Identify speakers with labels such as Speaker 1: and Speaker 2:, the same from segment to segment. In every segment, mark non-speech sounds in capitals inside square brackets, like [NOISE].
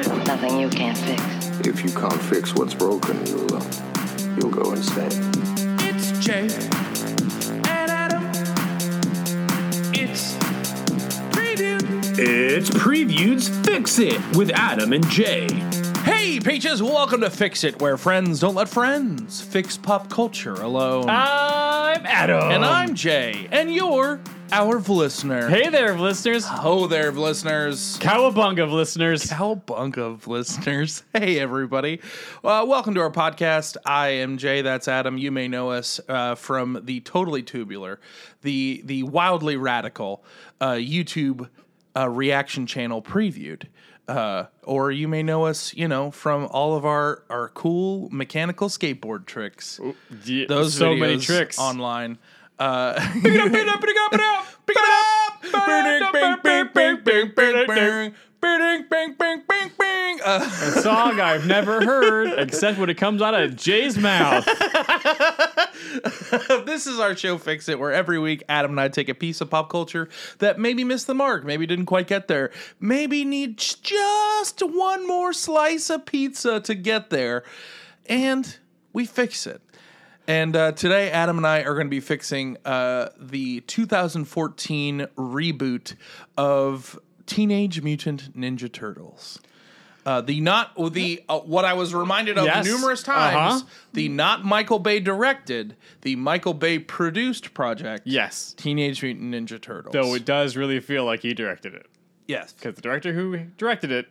Speaker 1: you can't fix.
Speaker 2: If you can't fix what's broken, you'll uh, you'll go insane.
Speaker 3: It's Jay and Adam. It's preview.
Speaker 4: It's Previews Fix It with Adam and Jay.
Speaker 5: Hey, Peaches, welcome to Fix It, where friends don't let friends fix pop culture alone.
Speaker 6: I'm Adam.
Speaker 5: and I'm Jay, and you're our listener.
Speaker 6: Hey there, listeners.
Speaker 5: Ho there, listeners.
Speaker 6: Cowabunga, of listeners.
Speaker 5: Cowbunk of listeners. [LAUGHS] Hey, everybody. Uh, welcome to our podcast. I am Jay. That's Adam. You may know us uh, from the Totally Tubular, the, the wildly radical uh, YouTube uh, reaction channel previewed. Uh, or you may know us, you know, from all of our, our cool mechanical skateboard tricks.
Speaker 6: Yeah,
Speaker 5: Those
Speaker 6: so many
Speaker 5: videos
Speaker 6: tricks.
Speaker 5: online. Uh, Uh,
Speaker 6: A song I've
Speaker 5: [LAUGHS]
Speaker 6: never heard except when it comes out of Jay's mouth.
Speaker 5: this is our show, Fix It, where every week Adam and I take a piece of pop culture that maybe missed the mark, maybe didn't quite get there, maybe needs just one more slice of pizza to get there, and we fix it. And uh, today, Adam and I are going to be fixing uh, the 2014 reboot of Teenage Mutant Ninja Turtles. Uh, the not the uh, what I was reminded of
Speaker 6: Yes.
Speaker 5: numerous times.
Speaker 6: Uh-huh.
Speaker 5: The not Michael Bay directed, the Michael Bay produced project.
Speaker 6: Yes.
Speaker 5: Teenage Mutant Ninja Turtles.
Speaker 6: Though it does really feel like he directed it.
Speaker 5: yes,
Speaker 6: Because the director who directed it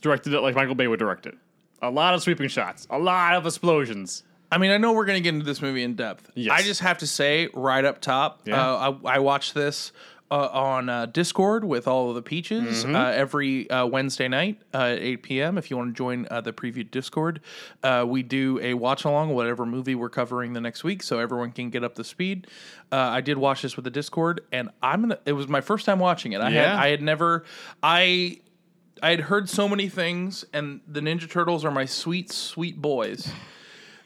Speaker 6: directed it like Michael Bay would direct it. A lot of sweeping shots, a lot of explosions.
Speaker 5: I mean, I know we're going to get into this movie in depth.
Speaker 6: Yes.
Speaker 5: I just have to say right up top,
Speaker 6: Yeah.
Speaker 5: uh, I, I watched this uh, on uh, Discord with all of the peaches
Speaker 6: Mm-hmm.
Speaker 5: uh, every uh, Wednesday night uh, at 8 p.m. If you want to join uh, the preview Discord, uh, we do a watch along, whatever movie we're covering the next week, so everyone can get up to speed. Uh, I did watch this with the Discord, and I'm gonna. It was my first time watching it. I had
Speaker 6: Yeah.
Speaker 5: I had never I. I had heard so many things, and the Ninja Turtles are my sweet, sweet boys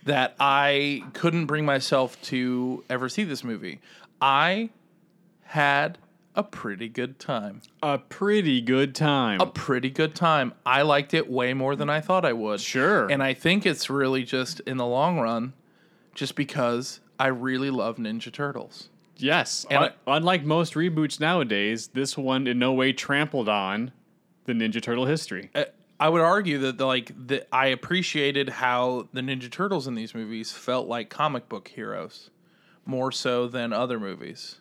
Speaker 5: that I couldn't bring myself to ever see this movie. I had a pretty good time.
Speaker 6: A pretty good time.
Speaker 5: A pretty good time. I liked it way more than I thought I would.
Speaker 6: Sure.
Speaker 5: And I think it's really just in the long run, just because I really love Ninja Turtles.
Speaker 6: yes.
Speaker 5: And
Speaker 6: Un- unlike most reboots nowadays, this one in no way trampled on the Ninja Turtle history.
Speaker 5: I- uh, I would argue that the, like the, I appreciated how the Ninja Turtles in these movies felt like comic book heroes more so than other movies.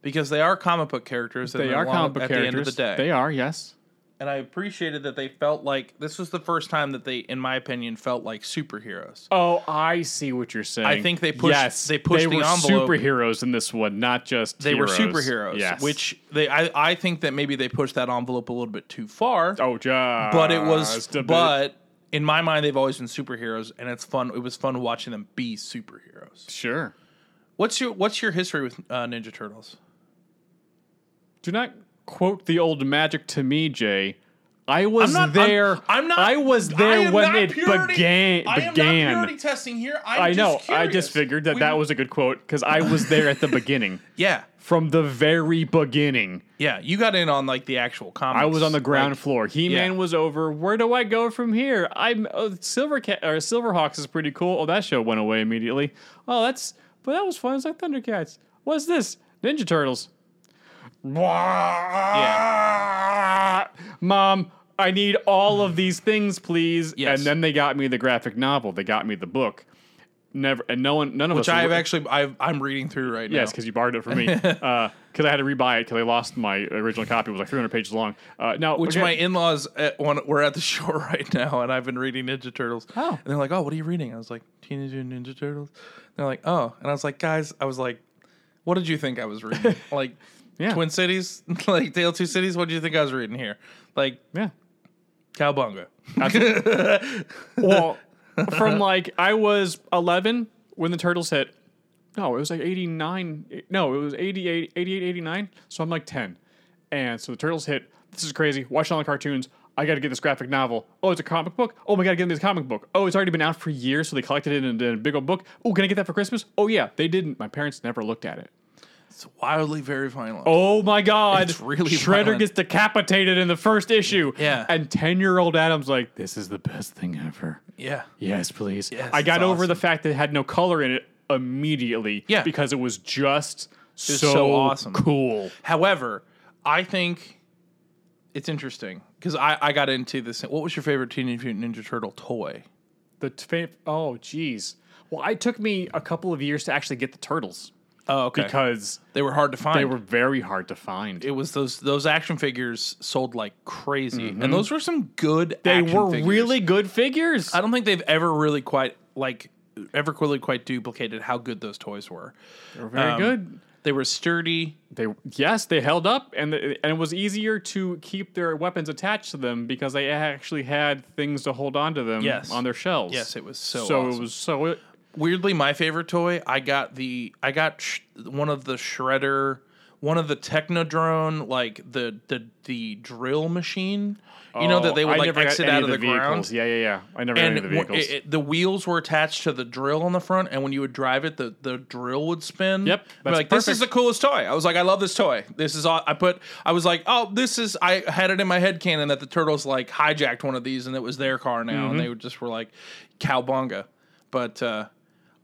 Speaker 5: Because they are comic book characters. and
Speaker 6: They
Speaker 5: they're
Speaker 6: are
Speaker 5: long-
Speaker 6: comic book
Speaker 5: at
Speaker 6: characters.
Speaker 5: the end of the day.
Speaker 6: They are, yes.
Speaker 5: and I appreciated that they felt like this was the first time that they, in my opinion, felt like superheroes.
Speaker 6: Oh, I see what you're saying.
Speaker 5: think they pushed-
Speaker 6: Yes,
Speaker 5: they pushed the
Speaker 6: were
Speaker 5: envelope.
Speaker 6: superheroes in this one, not just
Speaker 5: They
Speaker 6: heroes.
Speaker 5: were superheroes,
Speaker 6: Yes.
Speaker 5: which they I, I think that maybe they pushed that envelope a little bit too far.
Speaker 6: oh, uh, just
Speaker 5: but it was
Speaker 6: a bit.
Speaker 5: but in my mind they've always been superheroes, and it's fun. It was fun watching them be superheroes.
Speaker 6: sure.
Speaker 5: What's your What's your history with uh, Ninja Turtles?
Speaker 6: Do not quote the old magic to me, Jay. I was
Speaker 5: not- I'm-
Speaker 6: there.
Speaker 5: I'm not-
Speaker 6: I was there
Speaker 5: am
Speaker 6: when
Speaker 5: not
Speaker 6: it
Speaker 5: purity-
Speaker 6: began.
Speaker 5: I am not
Speaker 6: began.
Speaker 5: purity testing here. I'm
Speaker 6: I know.
Speaker 5: Just
Speaker 6: I just
Speaker 5: curious.
Speaker 6: figured that
Speaker 5: We-
Speaker 6: that was a good quote because I was there at
Speaker 5: [LAUGHS]
Speaker 6: the beginning,
Speaker 5: yeah,
Speaker 6: from the very beginning.
Speaker 5: yeah. You got in on like the actual comics.
Speaker 6: I was on the ground
Speaker 5: Like,
Speaker 6: floor. He Man
Speaker 5: yeah.
Speaker 6: was over. Where do I go from here? I'm oh, Silver Cat or Silverhawks is pretty cool. Oh, that show went away immediately. Oh, that's but that was fun. It's like Thundercats. What's this? Ninja Turtles. Yeah. [LAUGHS] Mom, I need all of these things, please.
Speaker 5: Yes.
Speaker 6: And then they got me the graphic novel. They got me the book. Never and no one, none of
Speaker 5: which
Speaker 6: us. were-
Speaker 5: I've actually I've, I'm reading through right now.
Speaker 6: Yes, because you borrowed it from
Speaker 5: [LAUGHS]
Speaker 6: me. Because I had to rebuy it because I lost my original copy. It was like 300 pages long. Uh, now,
Speaker 5: Which
Speaker 6: okay.
Speaker 5: my in-laws at one, we're at the [LAUGHS] shore right now, and I've been reading Ninja Turtles.
Speaker 6: Oh.
Speaker 5: and they're like, "Oh, what are you reading?" I was like, "Teenage Mutant Ninja Turtles." And they're like, "Oh," and I was like, "Guys," I was like, "What did you think I was
Speaker 6: [LAUGHS]
Speaker 5: reading? like,
Speaker 6: Yeah.
Speaker 5: Twin Cities, [LAUGHS] like Tale of Two Cities? What do you think I was reading here? Like,
Speaker 6: [LAUGHS] yeah.
Speaker 5: cowbunga."
Speaker 6: Well, from like I was 11 when the Turtles hit. No, it was like 89. eh, No, it was 88, 88, 89. So I'm like 10. And so the Turtles hit. This is crazy. Watch all the cartoons. I got to get this graphic novel. Oh, it's a comic book. Oh my god, get me this comic book. Oh, it's already been out for years, so they collected it in a, in a big old book. Oh, can I get that for Christmas? Oh yeah, they didn't. My parents never looked at it.
Speaker 5: [LAUGHS] It's wildly very violent.
Speaker 6: Oh my God!
Speaker 5: It's really
Speaker 6: Shredder
Speaker 5: violent.
Speaker 6: gets decapitated in the first issue.
Speaker 5: Yeah.
Speaker 6: and ten-year-old Adam's like, "This is the best thing ever."
Speaker 5: yeah.
Speaker 6: Yes, please.
Speaker 5: Yes,
Speaker 6: I got
Speaker 5: it's
Speaker 6: over the
Speaker 5: awesome.
Speaker 6: fact that it had no color in it immediately.
Speaker 5: Yeah.
Speaker 6: because it was just so,
Speaker 5: so awesome.
Speaker 6: cool.
Speaker 5: However, I think it's interesting because I, I got into this. What was your favorite Teenage Mutant Ninja Turtle toy?
Speaker 6: The t- oh, geez. Well, it took me a couple of years to actually get the turtles
Speaker 5: Oh, okay.
Speaker 6: because
Speaker 5: they were hard to find.
Speaker 6: they were very hard to find.
Speaker 5: It was those those action figures sold like crazy, and those were some good.
Speaker 6: Mm-hmm. they
Speaker 5: action
Speaker 6: were
Speaker 5: figures.
Speaker 6: really good figures.
Speaker 5: I don't think they've ever really quite like ever really quite duplicated how good those toys were.
Speaker 6: They were very
Speaker 5: um,
Speaker 6: good.
Speaker 5: They were sturdy.
Speaker 6: They yes, they held up, and the, and it was easier to keep their weapons attached to them because they actually had things to hold on to them
Speaker 5: Yes.
Speaker 6: on their shelves.
Speaker 5: Yes, it was so
Speaker 6: so it
Speaker 5: awesome.
Speaker 6: was so
Speaker 5: Weirdly, my favorite toy. I got the I got sh- one of the shredder, one of the Technodrone, like the the the drill machine. You know that they would
Speaker 6: Oh, I
Speaker 5: like
Speaker 6: never got
Speaker 5: exit
Speaker 6: any
Speaker 5: out of the,
Speaker 6: vehicles.
Speaker 5: ground.
Speaker 6: Yeah, yeah, yeah. I never got
Speaker 5: and
Speaker 6: any of the
Speaker 5: w-
Speaker 6: vehicles.
Speaker 5: it- it- the wheels were attached to the drill on the front, and when you would drive it, the, the drill would spin.
Speaker 6: Yep,
Speaker 5: I'd be
Speaker 6: that's
Speaker 5: like this is the
Speaker 6: perfect.
Speaker 5: coolest toy. I was like, I love this toy. This is all I put. I was like, oh, this is. I had it in my head canon that the turtles like hijacked one of these, and it was their car now,
Speaker 6: Mm-hmm.
Speaker 5: and they were just were like, cowbunga. But uh,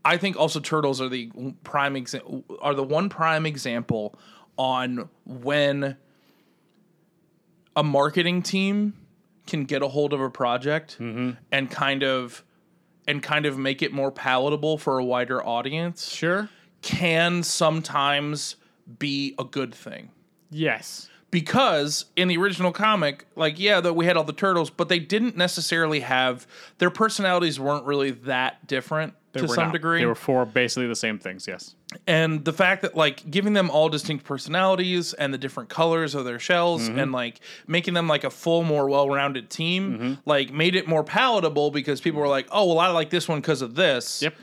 Speaker 5: I think also turtles are the prime exa- are the one prime example on when a marketing team can get a hold of a project
Speaker 6: Mm-hmm.
Speaker 5: and kind of and kind of make it more palatable for a wider audience
Speaker 6: sure.
Speaker 5: can sometimes be a good thing
Speaker 6: Yes.
Speaker 5: because in the original comic like yeah that we had all the turtles but they didn't necessarily have their personalities weren't really that different
Speaker 6: They
Speaker 5: to
Speaker 6: were
Speaker 5: some
Speaker 6: not.
Speaker 5: degree
Speaker 6: They were for basically the same things, yes.
Speaker 5: and the fact that like giving them all distinct personalities and the different colors of their shells
Speaker 6: Mm-hmm.
Speaker 5: and like making them like a full more well-rounded team
Speaker 6: Mm-hmm.
Speaker 5: like made it more palatable because people were like oh well i like this one because of this
Speaker 6: Yep.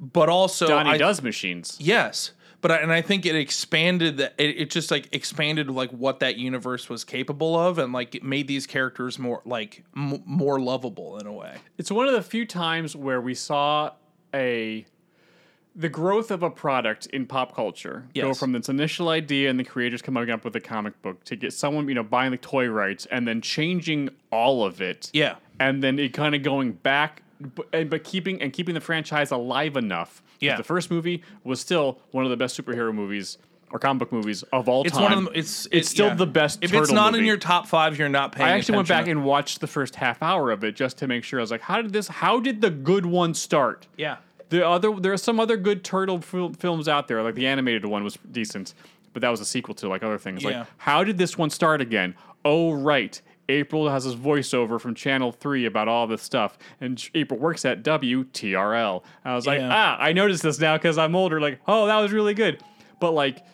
Speaker 5: but also
Speaker 6: Donnie
Speaker 5: I-
Speaker 6: does machines.
Speaker 5: yes but I, and i think it expanded that it, it just like expanded like what that universe was capable of and like it made these characters more like m- more lovable in a way
Speaker 6: It's one of the few times where we saw a the growth of a product in pop culture go
Speaker 5: Yes.
Speaker 6: from its initial idea and the creators coming up with a comic book to get someone you know buying the toy rights and then changing all of it.
Speaker 5: yeah
Speaker 6: and then it kind of going back but, and but keeping and keeping the franchise alive enough. 'Cause
Speaker 5: Yeah.
Speaker 6: the first movie was still one of the best superhero movies or comic book movies of all
Speaker 5: it's
Speaker 6: time.
Speaker 5: one of them it's it-
Speaker 6: still
Speaker 5: yeah.
Speaker 6: the best
Speaker 5: if it's
Speaker 6: Turtle
Speaker 5: not in
Speaker 6: movie.
Speaker 5: your top five you're not paying
Speaker 6: I actually went
Speaker 5: attention.
Speaker 6: back and watched the first half hour of it just to make sure. I was like, how did this? How did the good one start?
Speaker 5: yeah
Speaker 6: The other, there are some other good turtle fil- films out there. Like the animated one was decent, but that was a sequel to like other things.
Speaker 5: Yeah.
Speaker 6: Like, how did this one start again? Oh, right. April has this voiceover from Channel Three about all this stuff, and Ch- April works at WTRL. I was like,
Speaker 5: Yeah.
Speaker 6: ah, I noticed this now because I'm older. Like, oh, that was really good, but like.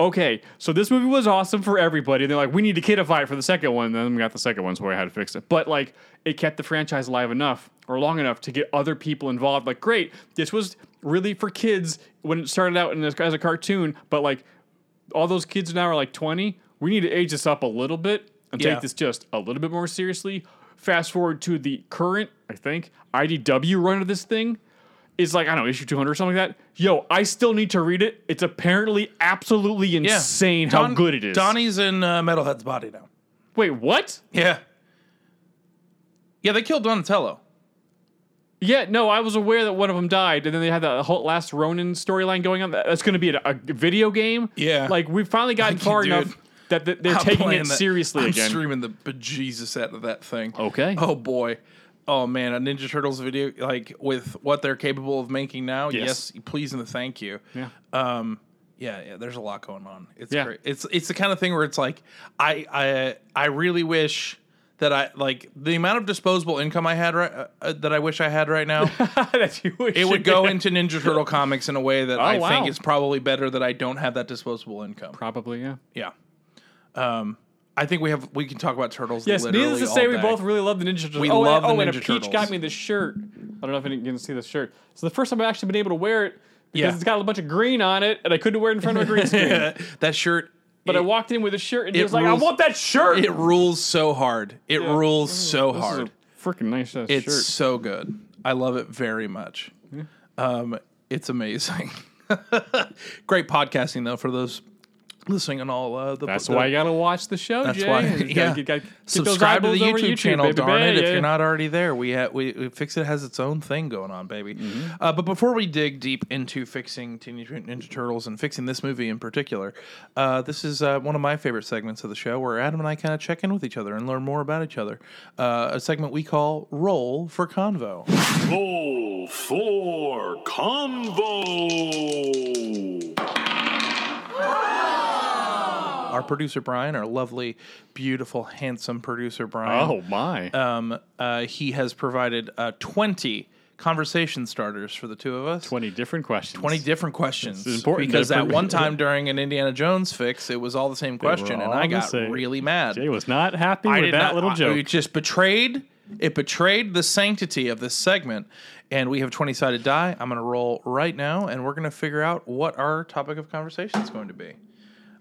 Speaker 6: Okay, so this movie was awesome for everybody. They're like, we need to kidify it for the second one. Then we got the second one, so I had to fix it. But like, it kept the franchise alive enough or long enough to get other people involved. Like, great, this was really for kids when it started out in this, as a cartoon. But like, all those kids now are like twenty. We need to age this up a little bit and
Speaker 5: Yeah.
Speaker 6: take this just a little bit more seriously. Fast forward to the current, I think IDW run of this thing is like I don't know issue 200 or something like that. Yo, I still need to read it. It's apparently absolutely
Speaker 5: Yeah.
Speaker 6: insane how
Speaker 5: Don-
Speaker 6: good it is.
Speaker 5: Donnie's in uh, Metalhead's body now.
Speaker 6: Wait, what?
Speaker 5: Yeah. Yeah, they killed Donatello.
Speaker 6: Yeah, no, I was aware that one of them died, and then they had the whole last Ronin storyline going on. That- That's going to be a, a video game.
Speaker 5: Yeah.
Speaker 6: like we've
Speaker 5: [LAUGHS]
Speaker 6: finally gotten far
Speaker 5: dude,
Speaker 6: enough that th-
Speaker 5: [LAUGHS]
Speaker 6: they're
Speaker 5: I'm
Speaker 6: taking
Speaker 5: playing
Speaker 6: it
Speaker 5: that-
Speaker 6: seriously
Speaker 5: I'm
Speaker 6: again.
Speaker 5: streaming the bejesus out of that thing.
Speaker 6: Okay.
Speaker 5: Oh boy. Oh man, a Ninja Turtles video like with what they're capable of making now. Yes,
Speaker 6: Yes.
Speaker 5: please and thank you.
Speaker 6: yeah,
Speaker 5: Uh, Yeah, yeah, there's a lot going on. It's
Speaker 6: Yeah.
Speaker 5: great. It's it's the kind of thing where it's like I I I really wish that I like the amount of disposable income I had right uh, uh, that I wish I had right
Speaker 6: [LAUGHS]
Speaker 5: now.
Speaker 6: [LAUGHS] That you wish
Speaker 5: it
Speaker 6: you
Speaker 5: would go
Speaker 6: could-
Speaker 5: into Ninja
Speaker 6: [LAUGHS]
Speaker 5: Turtle comics in a way that I
Speaker 6: Oh, wow.
Speaker 5: think is probably better that I don't have that disposable income.
Speaker 6: probably. Yeah.
Speaker 5: Yeah. Um, I think we have we can talk about turtles.
Speaker 6: Yes.
Speaker 5: literally
Speaker 6: Needless to
Speaker 5: all
Speaker 6: say, we
Speaker 5: day.
Speaker 6: both really love the Ninja Turtles.
Speaker 5: We
Speaker 6: oh,
Speaker 5: love
Speaker 6: and,
Speaker 5: the
Speaker 6: oh, and a
Speaker 5: Ninja
Speaker 6: Peach
Speaker 5: Turtles.
Speaker 6: got me this shirt. I don't know if anyone can see this shirt. It's the first time I've actually been able to wear it because
Speaker 5: Yeah.
Speaker 6: it's got a bunch of green on it, and I couldn't wear it in front of a
Speaker 5: [LAUGHS]
Speaker 6: green screen.
Speaker 5: that shirt.
Speaker 6: [LAUGHS] But
Speaker 5: it,
Speaker 6: I walked in with a shirt, and
Speaker 5: it
Speaker 6: he was like, "I
Speaker 5: rules-
Speaker 6: want that shirt."
Speaker 5: it rules so hard. It
Speaker 6: Yeah. Oh,
Speaker 5: rules so hard.
Speaker 6: Freaking nice ass
Speaker 5: It's
Speaker 6: shirt.
Speaker 5: so good. I love it very much. [LAUGHS] Um, it's amazing. Great podcasting though for those listening on all uh, the.
Speaker 6: That's
Speaker 5: the-
Speaker 6: why you gotta watch the show,
Speaker 5: That's
Speaker 6: Jay.
Speaker 5: why.
Speaker 6: [LAUGHS] You gotta- you
Speaker 5: yeah.
Speaker 6: gotta- gotta get those
Speaker 5: Subscribe to the
Speaker 6: eyeballs over
Speaker 5: YouTube, channel,
Speaker 6: baby,
Speaker 5: darn it!
Speaker 6: baby.
Speaker 5: If you're not already there, we ha- we, we fix it has its own thing going on, baby.
Speaker 6: Mm-hmm.
Speaker 5: Uh, but before we dig deep into fixing Teenage Mutant Ninja Turtles and fixing this movie in particular, uh, this is uh, one of my favorite segments of the show where Adam and I kind of check in with each other and learn more about each other. Uh, a segment we call "Roll for Convo."
Speaker 1: Roll for Convo.
Speaker 5: Our producer Brian, our lovely, beautiful, handsome producer Brian.
Speaker 6: Oh my!
Speaker 5: um,
Speaker 6: Oh.
Speaker 5: uh, he has provided uh, 20 conversation starters for the two of us. 20,
Speaker 6: Twenty different questions.
Speaker 5: different questions.
Speaker 6: This is important.
Speaker 5: Because
Speaker 6: They're
Speaker 5: at one
Speaker 6: pretty- [LAUGHS]
Speaker 5: time during an Indiana Jones fix, it was all the same
Speaker 6: were
Speaker 5: question, and
Speaker 6: all
Speaker 5: I
Speaker 6: the
Speaker 5: got
Speaker 6: same.
Speaker 5: really mad.
Speaker 6: Jay was not happy
Speaker 5: I
Speaker 6: with
Speaker 5: did
Speaker 6: that
Speaker 5: not-
Speaker 6: little
Speaker 5: I-
Speaker 6: joke.
Speaker 5: It just betrayed. It betrayed the sanctity of this segment, and we have twenty sided die. I'm going to roll right now, and we're going to figure out what our topic of conversation is going to be.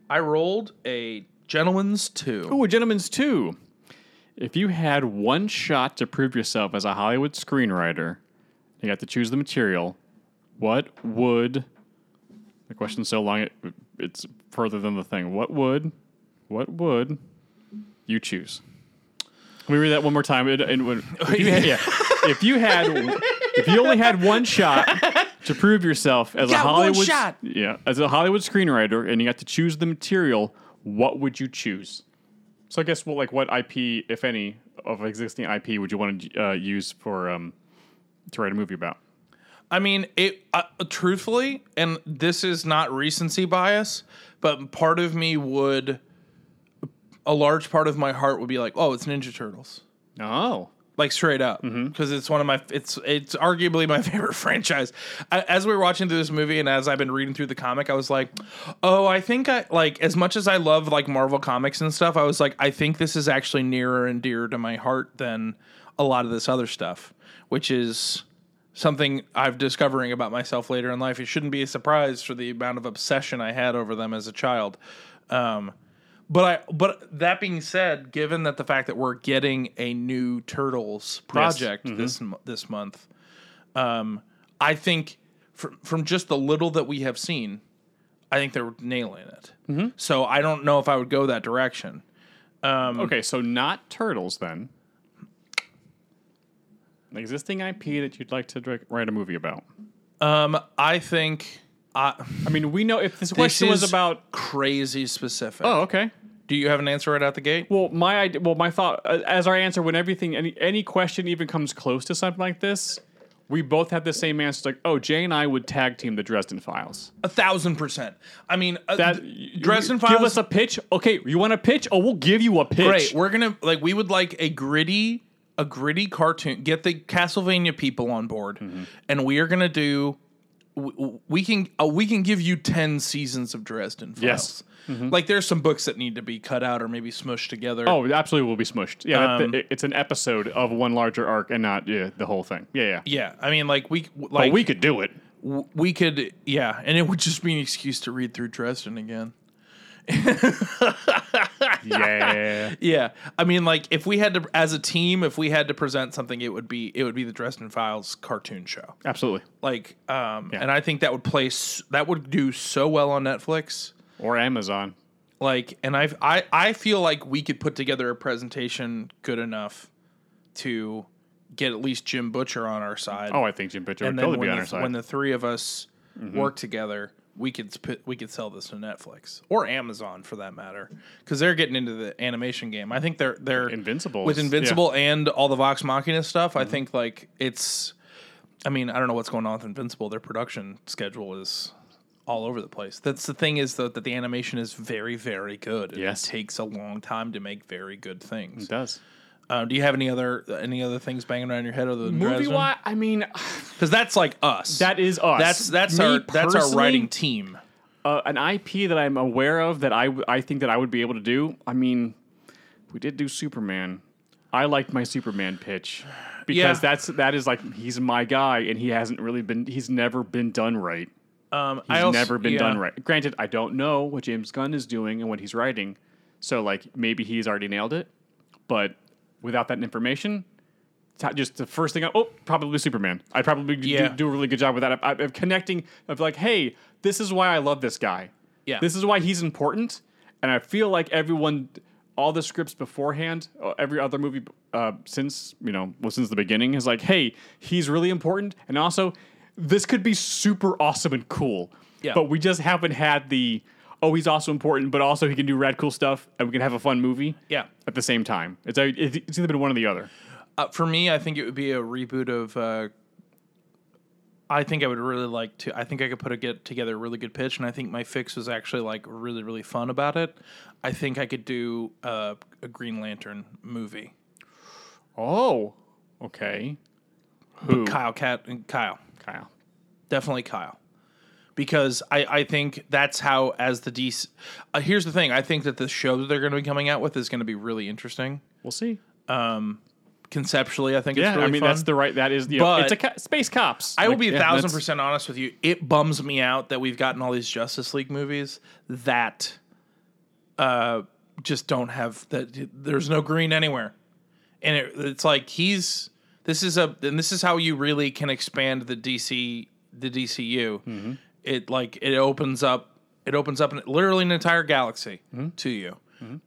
Speaker 5: I rolled a gentleman's two.
Speaker 6: Ooh, a gentleman's two. If you had one shot to prove yourself as a Hollywood screenwriter, you got to choose the material. What would the question's so long it, it's further than the thing. What would what would you choose? Let me read that one more time. It, it would- if you
Speaker 5: [LAUGHS]
Speaker 6: had, yeah. if you had if you only had one shot to prove yourself as a
Speaker 5: Got one
Speaker 6: Hollywood s-
Speaker 5: shot.
Speaker 6: yeah as a Hollywood screenwriter and you got to choose the material, what would you choose? So I guess well, like what IP, if any, of existing IP would you want to uh, use for um, to write a movie about?
Speaker 5: I mean, it uh, truthfully, and this is not recency bias, but part of me would, a large part of my heart would be like, oh, it's Ninja Turtles,
Speaker 6: Oh,
Speaker 5: like straight up, because it's one of my, it's it's arguably my [LAUGHS] favorite franchise. I, as we were watching through this movie, and as I've been reading through the comic, I was like, oh, I think I like as much as I love like Marvel comics and stuff. I was like, I think this is actually nearer and dearer to my heart than a lot of this other stuff, which is something I've discovering about myself later in life. It shouldn't be a surprise for the amount of obsession I had over them as a child. Um, but I, but that being said, given that the fact that we're getting a new Turtles project
Speaker 6: Mm-hmm.
Speaker 5: this m- this month, um, I think from from just the little that we have seen, I think they're nailing it.
Speaker 6: Mm-hmm.
Speaker 5: So I don't know if I would go that direction.
Speaker 6: Hmm. Okay, so not turtles then. An existing IP that you'd like to direct, write a movie about.
Speaker 5: Um, I think I,
Speaker 6: I mean, we know if this,
Speaker 5: this
Speaker 6: question was
Speaker 5: is
Speaker 6: about.
Speaker 5: crazy specific.
Speaker 6: Oh, okay.
Speaker 5: Do you have an answer right out the gate?
Speaker 6: Well, my idea, well, my thought uh, as our answer when everything any any question even comes close to something like this, we both have the same answer. It's like, oh, Jay and I would tag team the Dresden Files.
Speaker 5: A thousand percent. I mean, uh,
Speaker 6: That
Speaker 5: Dresden
Speaker 6: give
Speaker 5: Files.
Speaker 6: us a pitch. Okay, you want a pitch? Oh, we'll give you a pitch.
Speaker 5: Great. We're gonna like we would like a gritty a gritty cartoon. Get the Castlevania people on board,
Speaker 6: Mm-hmm.
Speaker 5: and we are gonna do. w- We can uh, we can give you ten seasons of Dresden Files.
Speaker 6: Yes. Mm-hmm.
Speaker 5: Like there's some books that need to be cut out or maybe smushed together.
Speaker 6: Oh, absolutely, we'll be smushed. Yeah, that- it- it's an episode of one larger arc and not yeah, the whole thing. Yeah, yeah.
Speaker 5: yeah. I mean, like we like
Speaker 6: But Oh, we could do it.
Speaker 5: w- we could yeah, and it would just be an excuse to read through Dresden again.
Speaker 6: [LAUGHS] Yeah.
Speaker 5: Yeah, I mean, like if we had to, as a team, if we had to present something, it would be it would be the Dresden Files cartoon show.
Speaker 6: Absolutely.
Speaker 5: Like, um,
Speaker 6: Yeah.
Speaker 5: and I think that would place that would do so well on Netflix.
Speaker 6: Or Amazon.
Speaker 5: Like, and I've, I I feel like we could put together a presentation good enough to get at least Jim Butcher on our side.
Speaker 6: Oh, I think Jim Butcher would
Speaker 5: and then
Speaker 6: totally
Speaker 5: when,
Speaker 6: be on
Speaker 5: the,
Speaker 6: our side. Mm-hmm.
Speaker 5: when the three of us work together, we could sp- we could sell this to Netflix or Amazon for that matter, because they're getting into the animation game. I think they're they're
Speaker 6: Invincible
Speaker 5: with
Speaker 6: is-
Speaker 5: Invincible and all the Vox Machina stuff.
Speaker 6: Mm-hmm.
Speaker 5: I think like it's, I mean, I don't know what's going on with Invincible. Their production schedule is all over the place. That's the thing is though that the animation is very very good. and
Speaker 6: Yes.
Speaker 5: it takes a long time to make very good things.
Speaker 6: it does.
Speaker 5: Uh, do you have any other any other things banging around your head other than
Speaker 6: Movie wise, I mean,
Speaker 5: Because that's like us.
Speaker 6: that is us.
Speaker 5: That's that's
Speaker 6: Me
Speaker 5: our that's our
Speaker 6: personally,
Speaker 5: writing team.
Speaker 6: Uh, an IP that I'm aware of that I, w- I think that I would be able to do. I mean, we did do Superman. I liked my Superman pitch [SIGHS] because
Speaker 5: Yeah.
Speaker 6: that's that is like he's my guy and he hasn't really been he's never been done right.
Speaker 5: Um,
Speaker 6: He's
Speaker 5: I also,
Speaker 6: never been
Speaker 5: yeah.
Speaker 6: done right. Granted, I don't know what James Gunn is doing and what he's writing, so like maybe he's already nailed it. But without that information, it's not- just the first thing, I, oh, probably Superman. I probably do-
Speaker 5: Yeah.
Speaker 6: do, a really good job with that of, of connecting of like, hey, this is why I love this guy.
Speaker 5: Yeah.
Speaker 6: This is why he's important. And I feel like everyone, all the scripts beforehand, uh, every other movie uh, since, you know, well, since the beginning is like, hey, he's really important. And also, this could be super awesome and cool.
Speaker 5: Yeah.
Speaker 6: But we just haven't had the, oh, he's also important, but also he can do rad cool stuff and we can have a fun movie.
Speaker 5: Yeah.
Speaker 6: At the same time. It's, a- it's either been one or the other.
Speaker 5: Uh, for me, I think it would be a reboot of. Uh, I think I would really like to. I think I could put a get together a really good pitch, and I think my fix was actually like really really fun about it. I think I could do uh, a Green Lantern movie.
Speaker 6: Oh, okay. Who?
Speaker 5: Kyle Cat and Kyle,
Speaker 6: Kyle.
Speaker 5: definitely Kyle, because I I think that's how as the DC. Uh, here's the thing: I think that the show that they're going to be coming out with is going to be really interesting.
Speaker 6: We'll see.
Speaker 5: Conceptually, I think
Speaker 6: Yeah,
Speaker 5: it's really
Speaker 6: I mean
Speaker 5: fun.
Speaker 6: that's the right. That is, you know,
Speaker 5: But-
Speaker 6: it's a co- space cops.
Speaker 5: I will
Speaker 6: Like,
Speaker 5: be a
Speaker 6: yeah,
Speaker 5: thousand
Speaker 6: that's-
Speaker 5: percent honest with you. It bums me out that we've gotten all these Justice League movies that uh, just don't have that. There's no green anywhere, and it, it's like he's this is a and this is how you really can expand the DC the DCU.
Speaker 6: Mm-hmm.
Speaker 5: It like it opens up it opens up an, literally an entire galaxy to you.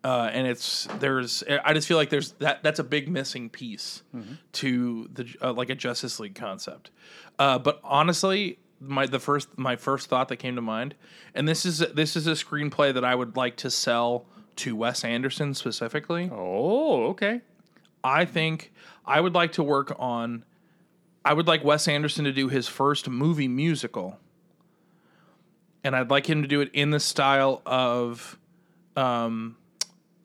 Speaker 5: Uh, and it's there's I just feel like there's that that's a big missing piece to the uh, like a Justice League concept. Uh, but honestly, my the first my first thought that came to mind, and this is this is a screenplay that I would like to sell to Wes Anderson specifically.
Speaker 6: Oh, okay.
Speaker 5: I think I would like to work on. I would like Wes Anderson to do his first movie musical, and I'd like him to do it in the style of, um,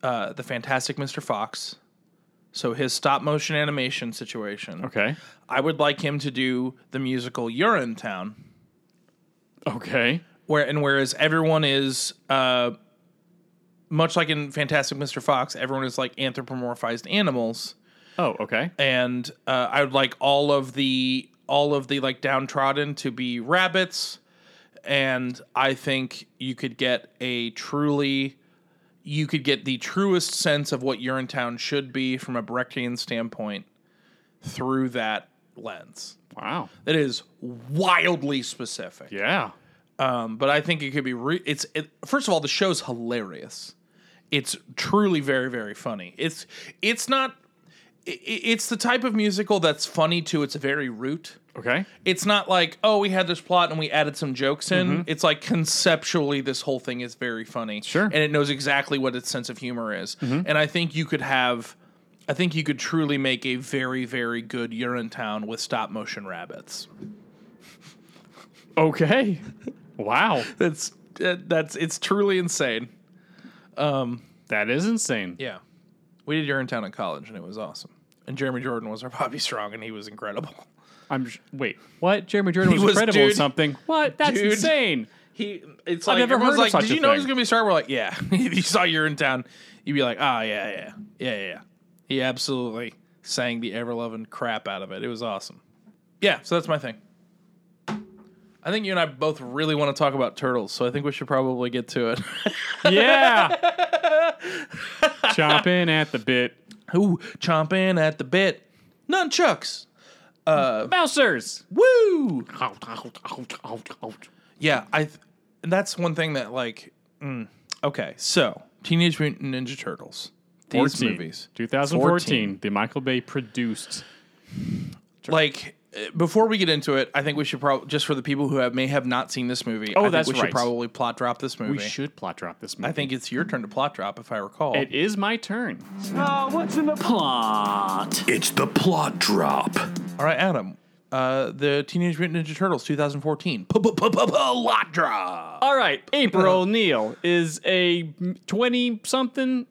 Speaker 5: uh, the Fantastic Mr. Fox. So his stop motion animation situation.
Speaker 6: Okay.
Speaker 5: I would like him to do the musical You're in Town
Speaker 6: Okay.
Speaker 5: where and whereas everyone is uh much like in Fantastic Mr. Fox, everyone is like anthropomorphized animals,
Speaker 6: Oh, okay.
Speaker 5: and uh, I would like all of the all of the like downtrodden to be rabbits, and I think you could get a truly, you could get the truest sense of what Urinetown should be from a Brechtian standpoint through that lens.
Speaker 6: Wow.
Speaker 5: That is wildly specific.
Speaker 6: Yeah.
Speaker 5: Um, but I think it could be. Re- it's it, first of all, the show's hilarious. It's truly very very funny. It's it's not. i- i- It's the type of musical that's funny to its very root.
Speaker 6: Okay.
Speaker 5: It's not like oh we had this plot and we added some jokes in. It's like conceptually this whole thing is very funny.
Speaker 6: Sure.
Speaker 5: and it knows exactly what its sense of humor is. And I think you could have. I think you could truly make a very, very good Urinetown with stop motion rabbits.
Speaker 6: Okay. Wow.
Speaker 5: That's that- that's it's truly insane.
Speaker 6: That is insane.
Speaker 5: Yeah. We did Urinetown in college and it was awesome. And Jeremy Jordan was our [LAUGHS] Bobby Strong and he was incredible.
Speaker 6: I'm sh- wait. What? Jeremy Jordan
Speaker 5: He
Speaker 6: was,
Speaker 5: was-
Speaker 6: incredible in
Speaker 5: dude.
Speaker 6: something. What? That's
Speaker 5: Dude.
Speaker 6: insane.
Speaker 5: He it's like
Speaker 6: never
Speaker 5: everyone's
Speaker 6: heard of
Speaker 5: like,
Speaker 6: such
Speaker 5: Did
Speaker 6: a
Speaker 5: you know he
Speaker 6: thing."
Speaker 5: was gonna be a star? We're like, Yeah. [LAUGHS] if you saw Urinetown, you'd be like, Oh yeah, yeah, yeah, yeah, yeah. He absolutely sang the ever loving crap out of it. It was awesome. Yeah, so that's my thing. I think you and I both really want to talk about turtles, so I think we should probably get to it. [LAUGHS]
Speaker 6: Yeah. [LAUGHS] Chomping at the bit.
Speaker 5: Ooh, chomping at the bit. Nunchucks.
Speaker 6: Mousers.
Speaker 5: Woo! Yeah, I. Th- and that's one thing that like. mm, okay, so Teenage Mutant Ninja Turtles. These
Speaker 6: 14.
Speaker 5: movies,
Speaker 6: 2014. The Michael Bay produced.
Speaker 5: like. uh, Before we get into it, I think we should probably just for the people who have, may have not seen this movie. I think
Speaker 6: that's
Speaker 5: we should
Speaker 6: right.
Speaker 5: probably plot drop this movie.
Speaker 6: We should plot drop this movie.
Speaker 5: I think it's your turn to plot drop, if I recall.
Speaker 6: it is my turn.
Speaker 2: It's the plot drop.
Speaker 5: All right, Adam. Uh, the Teenage Mutant Ninja Turtles 2014. Plot drop.
Speaker 6: All right, April
Speaker 5: Uh-huh.
Speaker 6: O'Neil is a 20 something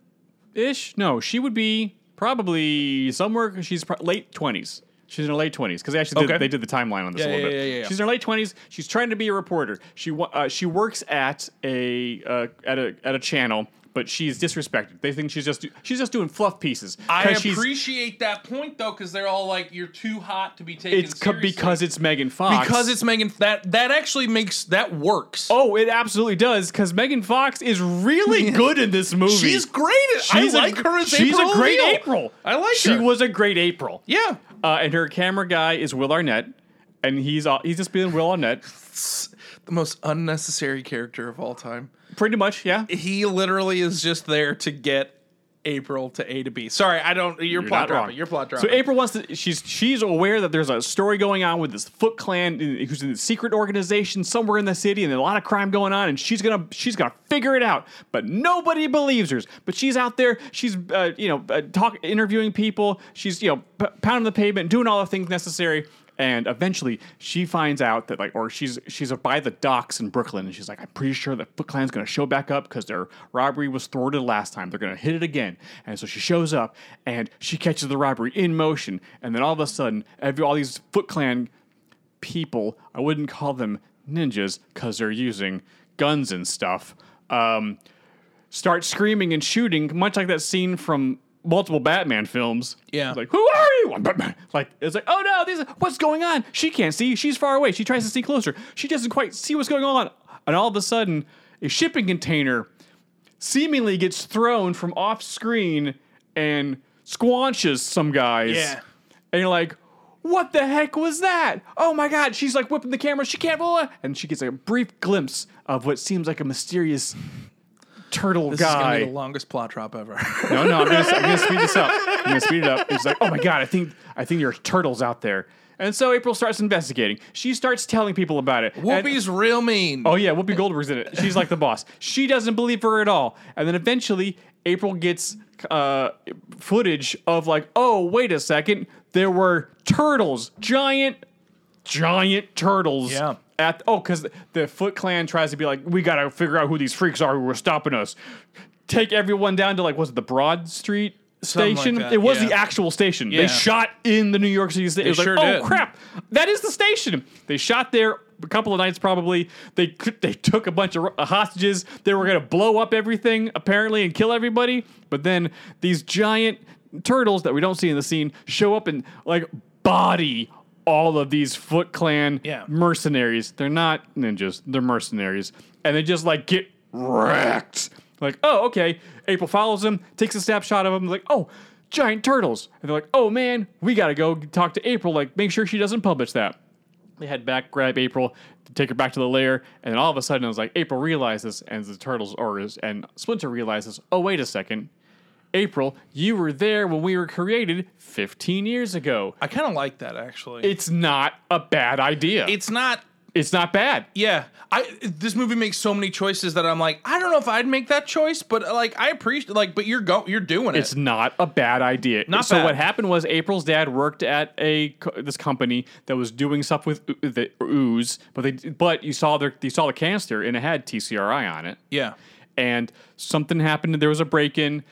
Speaker 6: ish. No, she would be probably somewhere, she's pro- late 20s. She's in her late 20s because they actually did,
Speaker 5: Okay.
Speaker 6: they did the timeline on this a
Speaker 5: Yeah,
Speaker 6: little
Speaker 5: yeah,
Speaker 6: bit.
Speaker 5: yeah, yeah, yeah.
Speaker 6: She's in her late 20s. She's trying to be a reporter. She wa- uh, she works at a uh, at a at a channel, but she's disrespected. They think she's just do- she's just doing fluff pieces.
Speaker 5: I
Speaker 6: 'cause she's-
Speaker 5: appreciate that point though, because they're all like, "You're too hot to be taken
Speaker 6: it's co-
Speaker 5: seriously."
Speaker 6: because it's Megan Fox.
Speaker 5: because it's Megan. That that actually makes that works.
Speaker 6: oh, it absolutely does because Megan Fox
Speaker 5: [LAUGHS]
Speaker 6: is really good in this movie.
Speaker 5: She's great. at-
Speaker 6: She's a-
Speaker 5: I like her as
Speaker 6: she's
Speaker 5: April uh,
Speaker 6: a great
Speaker 5: O'Neil.
Speaker 6: April.
Speaker 5: I like
Speaker 6: she
Speaker 5: her.
Speaker 6: was a great April.
Speaker 5: yeah.
Speaker 6: Uh, and her camera guy is Will Arnett, and he's all, he's just being Will Arnett.
Speaker 5: the most unnecessary character of all time.
Speaker 6: Pretty much, yeah.
Speaker 5: He literally is just there to get April to A to B. Sorry, I don't. You're, plot
Speaker 6: not wrong.
Speaker 5: dropping. You're plot
Speaker 6: So
Speaker 5: dropping.
Speaker 6: April wants to. She's she's aware that there's a story going on with this Foot Clan, in- who's in a secret organization somewhere in the city, and a lot of crime going on. And she's gonna she's gonna figure it out. But nobody believes her. But she's out there. She's uh, you know uh, talk interviewing people. She's you know p- pounding the pavement, doing all the things necessary. And eventually, she finds out that like, or she's she's by the docks in Brooklyn, and she's like, I'm pretty sure that Foot Clan's going to show back up because their robbery was thwarted last time. They're going to hit it again, and so she shows up, and she catches the robbery in motion, and then all of a sudden, every, all these Foot Clan people, I wouldn't call them ninjas because they're using guns and stuff. Um, start screaming and shooting, much like that scene from multiple Batman films.
Speaker 5: Yeah.
Speaker 6: It's like, who are you? I'm Batman. Like, it's like, oh no, these, what's going on? She can't see. She's far away. She tries to see closer. She doesn't quite see what's going on. And all of a sudden, a shipping container seemingly gets thrown from off screen and squanches some guys.
Speaker 5: Yeah.
Speaker 6: And you're like, what the heck was that? Oh my god, she's like whipping the camera, she can't roll it. And she gets like a brief glimpse of what seems like a mysterious turtle
Speaker 5: this is
Speaker 6: guy.
Speaker 5: gonna be the longest plot drop
Speaker 6: [LAUGHS]
Speaker 5: ever.
Speaker 6: No, no, I'm gonna, I'm gonna speed this up. I'm gonna speed it up. It's like, oh my god, I think I think there are turtles out there. And so April starts investigating. She starts telling people about it. And-
Speaker 5: Whoopi's real mean.
Speaker 6: Oh yeah, Whoopi Goldberg's in it. She's like the boss. She doesn't believe her at all. And then eventually, April gets uh, footage of like, oh wait a second, there were turtles, giant, giant turtles.
Speaker 5: Yeah.
Speaker 6: At oh, because the Foot Clan tries to be like, we gotta figure out who these freaks are who are stopping us. Take everyone down to like, was it the Broad Street?
Speaker 5: Something like
Speaker 6: Station.
Speaker 5: that,
Speaker 6: it was
Speaker 5: yeah.
Speaker 6: the actual station.
Speaker 5: Yeah.
Speaker 6: They shot in the New York City. Sta- it was
Speaker 5: sure
Speaker 6: like, oh
Speaker 5: did.
Speaker 6: crap, that is the station. They shot there a couple of nights probably. They they took a bunch of ro- hostages. They were gonna blow up everything apparently and kill everybody. But then these giant turtles that we don't see in the scene show up and like body all of these Foot Clan
Speaker 5: Yeah.
Speaker 6: mercenaries. They're not ninjas. They're mercenaries, and they just like get wrecked. Like, oh, okay. April follows him, takes a snapshot of him, like, oh, giant turtles. And they're like, oh man, we gotta go talk to April. Like, make sure she doesn't publish that. They head back, grab April, take her back to the lair, and then all of a sudden, it was like April realizes, and the turtles or is, and Splinter realizes, oh wait a second, April, you were there when we were created 15 years ago.
Speaker 5: I kind of like that actually.
Speaker 6: It's not a bad idea.
Speaker 5: it's not.
Speaker 6: it's not bad.
Speaker 5: Yeah, I this movie makes so many choices that I'm like, I don't know if I'd make that choice, but like I appreciate like, but you're go you're doing it.
Speaker 6: It's not a bad idea.
Speaker 5: Not
Speaker 6: so
Speaker 5: bad.
Speaker 6: what happened was April's dad worked at a co- this company that was doing stuff with oo- the ooze, but they but you saw their you saw the canister and it had TCRI on it.
Speaker 5: yeah,
Speaker 6: And something happened. There was a break in.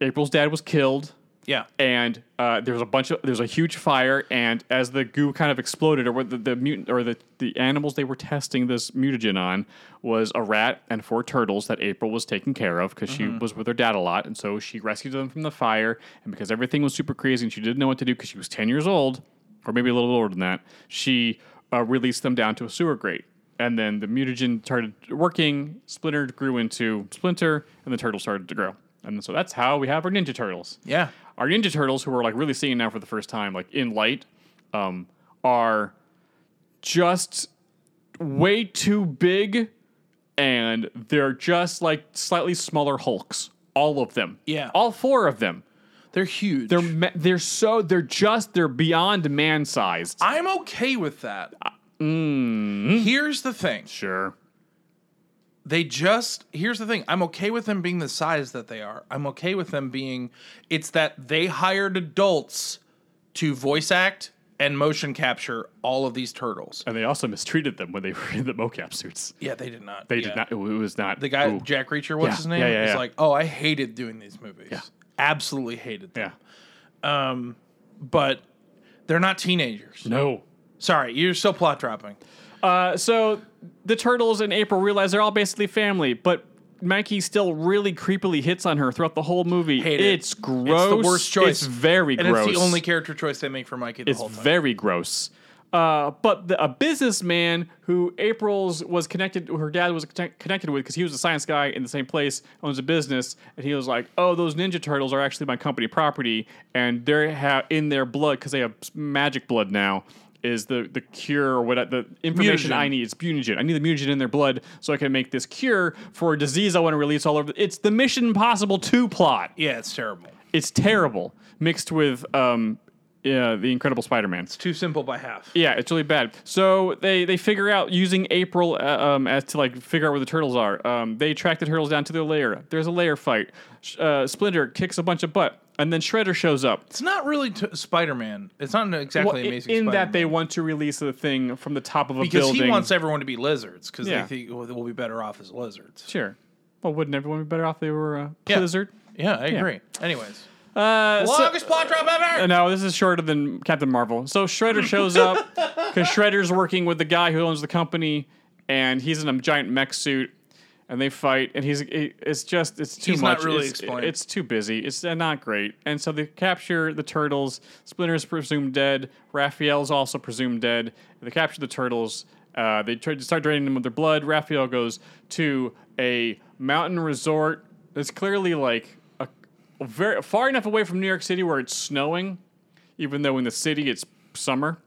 Speaker 6: April's dad was killed.
Speaker 5: yeah.
Speaker 6: and uh, there was a bunch of there's a huge fire, and as the goo kind of exploded, or what the, the mutant or the the animals they were testing this mutagen on was a rat and four turtles that April was taking care of because she was with her dad a lot, and so she rescued them from the fire, and because everything was super crazy and she didn't know what to do because she was ten years old, or maybe a little older than that, she uh, released them down to a sewer grate. And then the mutagen started working. Splinter grew into Splinter, and the turtle started to grow. And so that's how we have our Ninja Turtles
Speaker 5: Yeah.
Speaker 6: our Ninja Turtles, who we're like really seeing now for the first time, like in light, um, are just way too big, and they're just like slightly smaller Hulks. All of them,
Speaker 5: Yeah.
Speaker 6: all four of them.
Speaker 5: They're huge.
Speaker 6: They're ma- they're so they're just they're beyond man sized.
Speaker 5: I'm okay with that.
Speaker 6: mm-hmm.
Speaker 5: Here's the thing.
Speaker 6: Sure,
Speaker 5: They just here's the thing. I'm okay with them being the size that they are. I'm okay with them being it's that they hired adults to voice act and motion capture all of these turtles.
Speaker 6: and they also mistreated them when they were in the mocap suits.
Speaker 5: Yeah, they did not.
Speaker 6: They
Speaker 5: Yeah.
Speaker 6: did not. It was not
Speaker 5: The guy
Speaker 6: ooh.
Speaker 5: Jack Reacher, what's
Speaker 6: Yeah,
Speaker 5: his name?
Speaker 6: yeah, yeah,
Speaker 5: He's
Speaker 6: yeah.
Speaker 5: like, "Oh, I hated doing these movies.
Speaker 6: Yeah.
Speaker 5: Absolutely hated them." Um,
Speaker 6: Yeah.
Speaker 5: But they're not teenagers.
Speaker 6: No.
Speaker 5: Sorry, you're still plot dropping.
Speaker 6: Uh, so the turtles and April realize they're all basically family, but Mikey still really creepily hits on her throughout the whole movie.
Speaker 5: Hate it.
Speaker 6: it's gross.
Speaker 5: It's the worst choice.
Speaker 6: It's very
Speaker 5: and
Speaker 6: gross.
Speaker 5: it's the only character choice they make for Mikey the
Speaker 6: It's
Speaker 5: whole time.
Speaker 6: very gross. Uh, but the, a businessman who April's was connected, her dad was connect- connected with because he was a science guy in the same place, owns a business, and he was like, "Oh, those Ninja Turtles are actually my company property, and they're ha- in their blood because they have s- magic blood now, is the the cure or what the information
Speaker 5: Mutagen.
Speaker 6: I need. It's mutagen. I need the mutagen in their blood so I can make this cure for a disease I want to release all over. It's the Mission Impossible two plot.
Speaker 5: Yeah, it's terrible.
Speaker 6: It's terrible mixed with um yeah the Incredible Spider Man.
Speaker 5: Too simple by half.
Speaker 6: Yeah, it's really bad. So they they figure out using April uh, um, as to like figure out where the turtles are. Um, they track the turtles down to their lair. There's a lair fight. Sh- Uh, Splinter kicks a bunch of butt, and then Shredder shows up.
Speaker 5: It's not really t- Spider Man. It's not exactly
Speaker 6: Well, i- in
Speaker 5: amazing.
Speaker 6: that
Speaker 5: Spider-Man.
Speaker 6: they want to release the thing from the top of a
Speaker 5: because
Speaker 6: building.
Speaker 5: he wants everyone to be lizards because
Speaker 6: Yeah.
Speaker 5: they think well, we'll be better off as lizards.
Speaker 6: sure. Well, wouldn't everyone be better off if they were uh, a
Speaker 5: Yeah.
Speaker 6: blizzard?
Speaker 5: Yeah, I agree. Anyways,
Speaker 6: Uh, so-
Speaker 5: longest plot drop ever.
Speaker 6: Uh, no, this is shorter than Captain Marvel. So Shredder
Speaker 5: [LAUGHS]
Speaker 6: shows up because Shredder's working with the guy who owns the company, and he's in a giant mech suit, and they fight. And he's it- it's just it's too
Speaker 5: He's not
Speaker 6: much.
Speaker 5: really
Speaker 6: it's,
Speaker 5: explained.
Speaker 6: it's too busy. It's uh, not great. And so they capture the turtles. Splinter's presumed dead. Raphael's also presumed dead. They capture the turtles. Uh, they try to start draining them of their blood. Raphael goes to a mountain resort. That's clearly like a very far enough away from New York City where it's snowing, even though in the city it's summer.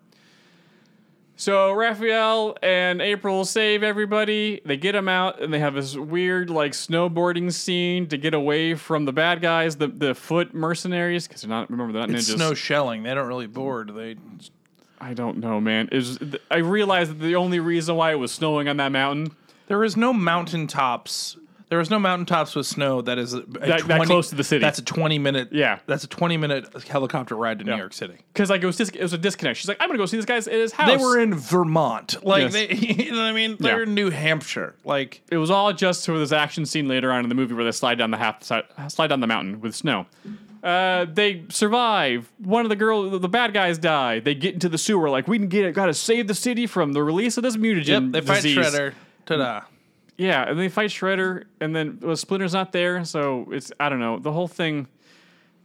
Speaker 6: So Raphael and April save everybody. They get them out, and they have this weird like snowboarding scene to get away from the bad guys, the the foot mercenaries, because they're not remember they're not
Speaker 5: It's
Speaker 6: ninjas.
Speaker 5: no shelling. They don't really board. They
Speaker 6: I don't know, man. Is I realized that the only reason why it was snowing on that mountain
Speaker 5: there is no mountaintops. There is no mountaintops with snow that is a, a
Speaker 6: that
Speaker 5: 20
Speaker 6: close to the city.
Speaker 5: That's a twenty minute.
Speaker 6: Yeah.
Speaker 5: that's a twenty minute helicopter ride to New York City.
Speaker 6: because like it was dis- it was a disconnect. She's like, I'm gonna go see this guy's at his house.
Speaker 5: They were in Vermont, like
Speaker 6: Yes.
Speaker 5: they, [LAUGHS] you know what I mean. They're
Speaker 6: Yeah.
Speaker 5: in New Hampshire, like
Speaker 6: it was all just for this action scene later on in the movie where they slide down the half side, slide down the mountain with snow. Uh, they survive. One of the girl, the, the bad guys die. They get into the sewer. Like we can get, gotta save the city from the release of this mutagen.
Speaker 5: they fight
Speaker 6: disease."
Speaker 5: Shredder. Ta-da!
Speaker 6: Yeah, and they fight Shredder, and then well, Splinter's not there, so it's I don't know. The whole thing,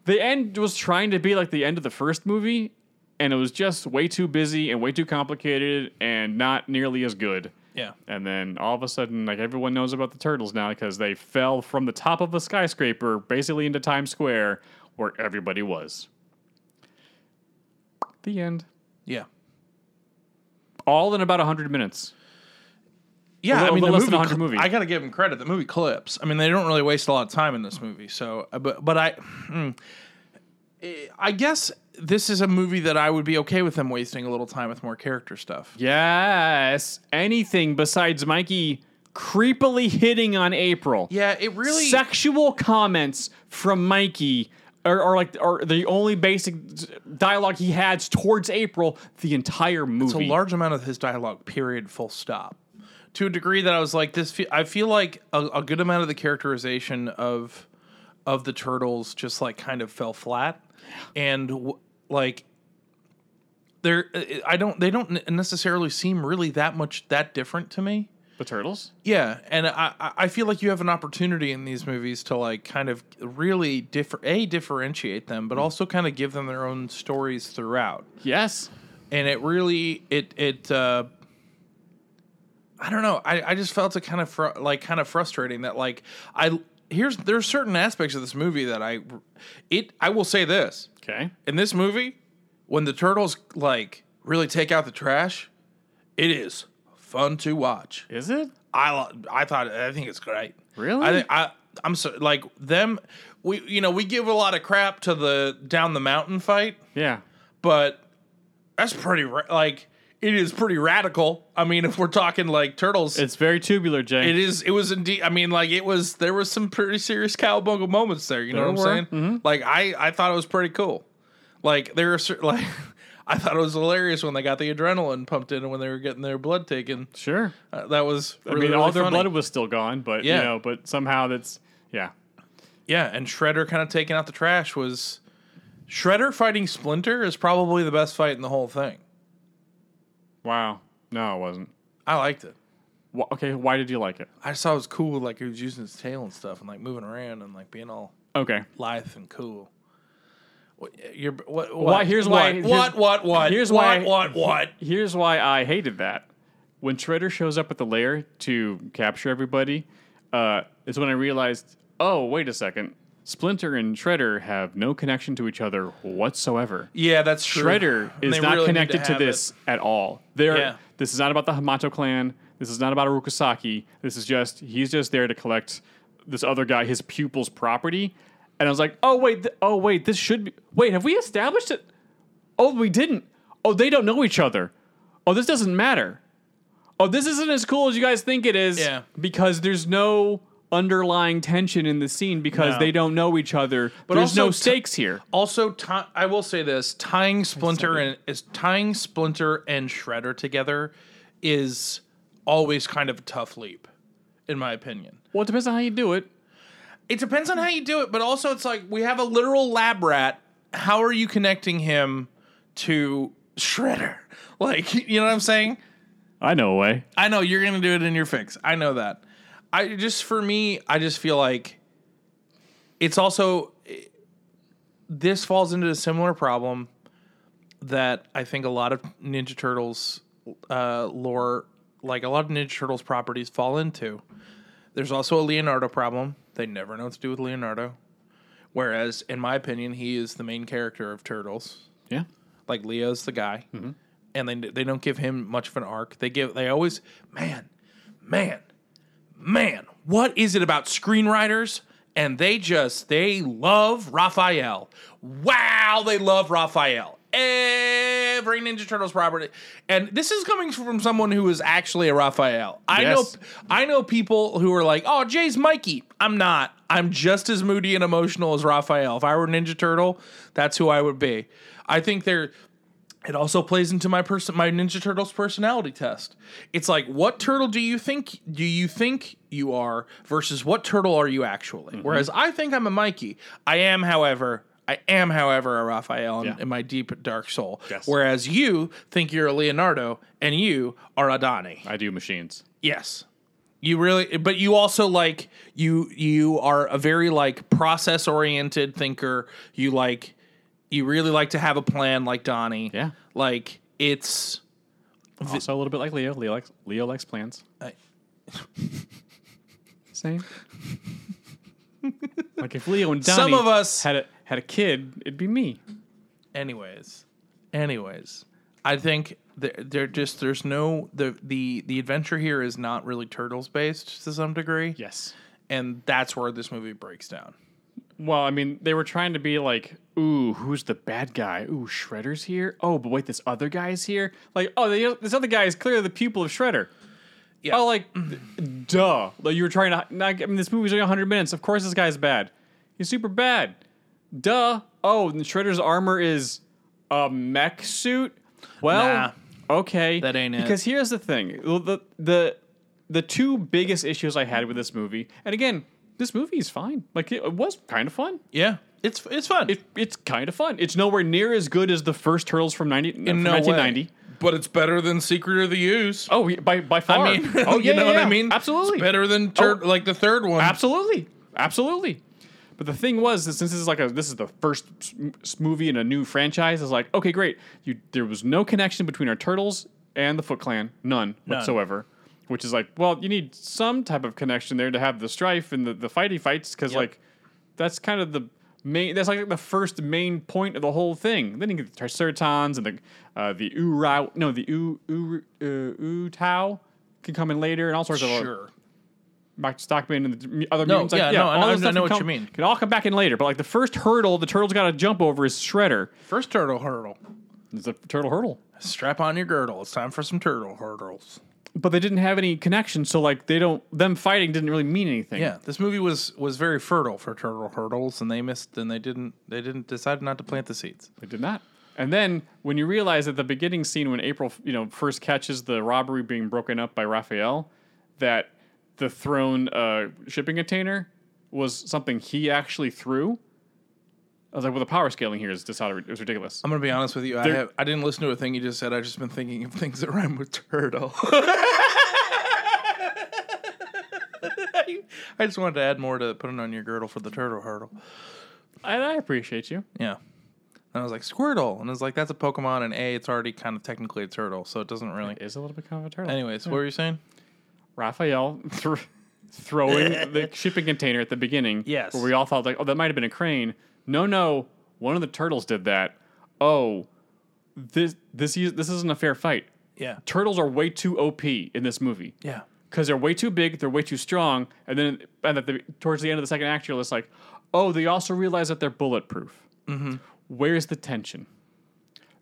Speaker 6: the end was trying to be like the end of the first movie, and it was just way too busy and way too complicated and not nearly as good.
Speaker 5: Yeah,
Speaker 6: And then all of a sudden, like everyone knows about the turtles now because they fell from the top of a skyscraper, basically into Times Square, where everybody was. The end.
Speaker 5: yeah,
Speaker 6: All in about hundred minutes.
Speaker 5: yeah.
Speaker 6: A
Speaker 5: I
Speaker 6: little
Speaker 5: mean,
Speaker 6: bit
Speaker 5: the
Speaker 6: less
Speaker 5: movie,
Speaker 6: than 100
Speaker 5: cl-
Speaker 6: movie.
Speaker 5: I gotta give him credit. The movie clips. I mean, they don't really waste a lot of time in this movie. So, uh, but but I, hmm. Eh, I guess this is a movie that I would be okay with them wasting a little time with more character stuff.
Speaker 6: Yes. Anything besides Mikey creepily hitting on April.
Speaker 5: Yeah, it really.
Speaker 6: Sexual comments from Mikey are, are like are the only basic dialogue he has towards April the entire movie.
Speaker 5: it's a large amount of his dialogue. Period. Full stop. To a degree that I was like, this. Fe- I feel like a, a good amount of the characterization of of the turtles just like kind of fell flat, and w- like they're I don't they don't ne- necessarily seem really that much that different to me.
Speaker 6: the turtles.
Speaker 5: Yeah, and I I I feel like you have an opportunity in these movies to like kind of really differ a differentiate them, but also kind of give them their own stories throughout
Speaker 6: Yes.
Speaker 5: and it really it it uh i don't know i i just felt it kind of fr- like kind of frustrating that like i here's there's certain aspects of this movie that i it i will say this
Speaker 6: Okay.
Speaker 5: in this movie when the turtles like really take out the trash it is fun to watch
Speaker 6: Is it?
Speaker 5: I lo- I thought I think it's great.
Speaker 6: Really?
Speaker 5: I think I I'm so like them. We you know we give a lot of crap to the down the mountain fight,
Speaker 6: Yeah.
Speaker 5: but that's pretty ra- like it is pretty radical. I mean, if we're talking like turtles,
Speaker 6: It's very tubular, Jay.
Speaker 5: it is it was indeed. I mean, like it was there was some pretty serious cowabunga moments there. You know
Speaker 6: There
Speaker 5: what I'm
Speaker 6: were, Mm-hmm.
Speaker 5: saying? Like I I thought it was pretty cool. Like there are cer- [LAUGHS] like I thought it was hilarious when they got the adrenaline pumped in and when they were getting their blood taken.
Speaker 6: Sure.
Speaker 5: Uh, that was
Speaker 6: I
Speaker 5: really,
Speaker 6: mean, all
Speaker 5: really
Speaker 6: their
Speaker 5: funny.
Speaker 6: blood was still gone, but
Speaker 5: Yeah.
Speaker 6: you know, but somehow that's yeah.
Speaker 5: Yeah, and Shredder kind of taking out the trash was Shredder fighting Splinter is probably the best fight in the whole thing.
Speaker 6: Wow. No, it wasn't.
Speaker 5: I liked it.
Speaker 6: Wh- okay, why did you like it?
Speaker 5: I just thought it was cool, like he was using his tail and stuff, and like moving around and like being all
Speaker 6: Okay.
Speaker 5: lithe and cool. What, you're what? what
Speaker 6: Why- here's why-
Speaker 5: what,
Speaker 6: here's-
Speaker 5: What? What? What?
Speaker 6: here's
Speaker 5: what,
Speaker 6: why-
Speaker 5: What? What?
Speaker 6: Here's why I hated that. When Shredder shows up at the lair to capture everybody, uh, is when I realized, oh, wait a second. Splinter and Shredder have no connection to each other whatsoever.
Speaker 5: Yeah, that's true. [SIGHS]
Speaker 6: Shredder
Speaker 5: And
Speaker 6: is
Speaker 5: they
Speaker 6: not
Speaker 5: really need
Speaker 6: connected to,
Speaker 5: have
Speaker 6: this
Speaker 5: it.
Speaker 6: at all. There,
Speaker 5: Yeah.
Speaker 6: this is not about the Hamato clan. This is not about Arukasaki. This is just he's just there to collect this other guy, his pupil's property. And I was like, oh wait, th- oh wait, this should be. Wait, have we established it? Oh, we didn't. Oh, they don't know each other. Oh, this doesn't matter. Oh, this isn't as cool as you guys think it is.
Speaker 5: Yeah.
Speaker 6: Because there's no underlying tension in the scene because
Speaker 5: No.
Speaker 6: they don't know each other. But there's
Speaker 5: also
Speaker 6: no
Speaker 5: t-
Speaker 6: stakes here.
Speaker 5: Also, ti- I will say this: tying Splinter and is tying Splinter and Shredder together is always kind of a tough leap, in my opinion.
Speaker 6: Well, it depends on how you do it.
Speaker 5: It depends on how you do it, but also it's like we have a literal lab rat. How are you connecting him to Shredder? [LAUGHS] Like, you know what I'm saying?
Speaker 6: I know a way.
Speaker 5: I know you're gonna do it in your fix. I know that. I just for me, I just feel like it's also this falls into a similar problem that I think a lot of Ninja Turtles uh, lore, like a lot of Ninja Turtles properties, fall into. There's also a Leonardo problem. They never know what to do with Leonardo. Whereas, in my opinion, he is the main character of Turtles
Speaker 6: Yeah.
Speaker 5: like Leo's the guy, and they they don't give him much of an arc. They give they always man, man, man. What is it about screenwriters? And they just they love Raphael. Wow, they love Raphael. Every Ninja Turtles property, and this is coming from someone who is actually a Raphael. I
Speaker 6: Yes.
Speaker 5: know I know people who are like, "Oh, Jay's Mikey." I'm not. I'm just as moody and emotional as Raphael. If I were a Ninja Turtle, that's who I would be. I think they're. It also plays into my person, my Ninja Turtles personality test. It's like, what turtle do you think do you think you are versus what turtle are you actually?
Speaker 6: Mm-hmm.
Speaker 5: Whereas I think I'm a Mikey. I am, however, I am, however, a Raphael in,
Speaker 6: Yeah.
Speaker 5: in my deep dark soul.
Speaker 6: Yes.
Speaker 5: Whereas you think you're a Leonardo and you are a Donnie.
Speaker 6: I do machines.
Speaker 5: Yes. You really but you also like you you are a very like process oriented thinker. You like you really like to have a plan like Donnie.
Speaker 6: Yeah.
Speaker 5: Like it's
Speaker 6: Also a little bit like Leo. Leo likes Leo likes plans.
Speaker 5: I-
Speaker 6: [LAUGHS] Same. like if Leo and Donnie
Speaker 5: Some of us-
Speaker 6: had a had a kid, it'd be me.
Speaker 5: anyways. Anyways, I think there there just there's no the the the adventure here is not really turtles based to some degree.
Speaker 6: Yes.
Speaker 5: And that's where this movie breaks down.
Speaker 6: Well, I mean, they were trying to be like, ooh, who's the bad guy? Ooh, Shredder's here. Oh, but wait, this other guy is here. Like, oh, the, this other guy is clearly the pupil of Shredder.
Speaker 5: Yeah.
Speaker 6: Oh, like, duh. Like you were trying to. Not, I mean, this movie's only 100 minutes. Of course, this guy's bad. He's super bad. Duh. Oh, and Shredder's armor is a mech suit. Well, okay,
Speaker 5: that ain't it.
Speaker 6: Because here's the thing: the, the the the two biggest issues I had with this movie, and again, this movie is fine. Like it, it was kind of fun.
Speaker 5: Yeah. It's it's fun.
Speaker 6: It, it's kind of fun. It's nowhere near as good as the first Turtles from 90, from
Speaker 5: no way.
Speaker 6: 1990.
Speaker 5: but it's better than Secret of the Use.
Speaker 6: Oh, yeah, by by far.
Speaker 5: I mean, [LAUGHS]
Speaker 6: oh,
Speaker 5: you
Speaker 6: yeah,
Speaker 5: know
Speaker 6: yeah,
Speaker 5: what I
Speaker 6: yeah.
Speaker 5: mean?
Speaker 6: Absolutely.
Speaker 5: It's better than tur-
Speaker 6: Oh.
Speaker 5: like the third one.
Speaker 6: Absolutely, absolutely. But the thing was that since this is like a this is the first s- s- movie in a new franchise, it's like okay, great. You there was no connection between our turtles and the Foot Clan, none, whatsoever. Which is like, well, you need some type of connection there to have the strife and the, the fighty fights because like that's kind of the main. That's like the first main point of the whole thing. Then you get the Triceratons and the uh, the Urau, no, the U U uh, Utau can come in later and all sorts of
Speaker 5: Sure.
Speaker 6: Mike Stockman and the d- other
Speaker 5: No,
Speaker 6: mutants.
Speaker 5: yeah,
Speaker 6: like,
Speaker 5: no, I
Speaker 6: all
Speaker 5: know-
Speaker 6: this
Speaker 5: I
Speaker 6: stuff
Speaker 5: know
Speaker 6: can
Speaker 5: what
Speaker 6: come-
Speaker 5: you mean.
Speaker 6: Can all come back in later, but like the first hurdle the turtle's got to jump over is Shredder.
Speaker 5: First turtle hurdle.
Speaker 6: It's a turtle hurdle.
Speaker 5: Strap on your girdle. It's time for some turtle hurdles.
Speaker 6: But they didn't have any connection, so like they don't them fighting didn't really mean anything.
Speaker 5: Yeah, this movie was was very fertile for turtle hurdles, and they missed, and they didn't, they didn't decide not to plant the seeds.
Speaker 6: They did not. And then when you realize at the beginning scene when April, you know, first catches the robbery being broken up by Raphael, that the thrown uh, shipping container was something he actually threw. I was like, well, the power scaling here is dishonored. It was ridiculous.
Speaker 5: I'm gonna be honest with you. I
Speaker 6: There-
Speaker 5: have, I didn't listen to a thing you just said. I've just been thinking of things that rhyme with turtle. [LAUGHS] I just wanted to add more to putting on your girdle for the turtle hurdle.
Speaker 6: And I appreciate you.
Speaker 5: Yeah. And I was like, Squirtle. And I was like, that's a Pokemon, and A, it's already kind of technically a turtle, so it doesn't really. [LAUGHS]
Speaker 6: It is a little bit kind of a turtle.
Speaker 5: Anyways, what were you saying?
Speaker 6: Raphael [LAUGHS] thr- throwing the shipping container at the beginning.
Speaker 7: Yes.
Speaker 6: Where we all thought like, oh, that might have been a crane. No, no, one of the turtles did that. Oh, this this is- this isn't a fair fight.
Speaker 7: Yeah.
Speaker 6: Turtles are way too OP in this movie.
Speaker 7: Yeah.
Speaker 6: Because they're way too big, they're way too strong, and then and at the, towards the end of the second act, you're just like, oh, they also realize that they're bulletproof. Where's the tension?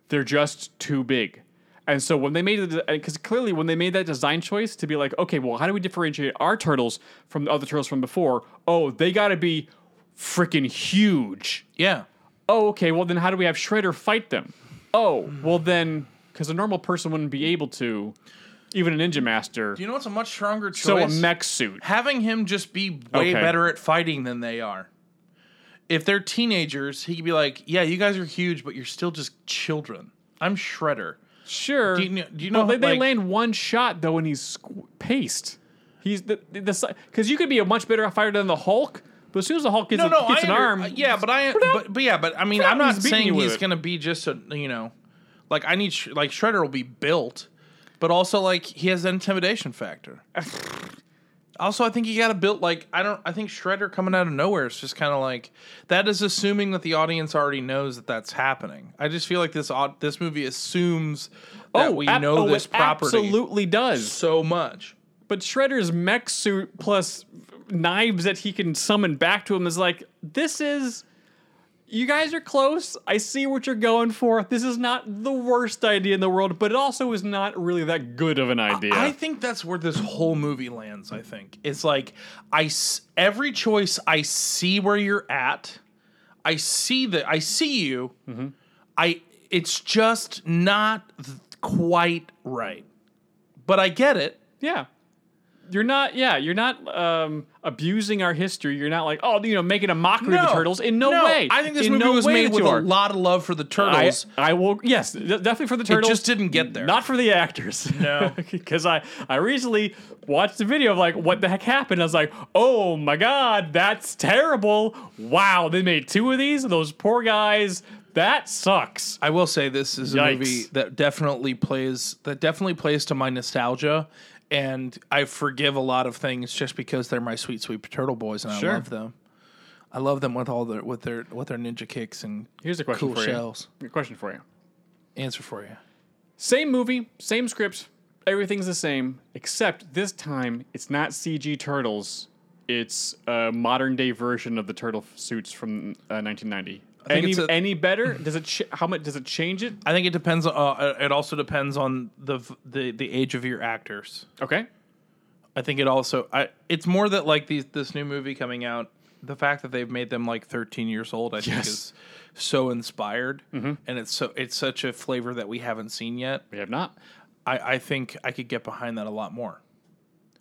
Speaker 6: They're just too big. And so when they made it, because clearly when they made that design choice to be like, okay, well, how do we differentiate our turtles from the other turtles from before? Oh, they got to be freaking huge.
Speaker 5: Yeah.
Speaker 6: Oh, okay, well, then how do we have Shredder fight them? Oh, well, then, because a normal person wouldn't be able to, even a Ninja Master.
Speaker 5: You know what's a much stronger choice?
Speaker 6: so a mech suit.
Speaker 5: having him just be way
Speaker 6: Okay.
Speaker 5: better at fighting than they are. If they're teenagers, he could be like, "Yeah, you guys are huge, but you're still just children. I'm Shredder."
Speaker 6: Sure.
Speaker 5: Do you kn- do you
Speaker 6: Well,
Speaker 5: know,
Speaker 6: they, they
Speaker 5: like-
Speaker 6: land one shot though, and he's squ- paced. He's the the because you could be a much better fighter than the Hulk, but as soon as the Hulk gets,
Speaker 5: No,
Speaker 6: a-
Speaker 5: no,
Speaker 6: gets
Speaker 5: I
Speaker 6: an
Speaker 5: under-
Speaker 6: arm,
Speaker 5: uh, Yeah, but I, but, but yeah, but I mean,
Speaker 6: Put out,
Speaker 5: I'm not
Speaker 6: he's beating you
Speaker 5: saying
Speaker 6: with
Speaker 5: he's
Speaker 6: it.
Speaker 5: gonna be just a you know, like I need sh- like Shredder will be built, but also like he has an intimidation
Speaker 6: [LAUGHS]
Speaker 5: factor. also, I think you got to build like I don't. I think Shredder coming out of nowhere is just kind of like that is assuming that the audience already knows that that's happening. I just feel like this odd this movie assumes that
Speaker 6: oh,
Speaker 5: we
Speaker 6: ab-
Speaker 5: know
Speaker 6: oh,
Speaker 5: this
Speaker 6: it
Speaker 5: property
Speaker 6: absolutely does.
Speaker 5: so much.
Speaker 6: But Shredder's mech suit plus knives that he can summon back to him is like this is. You guys are close. I see what you're going for. This is not the worst idea in the world, but it also is not really that good of an idea.
Speaker 5: I think that's where this whole movie lands. I think it's like I s- every choice. I see where you're at. I see that. I see you.
Speaker 6: Mm-hmm.
Speaker 5: I. It's just not th- quite right. But I get it.
Speaker 6: Yeah. You're not, yeah, you're not um, abusing our history. You're not like, oh, you know, making a mockery of the turtles. In no, way.
Speaker 5: I think this
Speaker 6: In
Speaker 5: movie
Speaker 6: no
Speaker 5: was
Speaker 6: way
Speaker 5: made
Speaker 6: that
Speaker 5: with
Speaker 6: you
Speaker 5: a
Speaker 6: are.
Speaker 5: lot of love for the
Speaker 6: I,
Speaker 5: turtles.
Speaker 6: I will, yes, de- definitely for the
Speaker 5: it
Speaker 6: turtles.
Speaker 5: just didn't get there.
Speaker 6: Not for the actors. [LAUGHS]
Speaker 5: No.
Speaker 6: Because I, I recently watched a video of like what the heck happened. I was like, oh my God, that's terrible. Wow, they made two of these? Those poor guys. That sucks.
Speaker 5: I will say this is a
Speaker 6: Yikes.
Speaker 5: movie that definitely plays that definitely plays to my nostalgia, and I forgive a lot of things just because they're my sweet sweet turtle boys, and I love them. I love them with all their with their with their ninja kicks and
Speaker 6: Here's a question
Speaker 5: cool
Speaker 6: for
Speaker 5: shells.
Speaker 6: you. A question for you.
Speaker 5: Answer for you.
Speaker 6: Same movie, same script, everything's the same, except this time it's not CG turtles. It's a modern day version of the turtle f- suits from uh, 1990.
Speaker 5: think
Speaker 6: Any,
Speaker 5: it's a-
Speaker 6: any better? Does it? Ch- how much does it change it?
Speaker 5: I think it depends. Uh, it also depends on the v- the the age of your actors.
Speaker 6: Okay.
Speaker 5: I think it also I it's more that like these this new movie coming out, the fact that they've made them like 13 years old, I think
Speaker 6: Yes. Mm-hmm.
Speaker 5: is so inspired, and it's so it's such a flavor that we haven't seen yet.
Speaker 6: We have not.
Speaker 5: I, I think I could get behind that a lot more.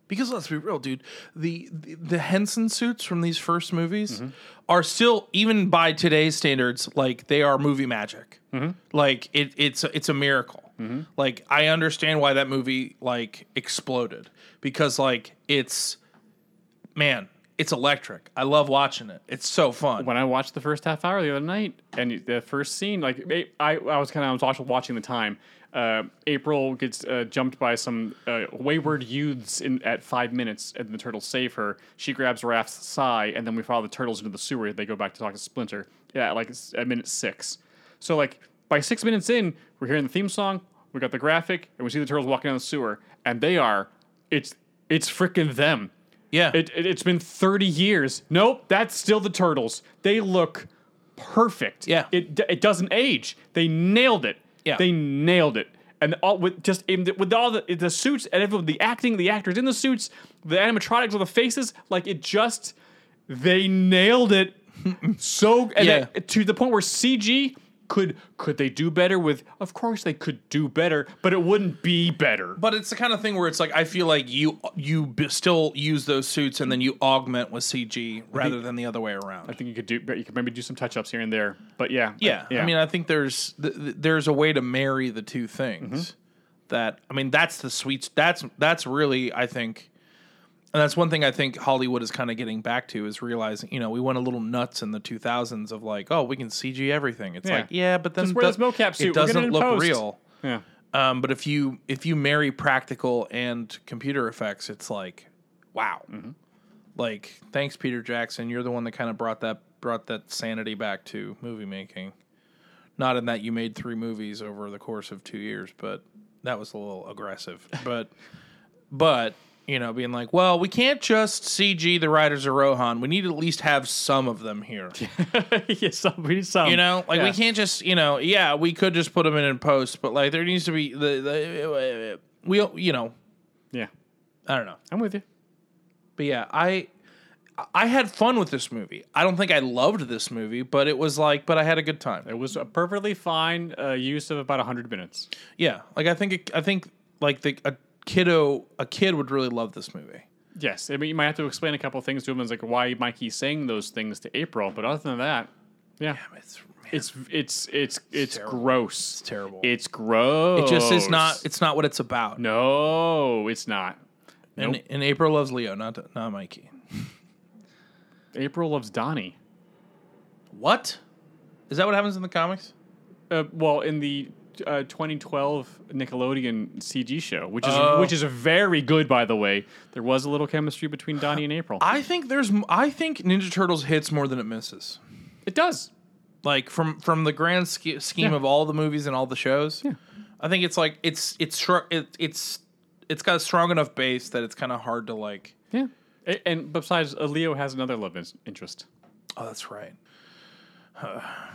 Speaker 5: Because let's be real, dude, the the, the Henson suits from these first movies
Speaker 6: Mm-hmm.
Speaker 5: are still, even by today's standards, like they are movie magic.
Speaker 6: Mm-hmm.
Speaker 5: Like it, it's a- it's a miracle. Like I understand why that movie like exploded because like it's man, it's electric. I love watching it. It's so fun.
Speaker 6: When I watched the first half hour the other night, and the first scene, like I, I I was kind of I was watch- watching the time. Uh, April gets uh, jumped by some uh, wayward youths in, at five minutes, and the turtles save her. She grabs Raph's sigh, and then we follow the turtles into the sewer. They go back to talk to Splinter. Yeah, like it's at minute six. So like by six minutes in, we're hearing the theme song, we got the graphic, and we see the turtles walking down the sewer, and they are it's it's freaking them.
Speaker 5: yeah,
Speaker 6: It, it, it's been 30 years. Nope, that's still the turtles. They look perfect.
Speaker 5: Yeah.
Speaker 6: It, d- it doesn't age. They nailed it.
Speaker 5: Yeah.
Speaker 6: They nailed it. And all with just in the- with all the, the suits and everyone, the acting, the actors in the suits, the animatronics with the faces, like it just, they nailed it. [LAUGHS] so and
Speaker 5: Yeah.
Speaker 6: that- to the point where CG could could they do better with? Of course they could do better, but it wouldn't be better.
Speaker 5: But it's the kind of thing where it's like I feel like you you b- still use those suits and then you augment with CG rather than the other way around.
Speaker 6: I think you could do. You could maybe do some touch ups here and there. But yeah,
Speaker 5: yeah. I mean I think there's th- th- there's a way to marry the two things.
Speaker 6: Mm-hmm.
Speaker 5: That I mean that's the sweet that's that's really I think and that's one thing I think Hollywood is kind of getting back to is realizing, you know, we went a little nuts in the 2000s of like, oh, we can CG everything. It's
Speaker 6: Yeah.
Speaker 5: like, yeah, but then
Speaker 6: Just wear
Speaker 5: do-
Speaker 6: this mocap
Speaker 5: It
Speaker 6: suit. We'll get it
Speaker 5: doesn't
Speaker 6: in
Speaker 5: look
Speaker 6: post.
Speaker 5: real.
Speaker 6: yeah.
Speaker 5: Um, but if
Speaker 6: Mm-hmm.
Speaker 5: you if you marry practical and computer effects, it's like, wow, Like, thanks, Peter Jackson. You're the one that kind of brought that brought that sanity back to movie making. Not in that you made three movies over the course of two years, but that was a little aggressive. But but you know, being like, well, we can't just CG the Riders of Rohan. We need to at least have some of them here.
Speaker 6: [LAUGHS] yeah, some, we need some.
Speaker 5: You know, like we
Speaker 6: Yeah.
Speaker 5: can't just, you know, yeah, we could just put them in in post, but like there needs to be the, the we, you know,
Speaker 6: Yeah,
Speaker 5: I don't know,
Speaker 6: I'm with you.
Speaker 5: but yeah, I, I had fun with this movie. I don't think I loved this movie, but it was like, but I had a good time.
Speaker 6: It was a perfectly fine uh, use of about 100 minutes.
Speaker 5: Yeah, like I think, it, I think like the a kiddo, a kid would really love this movie.
Speaker 6: Yes, I mean you might have to explain a couple things to him, as like why Mikey's saying those things to April, but other than that, yeah,
Speaker 5: It's,
Speaker 6: it's it's it's it's, gross. It's
Speaker 5: terrible.
Speaker 6: It's gross.
Speaker 5: it just is not. It's not what it's about.
Speaker 6: no, it's not.
Speaker 5: and, and April loves Leo, not not Mikey.
Speaker 6: April loves Donnie.
Speaker 5: What? Is that what happens in the comics?
Speaker 6: Uh, well, in the uh, 2012 Nickelodeon CG show, which is
Speaker 5: Oh.
Speaker 6: which is very good, by the way. There was a little chemistry between Donnie and April.
Speaker 5: I think there's. m- I think Ninja Turtles hits more than it misses.
Speaker 6: it does.
Speaker 5: like from from the grand sch- scheme
Speaker 6: Yeah.
Speaker 5: of all the movies and all the shows i think it's like it's it's str- it, it's it's got a strong enough base that it's kind of hard to like
Speaker 6: Yeah. A- And besides, uh, Leo has another love in- interest.
Speaker 5: oh that's right [SIGHS]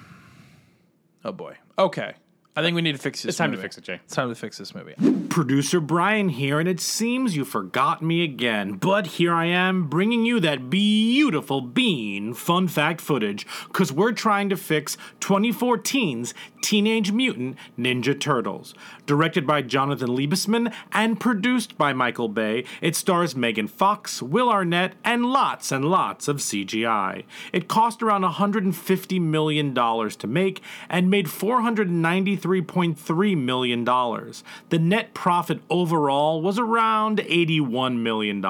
Speaker 5: oh boy okay i think we need to fix this
Speaker 6: It's time to
Speaker 5: movie.
Speaker 6: fix it, Jay.
Speaker 5: it's time to fix this movie
Speaker 4: Producer Brian here, and it seems you forgot me again, but here I am bringing you that beautiful bean fun fact footage, because we're trying to fix 2014's Teenage Mutant Ninja Turtles. Directed by Jonathan Liebesman and produced by Michael Bay, it stars Megan Fox, Will Arnett, and lots and lots of CGI. It cost around $150 million to make and made $493.3 million. The net profit overall was around $81 million.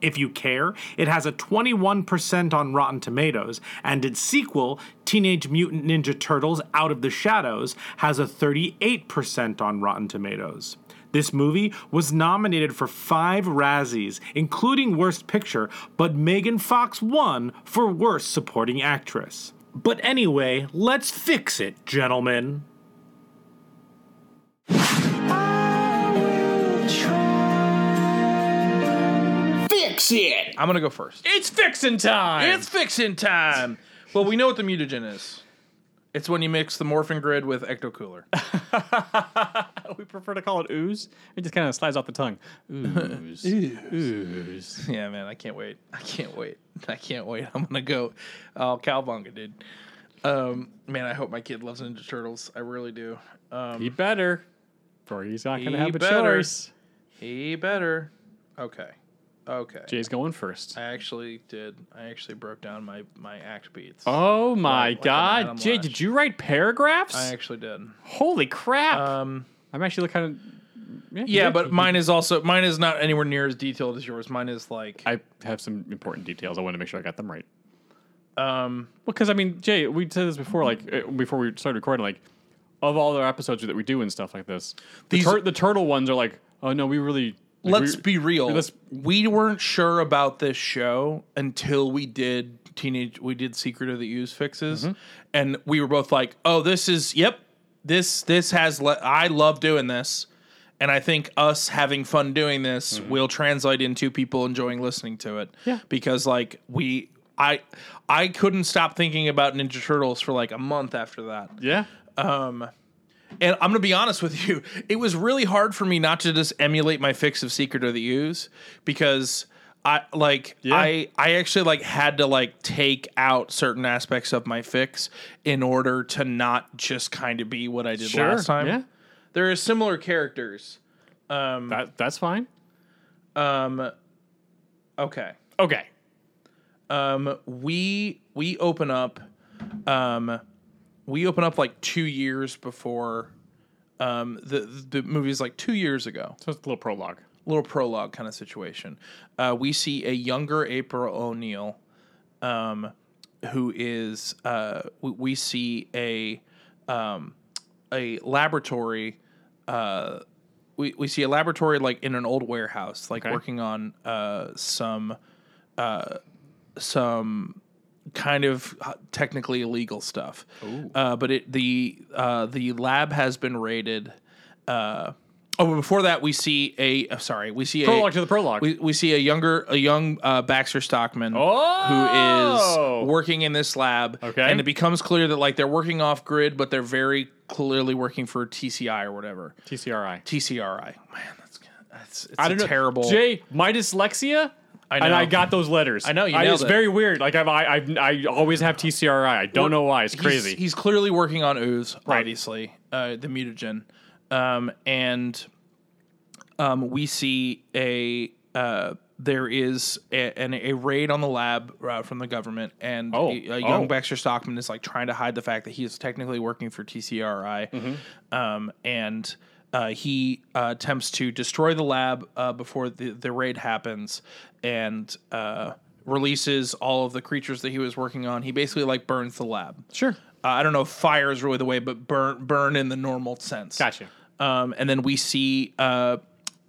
Speaker 4: If you care, it has a 21% on Rotten Tomatoes, and its sequel, Teenage Mutant Ninja Turtles Out of the Shadows, has a 38% on Rotten Tomatoes. This movie was nominated for five Razzies, including Worst Picture, but Megan Fox won for Worst Supporting Actress. But anyway, let's fix it, gentlemen.
Speaker 5: i'm gonna go first
Speaker 6: It's fixing time.
Speaker 5: it's fixing time well we know what the mutagen is it's when you mix the morphin grid with ecto cooler
Speaker 6: we prefer to call it ooze. It just kind of slides off the tongue. Ooze. ooze.
Speaker 5: [LAUGHS] Yeah, man, I can't wait. I can't wait. I can't wait. I'm gonna go. Oh, cowbunga, dude. Um, man, I hope my kid loves Ninja Turtles. I really do.
Speaker 6: He better, or he's not going
Speaker 5: He
Speaker 6: to have a
Speaker 5: better.
Speaker 6: choice.
Speaker 5: He better. Okay. Okay.
Speaker 6: Jay's going first.
Speaker 5: I actually did. I actually broke down my my act beats.
Speaker 6: Oh
Speaker 5: Like-
Speaker 6: my
Speaker 5: like an
Speaker 6: God,
Speaker 5: Adam
Speaker 6: Jay!
Speaker 5: Lash.
Speaker 6: Did you write paragraphs?
Speaker 5: I actually did.
Speaker 6: Holy crap!
Speaker 5: Um.
Speaker 6: I'm actually kind of.
Speaker 5: Yeah, but mine is also mine is not anywhere near as detailed as yours. Mine is like
Speaker 6: I have some important details. I want to make sure I got them right.
Speaker 5: um.
Speaker 6: Well, because I mean, Jay, we said this before, like uh, before we started recording, like of all the episodes that we do and stuff like this, the,
Speaker 5: These-
Speaker 6: tur- the turtle ones are like, oh no, we really. like,
Speaker 5: Let's
Speaker 6: we-
Speaker 5: be real.
Speaker 6: let's-
Speaker 5: we weren't sure about this show until we did teenage. We did Secret of the Ooze fixes,
Speaker 6: Mm-hmm.
Speaker 5: and we were both like, "Oh, this is yep. This this has. Le- I love doing this, and I think us having fun doing this will translate into people enjoying listening to it.
Speaker 6: Mm-hmm. Yeah.
Speaker 5: because like we, I, I couldn't stop thinking about Ninja Turtles for like a month after that.
Speaker 6: Yeah.
Speaker 5: And I'm gonna be honest with you, it was really hard for me not to just emulate my fix of Secret of the Ooze because I like I I actually like had to like take out certain aspects of my fix in order to not just kind of be what I did
Speaker 6: Sure.
Speaker 5: last time.
Speaker 6: Yeah.
Speaker 5: There are similar characters.
Speaker 6: That that's fine.
Speaker 5: Um okay.
Speaker 6: Okay.
Speaker 5: um, we we open up um, we open up like two years before um, the the movie's like two years ago.
Speaker 6: So it's a little prologue.
Speaker 5: Little prologue kind of situation. Uh, we see a younger April O'Neil, um, who is uh, we, we see a um, a laboratory. Uh, we, we see a laboratory like in an old warehouse, like
Speaker 6: Okay.
Speaker 5: working on uh, some some kind of uh, technically illegal stuff. Uh, but it the uh, the lab has been raided. Uh, oh, but before that, we see a oh, sorry, we see
Speaker 6: Prologue
Speaker 5: a
Speaker 6: to the prologue.
Speaker 5: we, we see a younger a young uh, Baxter Stockman
Speaker 6: Oh!
Speaker 5: who is working in this lab.
Speaker 6: Okay.
Speaker 5: and it becomes clear that like they're working off grid, but they're very clearly working for TCI or whatever
Speaker 6: TCRI.
Speaker 5: TCRI. Man, that's that's it's
Speaker 6: I
Speaker 5: a
Speaker 6: don't know.
Speaker 5: terrible.
Speaker 6: Jay, my dyslexia.
Speaker 5: I
Speaker 6: And
Speaker 5: know.
Speaker 6: I got those letters. I
Speaker 5: know, you
Speaker 6: I,
Speaker 5: nailed
Speaker 6: it's
Speaker 5: it.
Speaker 6: very weird. Like I've, I, I've, I always have TCRI. I don't know why. It's
Speaker 5: He's-
Speaker 6: crazy.
Speaker 5: He's, clearly working on ooze,
Speaker 6: Right.
Speaker 5: obviously, uh, the mutagen, um, and um, we see a uh, there is a, an, a raid on the lab uh, from the government, and
Speaker 6: Oh,
Speaker 5: a, a young
Speaker 6: oh.
Speaker 5: Baxter Stockman is like trying to hide the fact that he is technically working for TCRI,
Speaker 6: Mm-hmm.
Speaker 5: um, and. Uh, he uh, attempts to destroy the lab uh, before the, the raid happens, and uh, releases all of the creatures that he was working on. He basically like burns the lab.
Speaker 6: sure.
Speaker 5: Uh, I don't know if fire is really the way, but burn burn in the normal sense.
Speaker 6: Gotcha.
Speaker 5: Um, and then we see uh,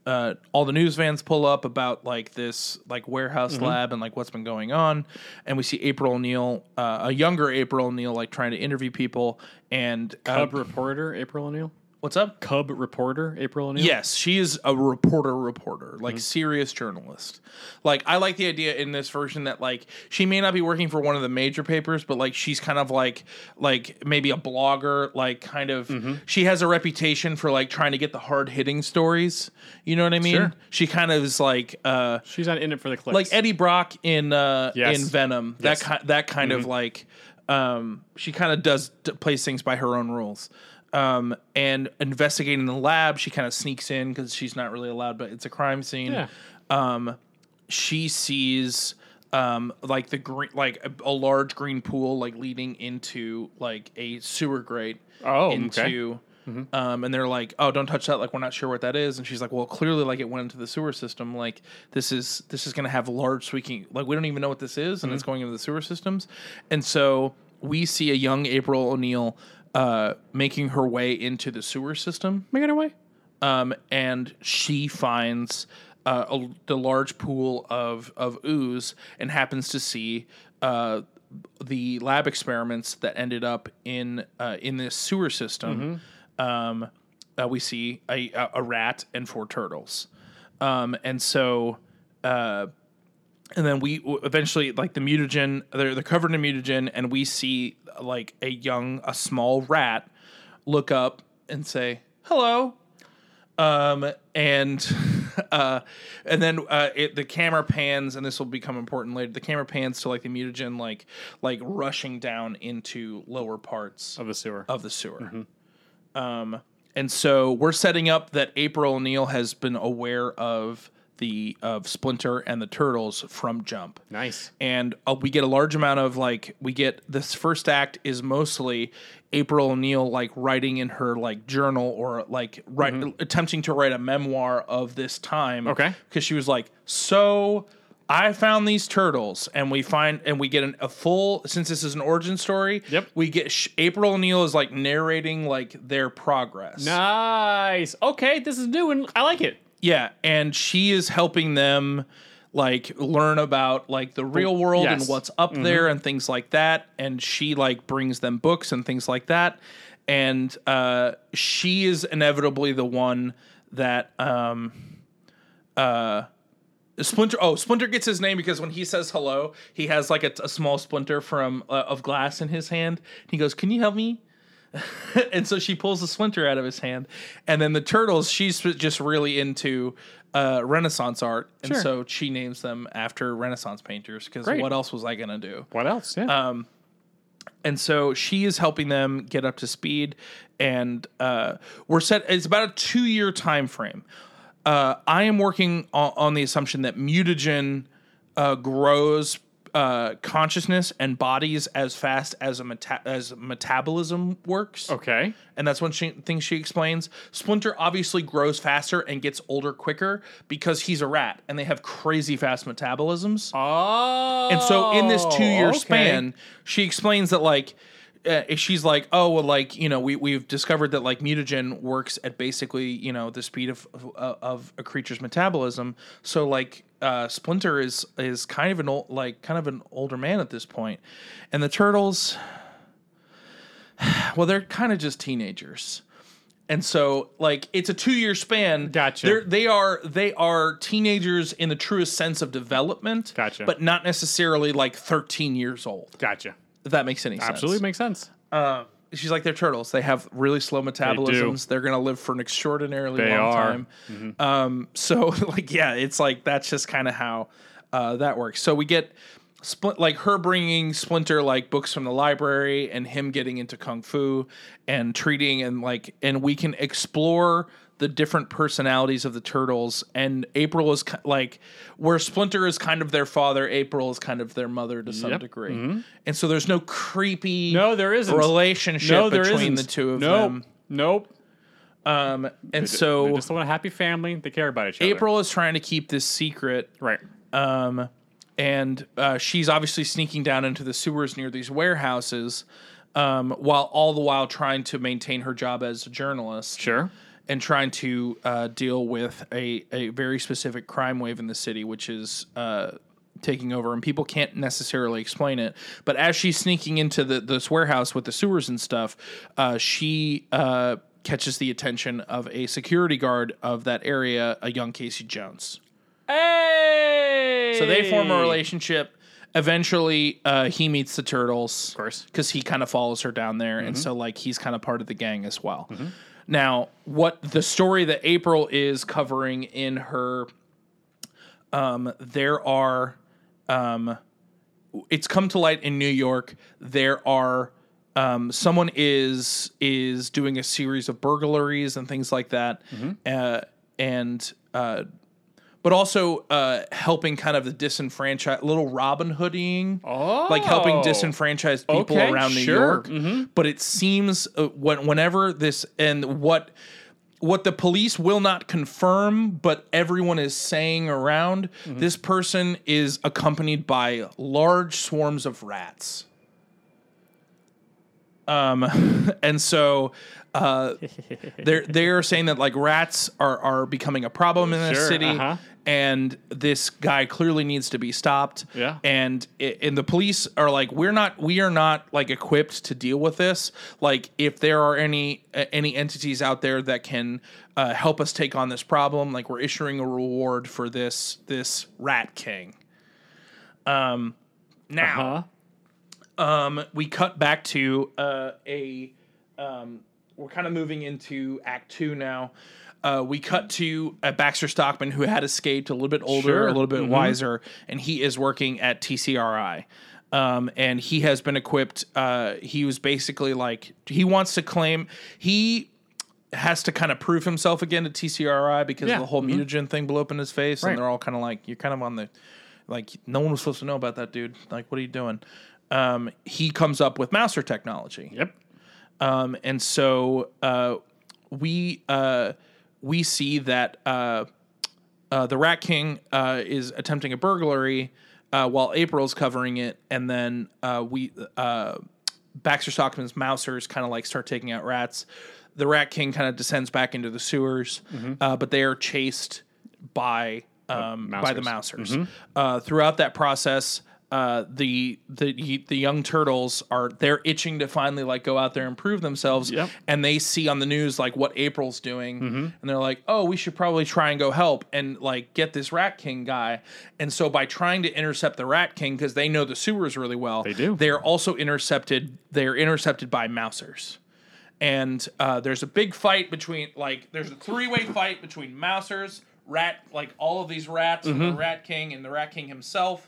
Speaker 5: uh, all the news vans pull up about like this like warehouse lab and like what's been going on, and we see April O'Neil, uh, a younger April O'Neil, like trying to interview people. And uh,
Speaker 6: Cub reporter April O'Neil.
Speaker 5: what's up?
Speaker 6: Cub reporter April O'Neil.
Speaker 5: Yes, she is a reporter, reporter, like serious journalist. Like I like the idea in this version that like she may not be working for one of the major papers, but like she's kind of like like maybe a blogger, like kind of she has a reputation for like trying to get the hard hitting stories. You know what I mean?
Speaker 6: Sure.
Speaker 5: She kind of is like uh
Speaker 6: She's not in it for the clicks.
Speaker 5: like Eddie Brock in uh
Speaker 6: Yes. Mm-hmm.
Speaker 5: in Venom. That ki- that kind of like um she kind of does d- plays things by her own rules. Um and investigating the lab, she kind of sneaks in cuz she's not really allowed but it's a crime scene.
Speaker 6: Yeah.
Speaker 5: Um she sees um like the green like a, a large green pool like leading into like a sewer grate
Speaker 6: Oh,
Speaker 5: into
Speaker 6: okay.
Speaker 5: um, and they're like, "Oh, don't touch that! Like, we're not sure what that is." And she's like, "Well, clearly, like it went into the sewer system. Like, this is this is going to have large sweeping. Like, we don't even know what this is, and it's
Speaker 6: Mm-hmm.
Speaker 5: going into the sewer systems." And so we see a young April O'Neil uh, making her way into the sewer system,
Speaker 6: making her way.
Speaker 5: um, and she finds uh, a, the large pool of of ooze and happens to see uh, the lab experiments that ended up in uh, in this sewer system. Um, uh, we see a, a- a rat and four turtles, um, and so. Uh, and then we w- eventually like the mutagen they're, they're covered in mutagen and we see like a young a small rat look up and say hello um, and [LAUGHS] uh, and then uh, it, the camera pans, and this will become important later. The camera pans to like the mutagen, like like rushing down into lower parts
Speaker 6: Of the sewer.
Speaker 5: of the sewer. Um, and so we're setting up that April O'Neil has been aware of the of Splinter and the Turtles from Jump
Speaker 6: nice.
Speaker 5: and uh, we get a large amount of like we get this first act is mostly April O'Neil like writing in her like journal or like write, attempting to write a memoir of this time.
Speaker 6: Mm-hmm. Okay.
Speaker 5: because she was like, so I found these turtles, and we find and we get an, a full since this is an origin story.
Speaker 6: Yep.
Speaker 5: we get sh- April O'Neil is like narrating like their progress.
Speaker 6: Nice. Okay, this is new and I like it.
Speaker 5: Yeah, and she is helping them like learn about like the real world
Speaker 6: yes.
Speaker 5: and what's up there and things like that and she like brings them books and things like that and uh she is inevitably the one that um uh Splinter oh Splinter gets his name because when he says hello he has like a, a small splinter from uh, of glass in his hand he goes can you help me and so she pulls the splinter out of his hand and then the turtles she's just really into uh, renaissance art and
Speaker 6: Sure.
Speaker 5: so she names them after renaissance painters because
Speaker 6: Great.
Speaker 5: what else was i going to do
Speaker 6: What else?
Speaker 5: Uh,
Speaker 6: Yeah.
Speaker 5: and so she is helping them get up to speed and uh, we're set it's about a two year time frame uh, i am working on, on the assumption that mutagen uh, grows uh, consciousness and bodies as fast as a meta- as metabolism works
Speaker 6: okay.
Speaker 5: and that's one she, thing she explains. Splinter obviously grows faster and gets older quicker because he's a rat, and they have crazy fast metabolisms.
Speaker 6: Oh.
Speaker 5: and so in this two year
Speaker 6: okay.
Speaker 5: span, she explains that like uh, she's like, oh well, like you know, we we've discovered that like mutagen works at basically you know the speed of of, uh, of a creature's metabolism. So like, uh, Splinter is is kind of an old like kind of an older man at this point, and the turtles, [SIGHS] well, they're kind of just teenagers. And so, like, it's a two-year span.
Speaker 6: Gotcha.
Speaker 5: They're, they are they are teenagers in the truest sense of development.
Speaker 6: Gotcha.
Speaker 5: But not necessarily like 13 years old.
Speaker 6: Gotcha.
Speaker 5: If that makes any sense.
Speaker 6: Absolutely makes sense.
Speaker 5: She's like they're turtles. They have really slow metabolisms. They are gonna live for an extraordinarily
Speaker 6: They
Speaker 5: long
Speaker 6: are. Mm-hmm.
Speaker 5: time. Um, so [LAUGHS] like yeah, it's like that's just kind of how uh, that works. So we get split like her bringing Splinter like books from the library and him getting into kung fu and treating and like and we can explore the different personalities of the turtles and April is ki- like where Splinter is kind of their father, April is kind of their mother to some degree.
Speaker 6: Mm-hmm.
Speaker 5: And so there's no creepy
Speaker 6: No, there isn't.
Speaker 5: relationship
Speaker 6: no, Oh, there
Speaker 5: between
Speaker 6: isn't.
Speaker 5: the two of
Speaker 6: nope.
Speaker 5: them.
Speaker 6: Nope.
Speaker 5: Um, and
Speaker 6: they
Speaker 5: so
Speaker 6: just want a happy family. They care about each other.
Speaker 5: April is trying to keep this secret,
Speaker 6: Right.
Speaker 5: um, and uh, she's obviously sneaking down into the sewers near these warehouses, um, while all the while trying to maintain her job as a journalist
Speaker 6: Sure.
Speaker 5: and trying to uh, deal with a, a very specific crime wave in the city, which is uh, taking over, and people can't necessarily explain it. But as she's sneaking into the, this warehouse with the sewers and stuff, uh, she uh, catches the attention of a security guard of that area, a young Casey Jones.
Speaker 6: Hey.
Speaker 5: So they form a relationship. Eventually, uh, he meets the turtles, of
Speaker 6: course.
Speaker 5: because he kind of follows her down there, and so like he's kind of part of the gang as well. Now, what the story that April is covering in her, um, there are, um, it's come to light in New York. There are. Um, someone is is doing a series of burglaries and things like that, uh, and uh, but also uh, helping kind of the disenfranchised little Robin Hooding,
Speaker 6: Oh.
Speaker 5: like helping disenfranchised people
Speaker 6: Okay,
Speaker 5: around New
Speaker 6: sure. Mm-hmm.
Speaker 5: York. But it seems uh, when whenever this and what what the police will not confirm, but everyone is saying around
Speaker 6: Mm-hmm.
Speaker 5: this person is accompanied by large swarms of rats. Um, and so
Speaker 6: [LAUGHS]
Speaker 5: uh, they're they're saying that like rats are are becoming a problem in this
Speaker 6: Sure,
Speaker 5: city,
Speaker 6: uh-huh.
Speaker 5: and this guy clearly needs to be stopped.
Speaker 6: Yeah.
Speaker 5: and i- and the police are like, we're not we are not like equipped to deal with this. Like, if there are any uh, any entities out there that can uh, help us take on this problem, like we're issuing a reward for this this rat king. Um, now um,
Speaker 6: Huh? Uh-huh.
Speaker 5: we cut back to uh, a um, we're kind of moving into act two now uh, we cut to a baxter stockman who had escaped a little bit older
Speaker 6: Sure. Mm-hmm.
Speaker 5: a little bit wiser and he is working at tcri um, and he has been equipped uh, he was basically like he wants to claim he has to kind of prove himself again to TCRI because
Speaker 6: Yeah, Mm-hmm.
Speaker 5: the whole mutagen thing blew up in his face,
Speaker 6: Right.
Speaker 5: and they're all kind of like, "You're kind of on the, like, no one was supposed to know about that dude. Like, what are you doing?" Um, he comes up with master technology,
Speaker 6: Yep.
Speaker 5: um, and so uh, we uh, we see that uh, uh, the Rat King uh, is attempting a burglary uh, while April's covering it, and then uh, we uh, Baxter Stockman's mousers kind of like start taking out rats. The Rat King kind of descends back into the sewers, uh, but they are chased by um, by the mousers.
Speaker 6: Mm-hmm.
Speaker 5: Uh, throughout that process, uh, the the the young turtles are they're itching to finally like go out there and prove themselves,
Speaker 6: Yep. Mm-hmm.
Speaker 5: and they see on the news like what April's doing, and they're like, oh, we should probably try and go help and like get this Rat King guy. And so by trying to intercept the Rat King because they know the sewers really well, they
Speaker 6: do.
Speaker 5: They are also intercepted. They are intercepted by mousers. And uh, there's a big fight between like there's a three way fight between mousers, rat like all of these rats, and the Rat King and the Rat King himself,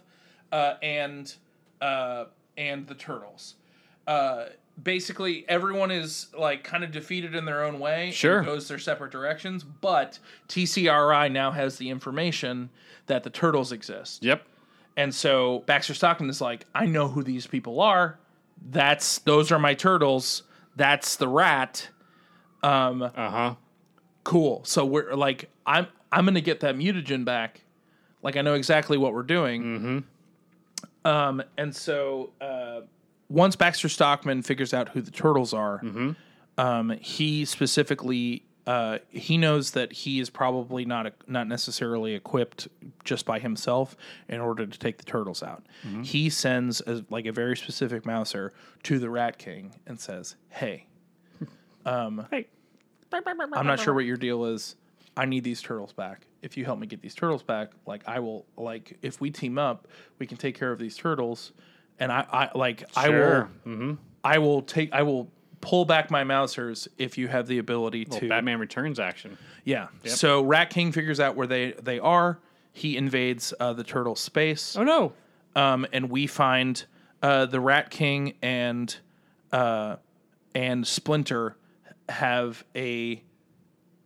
Speaker 5: uh, and uh, and the turtles uh, basically everyone is like kind of defeated in their own way
Speaker 6: Sure.
Speaker 5: and goes their separate directions but tcri now has the information that the turtles exist
Speaker 6: Yep.
Speaker 5: and so baxter stockman is like i know who these people are that's those are my turtles that's the rat Um,
Speaker 6: Uh huh.
Speaker 5: cool so we're like i'm i'm gonna get that mutagen back like i know exactly what we're doing um and so uh once Baxter Stockman figures out who the turtles are, um, he specifically uh, he knows that he is probably not not necessarily equipped just by himself in order to take the turtles out. He sends a, like a very specific mouser to the Rat King and says, "Hey, I'm not sure what your deal is. I need these turtles back. If you help me get these turtles back, like I will like if we team up, we can take care of these turtles and I, I like I will
Speaker 6: Sure.
Speaker 5: I will take I will pull back my mousers if you have the ability to
Speaker 6: Batman Returns action.
Speaker 5: Yeah. So Rat King figures out where they they are. He invades uh, the turtle space
Speaker 6: Oh no!
Speaker 5: um, and we find uh, the Rat King and uh, and Splinter have a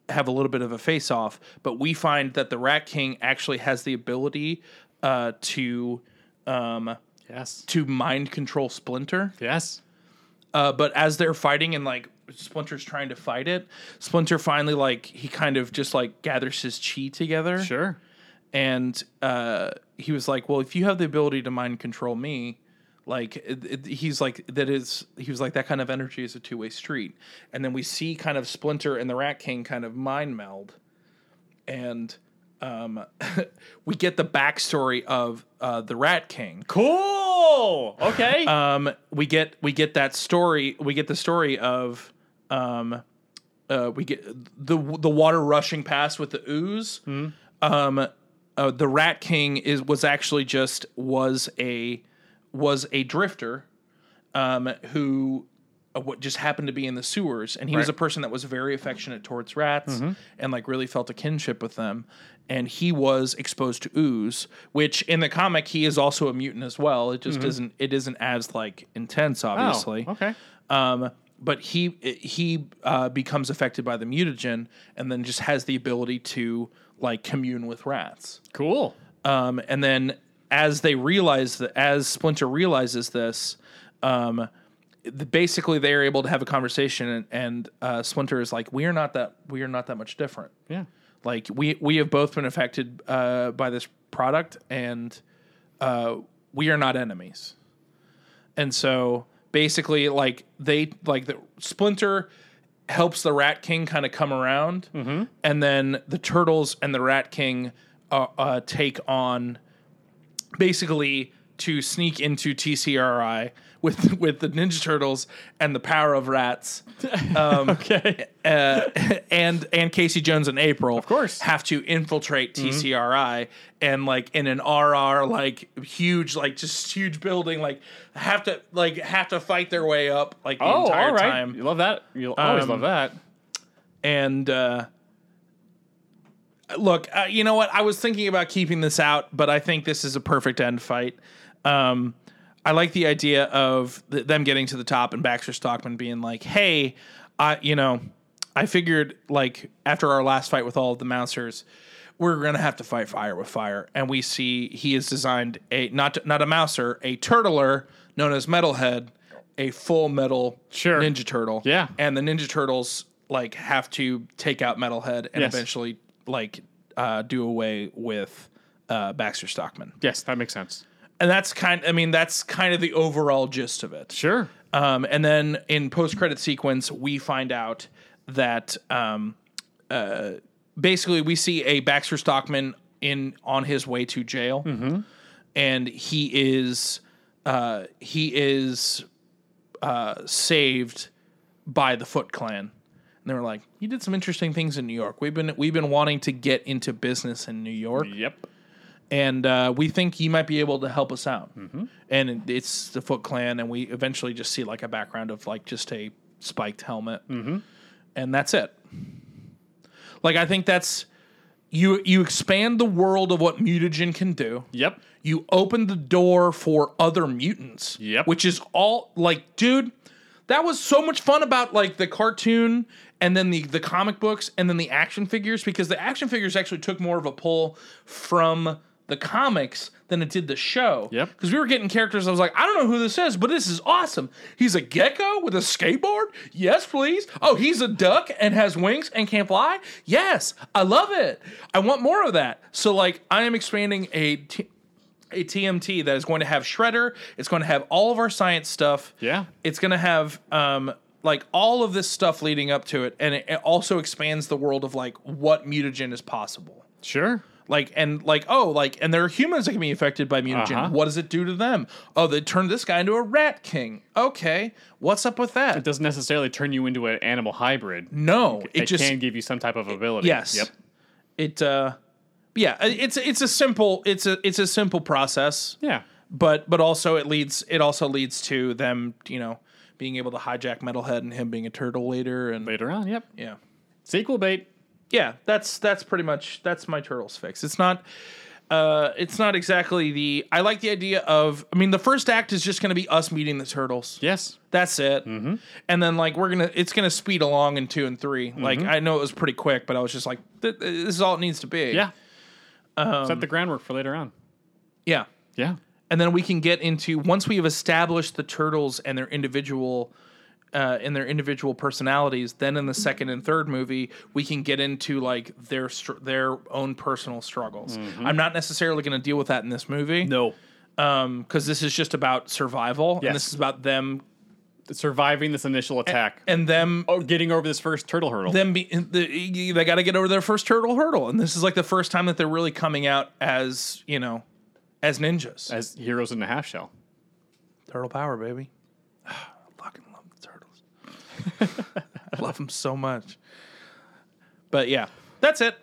Speaker 5: have a little bit of a face off, but we find that the Rat King actually has the ability uh, to um,
Speaker 6: Yes.
Speaker 5: to mind control Splinter.
Speaker 6: Yes.
Speaker 5: Uh, but as they're fighting and like Splinter's trying to fight it, Splinter finally like he kind of just like gathers his chi together
Speaker 6: Sure.
Speaker 5: and uh, he was like, "Well, if you have the ability to mind control me, like it, it, he's like that is he was like that kind of energy is a two way street." And then we see kind of Splinter and the Rat King kind of mind meld, and um, [LAUGHS] we get the backstory of uh, the Rat King.
Speaker 6: Cool. Okay.
Speaker 5: Um, we get we get that story. We get the story of um, uh, we get the the water rushing past with the ooze.
Speaker 6: Hmm.
Speaker 5: Um, uh, the Rat King is was actually just was a was a drifter um, who uh, what just happened to be in the sewers, and he was a person that was very affectionate towards rats
Speaker 6: Mm-hmm.
Speaker 5: and like really felt a kinship with them. And he was exposed to ooze, which in the comic he is also a mutant as well. It just isn't it isn't as like intense, obviously.
Speaker 6: Mm-hmm. Oh, okay.
Speaker 5: Um, but he he uh, becomes affected by the mutagen and then just has the ability to like commune with rats.
Speaker 6: Cool.
Speaker 5: Um, and then as they realize that, as Splinter realizes this, um, the, basically they are able to have a conversation, and, and uh, Splinter is like, "We are not that. We are not that much different.
Speaker 6: Yeah.
Speaker 5: Like we we have both been affected uh, by this product, and uh, we are not enemies." And so basically, like they like the Splinter helps the Rat King kind of come around, and then the Turtles and the Rat King uh, uh, take on basically to sneak into TCRI with [LAUGHS] with the Ninja Turtles and the power of rats.
Speaker 6: [LAUGHS]
Speaker 5: um,
Speaker 6: Okay.
Speaker 5: Uh, and and Casey Jones and April, of
Speaker 6: course. Mm-hmm.
Speaker 5: have to infiltrate TCRI and like in an RR like huge like just huge building like have to like have to fight their way up like the
Speaker 6: Oh,
Speaker 5: entire
Speaker 6: all right.
Speaker 5: time
Speaker 6: You love that. You'll always
Speaker 5: Um,
Speaker 6: love that.
Speaker 5: and uh, look, uh, you know what? I was thinking about keeping this out, but I think this is a perfect end fight. Um, I like the idea of th- them getting to the top and Baxter Stockman being like, "Hey, I, you know, I figured like after our last fight with all of the Mousers." We're gonna have to fight fire with fire, and we see he has designed a not not a mouser, a turtler known as Metalhead, a full metal
Speaker 6: Sure.
Speaker 5: Ninja Turtle.
Speaker 6: Yeah.
Speaker 5: And the Ninja Turtles like have to take out Metalhead and
Speaker 6: Yes.
Speaker 5: eventually like uh, do away with uh, Baxter Stockman.
Speaker 6: Yes, that makes sense.
Speaker 5: And that's kind I mean that's kind of the overall gist of it.
Speaker 6: Sure.
Speaker 5: Um, and then in post credit sequence, we find out that um, uh, basically we see a Baxter Stockman in on his way to jail, and he is uh, he is uh, saved by the Foot Clan. And they were like, "You did some interesting things in New York. We've been we've been wanting to get into business in New York."
Speaker 6: Yep.
Speaker 5: and uh, we think you might be able to help us out. And it's the Foot Clan, and we eventually just see like a background of like just a spiked helmet, and that's it. Like I think that's you. You expand the world of what mutagen can do.
Speaker 6: Yep.
Speaker 5: You open the door for other mutants.
Speaker 6: Yep.
Speaker 5: Which is all like, dude, that was so much fun about like the cartoon and then the the comic books and then the action figures because the action figures actually took more of a pull from the comics than it did the show.
Speaker 6: Yep.
Speaker 5: Because we were getting characters, I was like, I don't know who this is, but this is awesome. He's a gecko with a skateboard? Yes, please. Oh, he's a duck and has wings and can fly? Yes, I love it. I want more of that. So, like, I am expanding a. T- a TMT that is going to have Shredder. It's going to have all of our science stuff.
Speaker 6: Yeah.
Speaker 5: It's going to have um like all of this stuff leading up to it, and it, it also expands the world of like what mutagen is possible.
Speaker 6: Sure.
Speaker 5: Like and like oh like and there are humans that can be affected by mutagen.
Speaker 6: Uh-huh.
Speaker 5: What does it do to them? Oh, they turn this guy into a rat king. Okay, what's up with that?
Speaker 6: It doesn't necessarily turn you into an animal hybrid.
Speaker 5: no,
Speaker 6: It,
Speaker 5: it just
Speaker 6: can give you some type of ability.
Speaker 5: Yes.
Speaker 6: Yep.
Speaker 5: It uh yeah, it's it's a simple it's a it's a simple process,
Speaker 6: Yeah.
Speaker 5: but but also it leads it also leads to them, you know, being able to hijack Metalhead and him being a turtle later and
Speaker 6: Later on. Yep.
Speaker 5: yeah.
Speaker 6: Sequel bait.
Speaker 5: Yeah, that's that's pretty much that's my turtles fix. It's not uh it's not exactly the I like the idea of I mean the first act is just going to be us meeting the turtles.
Speaker 6: Yes.
Speaker 5: That's it.
Speaker 6: Mm-hmm.
Speaker 5: And then like we're gonna, it's gonna speed along in two and 3 Like
Speaker 6: Mm-hmm.
Speaker 5: I know it was pretty quick, but I was just like, th- th- this is all it needs to be.
Speaker 6: Yeah. Set the groundwork for later on.
Speaker 5: Um, yeah.
Speaker 6: Yeah.
Speaker 5: And then we can get into once we have established the turtles and their individual. Uh, and their individual personalities. Then in the second and third movie, we can get into like their str- their own personal struggles. I'm not necessarily going to deal with that in this movie,
Speaker 6: Mm-hmm. No.
Speaker 5: because this is just about survival,
Speaker 6: Yes.
Speaker 5: and this is about them
Speaker 6: Surviving this initial attack.
Speaker 5: and them
Speaker 6: oh, getting over this first turtle hurdle.
Speaker 5: them be, the, they got to get over their first turtle hurdle and this is like the first time that they're really coming out as you know as ninjas
Speaker 6: as heroes in the half shell.
Speaker 5: turtle power baby [SIGHS] i fucking love the turtles
Speaker 6: [LAUGHS]
Speaker 5: i love them so much but yeah that's it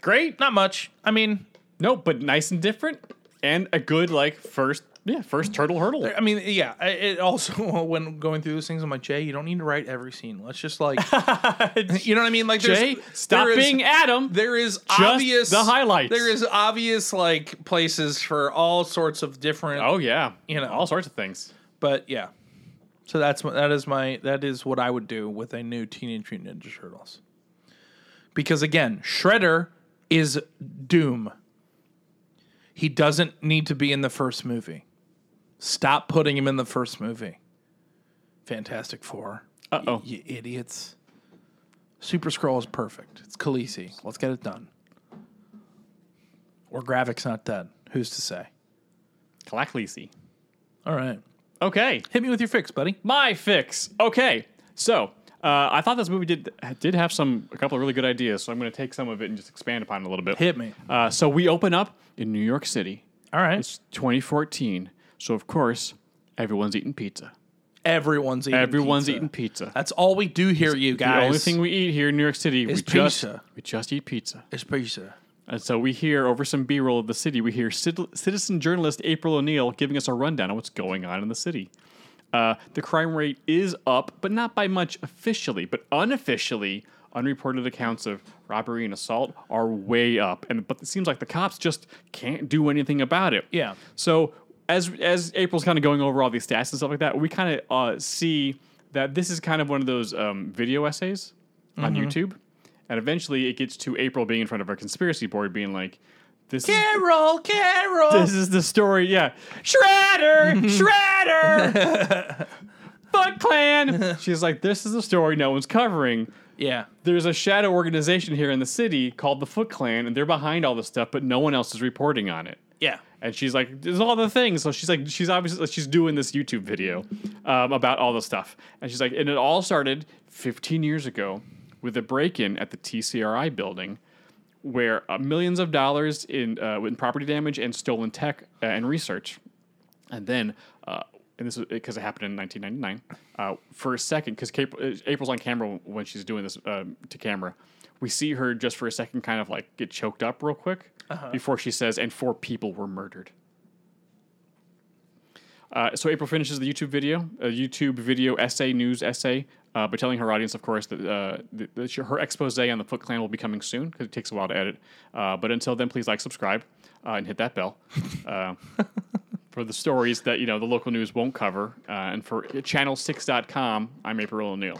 Speaker 6: Great.
Speaker 5: not much i mean
Speaker 6: No, but nice and different, and a good like first, yeah, first turtle hurdle.
Speaker 5: i mean yeah I- it also [LAUGHS] when going through those things i'm like jay you don't need to write every scene let's just
Speaker 6: [LAUGHS]
Speaker 5: like [LAUGHS] you know what i mean like there's-
Speaker 6: Jay, stop
Speaker 5: there is-
Speaker 6: being Adam.
Speaker 5: there is
Speaker 6: Just
Speaker 5: obvious
Speaker 6: the highlights.
Speaker 5: There is obvious like places for all sorts of different.
Speaker 6: oh yeah,
Speaker 5: You know.
Speaker 6: all sorts of things.
Speaker 5: but yeah. So that's my- that is my that is what I would do with a new Teenage Mutant Ninja Turtles. Because again, Shredder is Doom. He doesn't need to be in the first movie. Stop putting him in the first movie. Fantastic Four,
Speaker 6: Uh oh,
Speaker 5: you idiots. Super Scroll is perfect. It's Khaleesi. Let's get it done. Or Gravik's not dead. Who's to say?
Speaker 6: Clacklesy.
Speaker 5: All right.
Speaker 6: Okay,
Speaker 5: Hit me with your fix, buddy.
Speaker 6: my fix. Okay, so uh, I thought this movie did did have some a couple of really good ideas, so I'm going to take some of it and just expand upon it a little bit.
Speaker 5: Hit me.
Speaker 6: Uh, so we open up in New York City.
Speaker 5: All right.
Speaker 6: It's 2014, so of course everyone's eating pizza.
Speaker 5: Everyone's eating.
Speaker 6: Everyone's
Speaker 5: pizza.
Speaker 6: eating pizza.
Speaker 5: That's all we do here, you guys.
Speaker 6: The only thing we eat here in New York City, we
Speaker 5: Is
Speaker 6: just
Speaker 5: pizza.
Speaker 6: we just eat pizza.
Speaker 5: is pizza.
Speaker 6: And so we hear over some B roll of the city, we hear cit- citizen journalist April O'Neil giving us a rundown on what's going on in the city. Uh, the crime rate is up, but not by much officially, but unofficially, unreported accounts of robbery and assault are way up. And but it seems like the cops just can't do anything about it.
Speaker 5: Yeah.
Speaker 6: So as as April's kind of going over all these stats and stuff like that, we kind of uh, see that this is kind of one of those um, video essays on YouTube, and eventually it gets to April being in front of our conspiracy board, being like, "This is
Speaker 5: Carol, Carol.
Speaker 6: this is the story." Yeah, Shredder, Shredder, Foot Clan. She's like, "This is the story no one's covering."
Speaker 5: yeah.
Speaker 6: There's a shadow organization here in the city called the Foot Clan, and they're behind all this stuff, but no one else is reporting on it
Speaker 5: Yeah.
Speaker 6: and she's like, "There's all the things." So she's like, she's obviously like, she's doing this YouTube video um, about all the stuff, and she's like, and it all started 15 years ago with a break-in at the TCRI building, where uh, millions of dollars in uh, in property damage and stolen tech uh, and research, and then. Uh, and this is because it happened in 1999. Uh, for a second, because April's on camera when she's doing this um, to camera, we see her just for a second kind of like get choked up real quick before she says, and four people were murdered. Uh, so April finishes the YouTube video, a YouTube video essay, news essay, uh, by telling her audience, of course, that, uh, that- that she- her expose on the Foot Clan will be coming soon because it takes a while to edit. Uh, but until then, please like, subscribe, uh, and hit that bell uh, for the stories that you know the local news won't cover. Uh, and for Channel6.com, I'm April O'Neil.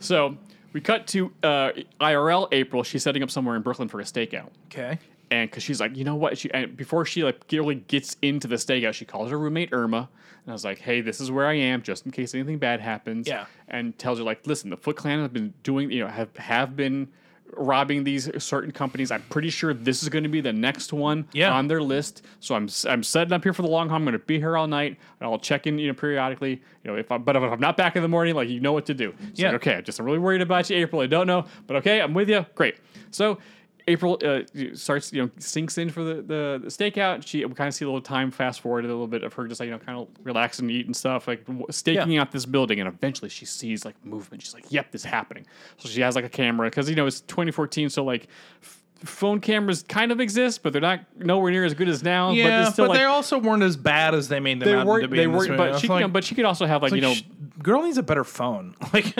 Speaker 6: So we cut to uh, IRL April. She's setting up somewhere in Brooklyn for a stakeout
Speaker 5: Okay.
Speaker 6: and because she's like, you know what? She and before she like get- really gets into the stakeout, she calls her roommate Irma, and I was like, hey, this is where I am, just in case anything bad happens.
Speaker 5: Yeah.
Speaker 6: and tells her like, listen, the Foot Clan have been doing, you know, have have been robbing these certain companies. I'm pretty sure this is going to be the next one
Speaker 5: Yeah.
Speaker 6: on their list. So I'm I'm setting up here for the long haul. I'm going to be here all night, and I'll check in you know periodically. You know if I but if I'm not back in the morning, like you know what to do. It's
Speaker 5: Yeah.
Speaker 6: Like, okay, I'm just really worried about you, April. I don't know, but okay, I'm with you. Great. So. April uh, starts, you know, sinks in for the, the, the stakeout. She we kind of see a little time fast forward a little bit of her just like you know, kind of relaxing, eating stuff, like w- staking out this building, and eventually she sees like movement. She's like, "Yep, this is happening." So she has like a camera because you know it's 2014, so like f- phone cameras kind of exist, but they're not nowhere near as good as now. but,
Speaker 5: Yeah,
Speaker 6: they're
Speaker 5: but,
Speaker 6: still, like,
Speaker 5: they also weren't as bad as they made them
Speaker 6: they
Speaker 5: out to
Speaker 6: weren't.
Speaker 5: be.
Speaker 6: They
Speaker 5: in this
Speaker 6: weren't.
Speaker 5: movie. I
Speaker 6: But
Speaker 5: was
Speaker 6: she,
Speaker 5: like,
Speaker 6: can, but she could also have like,
Speaker 5: like,
Speaker 6: you know.
Speaker 5: sh- girl needs a better phone. [LAUGHS] Like,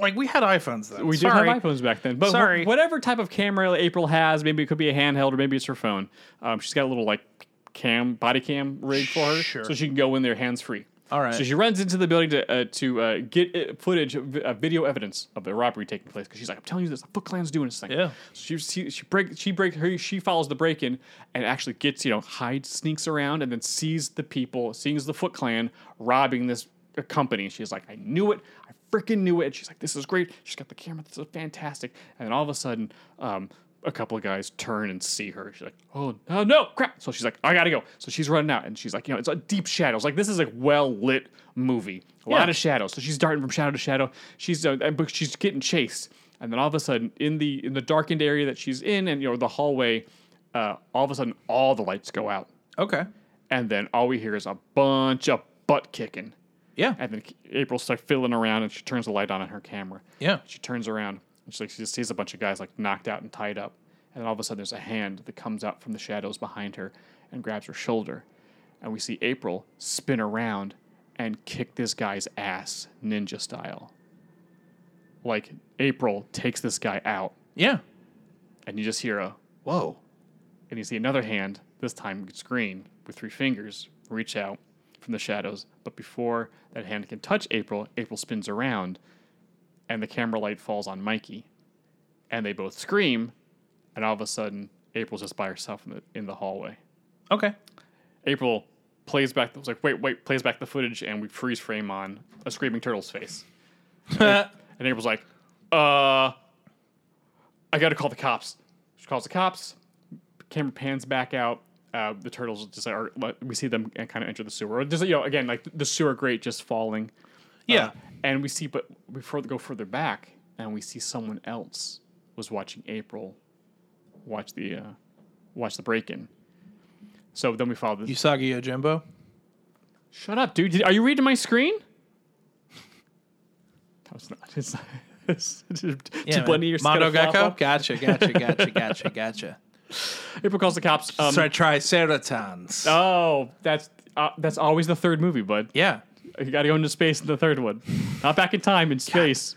Speaker 5: like we had iPhones then.
Speaker 6: we did
Speaker 5: Sorry.
Speaker 6: have iPhones back then, but wh-
Speaker 5: Sorry.
Speaker 6: whatever type of camera April has, maybe it could be a handheld or maybe it's her phone. Um, she's got a little like cam body cam rig for her,
Speaker 5: Sure.
Speaker 6: so she can go in there hands free.
Speaker 5: All right.
Speaker 6: So she runs into the building to uh, to uh, get uh, footage, of, uh, video evidence of the robbery taking place because she's like, "I'm telling you this, the Foot Clan's doing this thing."
Speaker 5: Yeah.
Speaker 6: She she, she break she break her she follows the break in and actually gets you know hides sneaks around and then sees the people sees the Foot Clan robbing this uh, company. She's like, I knew it, I freaking knew it. And she's like, this is great. She's got the camera. This is fantastic. And then all of a sudden, um, a couple of guys turn and see her. She's like, oh, oh no, crap. So she's like, I gotta go. So she's running out and she's like, you know, it's a deep shadows. Like this is a well lit movie. A lot
Speaker 5: Yeah.
Speaker 6: of shadows. So she's darting from shadow to shadow. She's uh, and- but she's getting chased. And then all of a sudden, in the in the darkened area that she's in, and you know the hallway, uh, all of a sudden all the lights go out,
Speaker 5: Okay.
Speaker 6: and then all we hear is a bunch of butt kicking.
Speaker 5: Yeah.
Speaker 6: And then April starts fiddling around, and she turns the light on on her camera.
Speaker 5: Yeah.
Speaker 6: She turns around, and she's like, she just sees a bunch of guys like knocked out and tied up, and then all of a sudden there's a hand that comes out from the shadows behind her and grabs her shoulder, and we see April spin around and kick this guy's ass ninja style. Like April takes this guy out,
Speaker 5: Yeah.
Speaker 6: and you just hear a whoa, and you see another hand. This time it's green with three fingers reach out from the shadows. But before that hand can touch April, April spins around, and the camera light falls on Mikey, and they both scream, and all of a sudden April's just by herself in the in the hallway.
Speaker 5: Okay.
Speaker 6: April plays back. Was like wait wait plays back the footage, and we freeze frame on a screaming turtle's face. And April's like, uh, I gotta call the cops. She calls the cops. Camera pans back out. Uh, the turtles just are, we see them kind of enter the sewer. Or Just, you know, again, like the sewer grate just falling. Uh,
Speaker 5: yeah.
Speaker 6: And we see, but we further, go further back and we see someone else was watching April watch the, uh, watch the break in. So then we follow this.
Speaker 5: Usagi
Speaker 6: [LAUGHS]
Speaker 5: Yojimbo.
Speaker 6: Shut up, dude. Did, are you reading my screen? [LAUGHS] No, it's not. It's not. It's, too
Speaker 5: Yeah, man.
Speaker 6: bunny, you're just
Speaker 5: Mondo
Speaker 6: gonna flop
Speaker 5: Gecko.
Speaker 6: up.
Speaker 5: Gotcha, gotcha, gotcha,
Speaker 6: [LAUGHS]
Speaker 5: gotcha, gotcha.
Speaker 6: April calls the cops. Um,
Speaker 5: Sorry, Triceratons.
Speaker 6: Oh, that's uh, that's always the third movie, bud.
Speaker 5: yeah.
Speaker 6: You got to go into space in the third one. Not back in time, in space.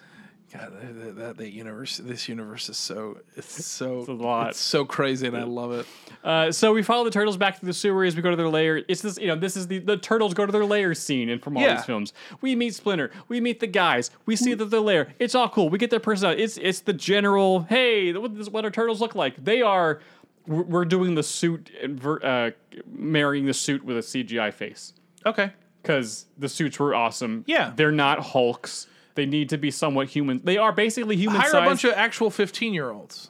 Speaker 5: God, that, that, that, that universe, this universe is so, it's so, it's
Speaker 6: a lot.
Speaker 5: so crazy, and I love it.
Speaker 6: Uh, so we follow the turtles back to the sewer as we go to their lair. It's this, you know, this is the the turtles go to their lair scene, and from all
Speaker 5: Yeah.
Speaker 6: these films, we meet Splinter, we meet the guys, we see that their lair. It's all cool. We get their personality. It's it's the general. Hey, what, this, what our turtles look like? They are. We're we're doing the suit, and ver- uh, marrying the suit with a CGI face.
Speaker 5: Okay.
Speaker 6: because the suits were awesome.
Speaker 5: Yeah.
Speaker 6: they're not Hulks. They need to be somewhat human. They are basically human.
Speaker 5: Hire a bunch of actual 15 year olds.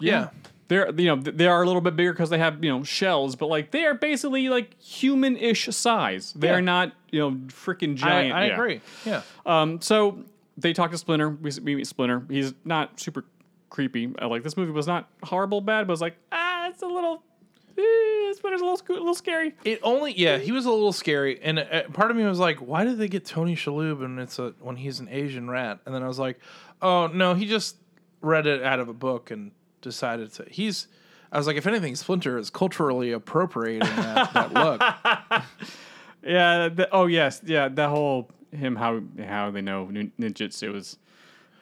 Speaker 5: Yeah.
Speaker 6: They're you know th- they are a little bit bigger because they have you know shells, but like they are basically like human-ish size. They
Speaker 5: Yeah.
Speaker 6: are not you know freaking
Speaker 5: I,
Speaker 6: giant.
Speaker 5: I
Speaker 6: yeah.
Speaker 5: agree. Yeah.
Speaker 6: Um, so they talk to Splinter. We, we meet Splinter. He's not super creepy. Uh, like this movie was not horrible bad, but it's like ah, it's a little. eh, Splinter's a little, sc- a little scary.
Speaker 5: It only, yeah, he was a little scary, and uh, part of me was like, why did they get Tony Shalhoub and it's a when he's an Asian rat? And then I was like, oh no, he just read it out of a book and decided to. He's, I was like, if anything, Splinter is culturally appropriating that, that look.
Speaker 6: Yeah. The, oh yes. Yeah. That whole him how how they know nin- ninjutsu is.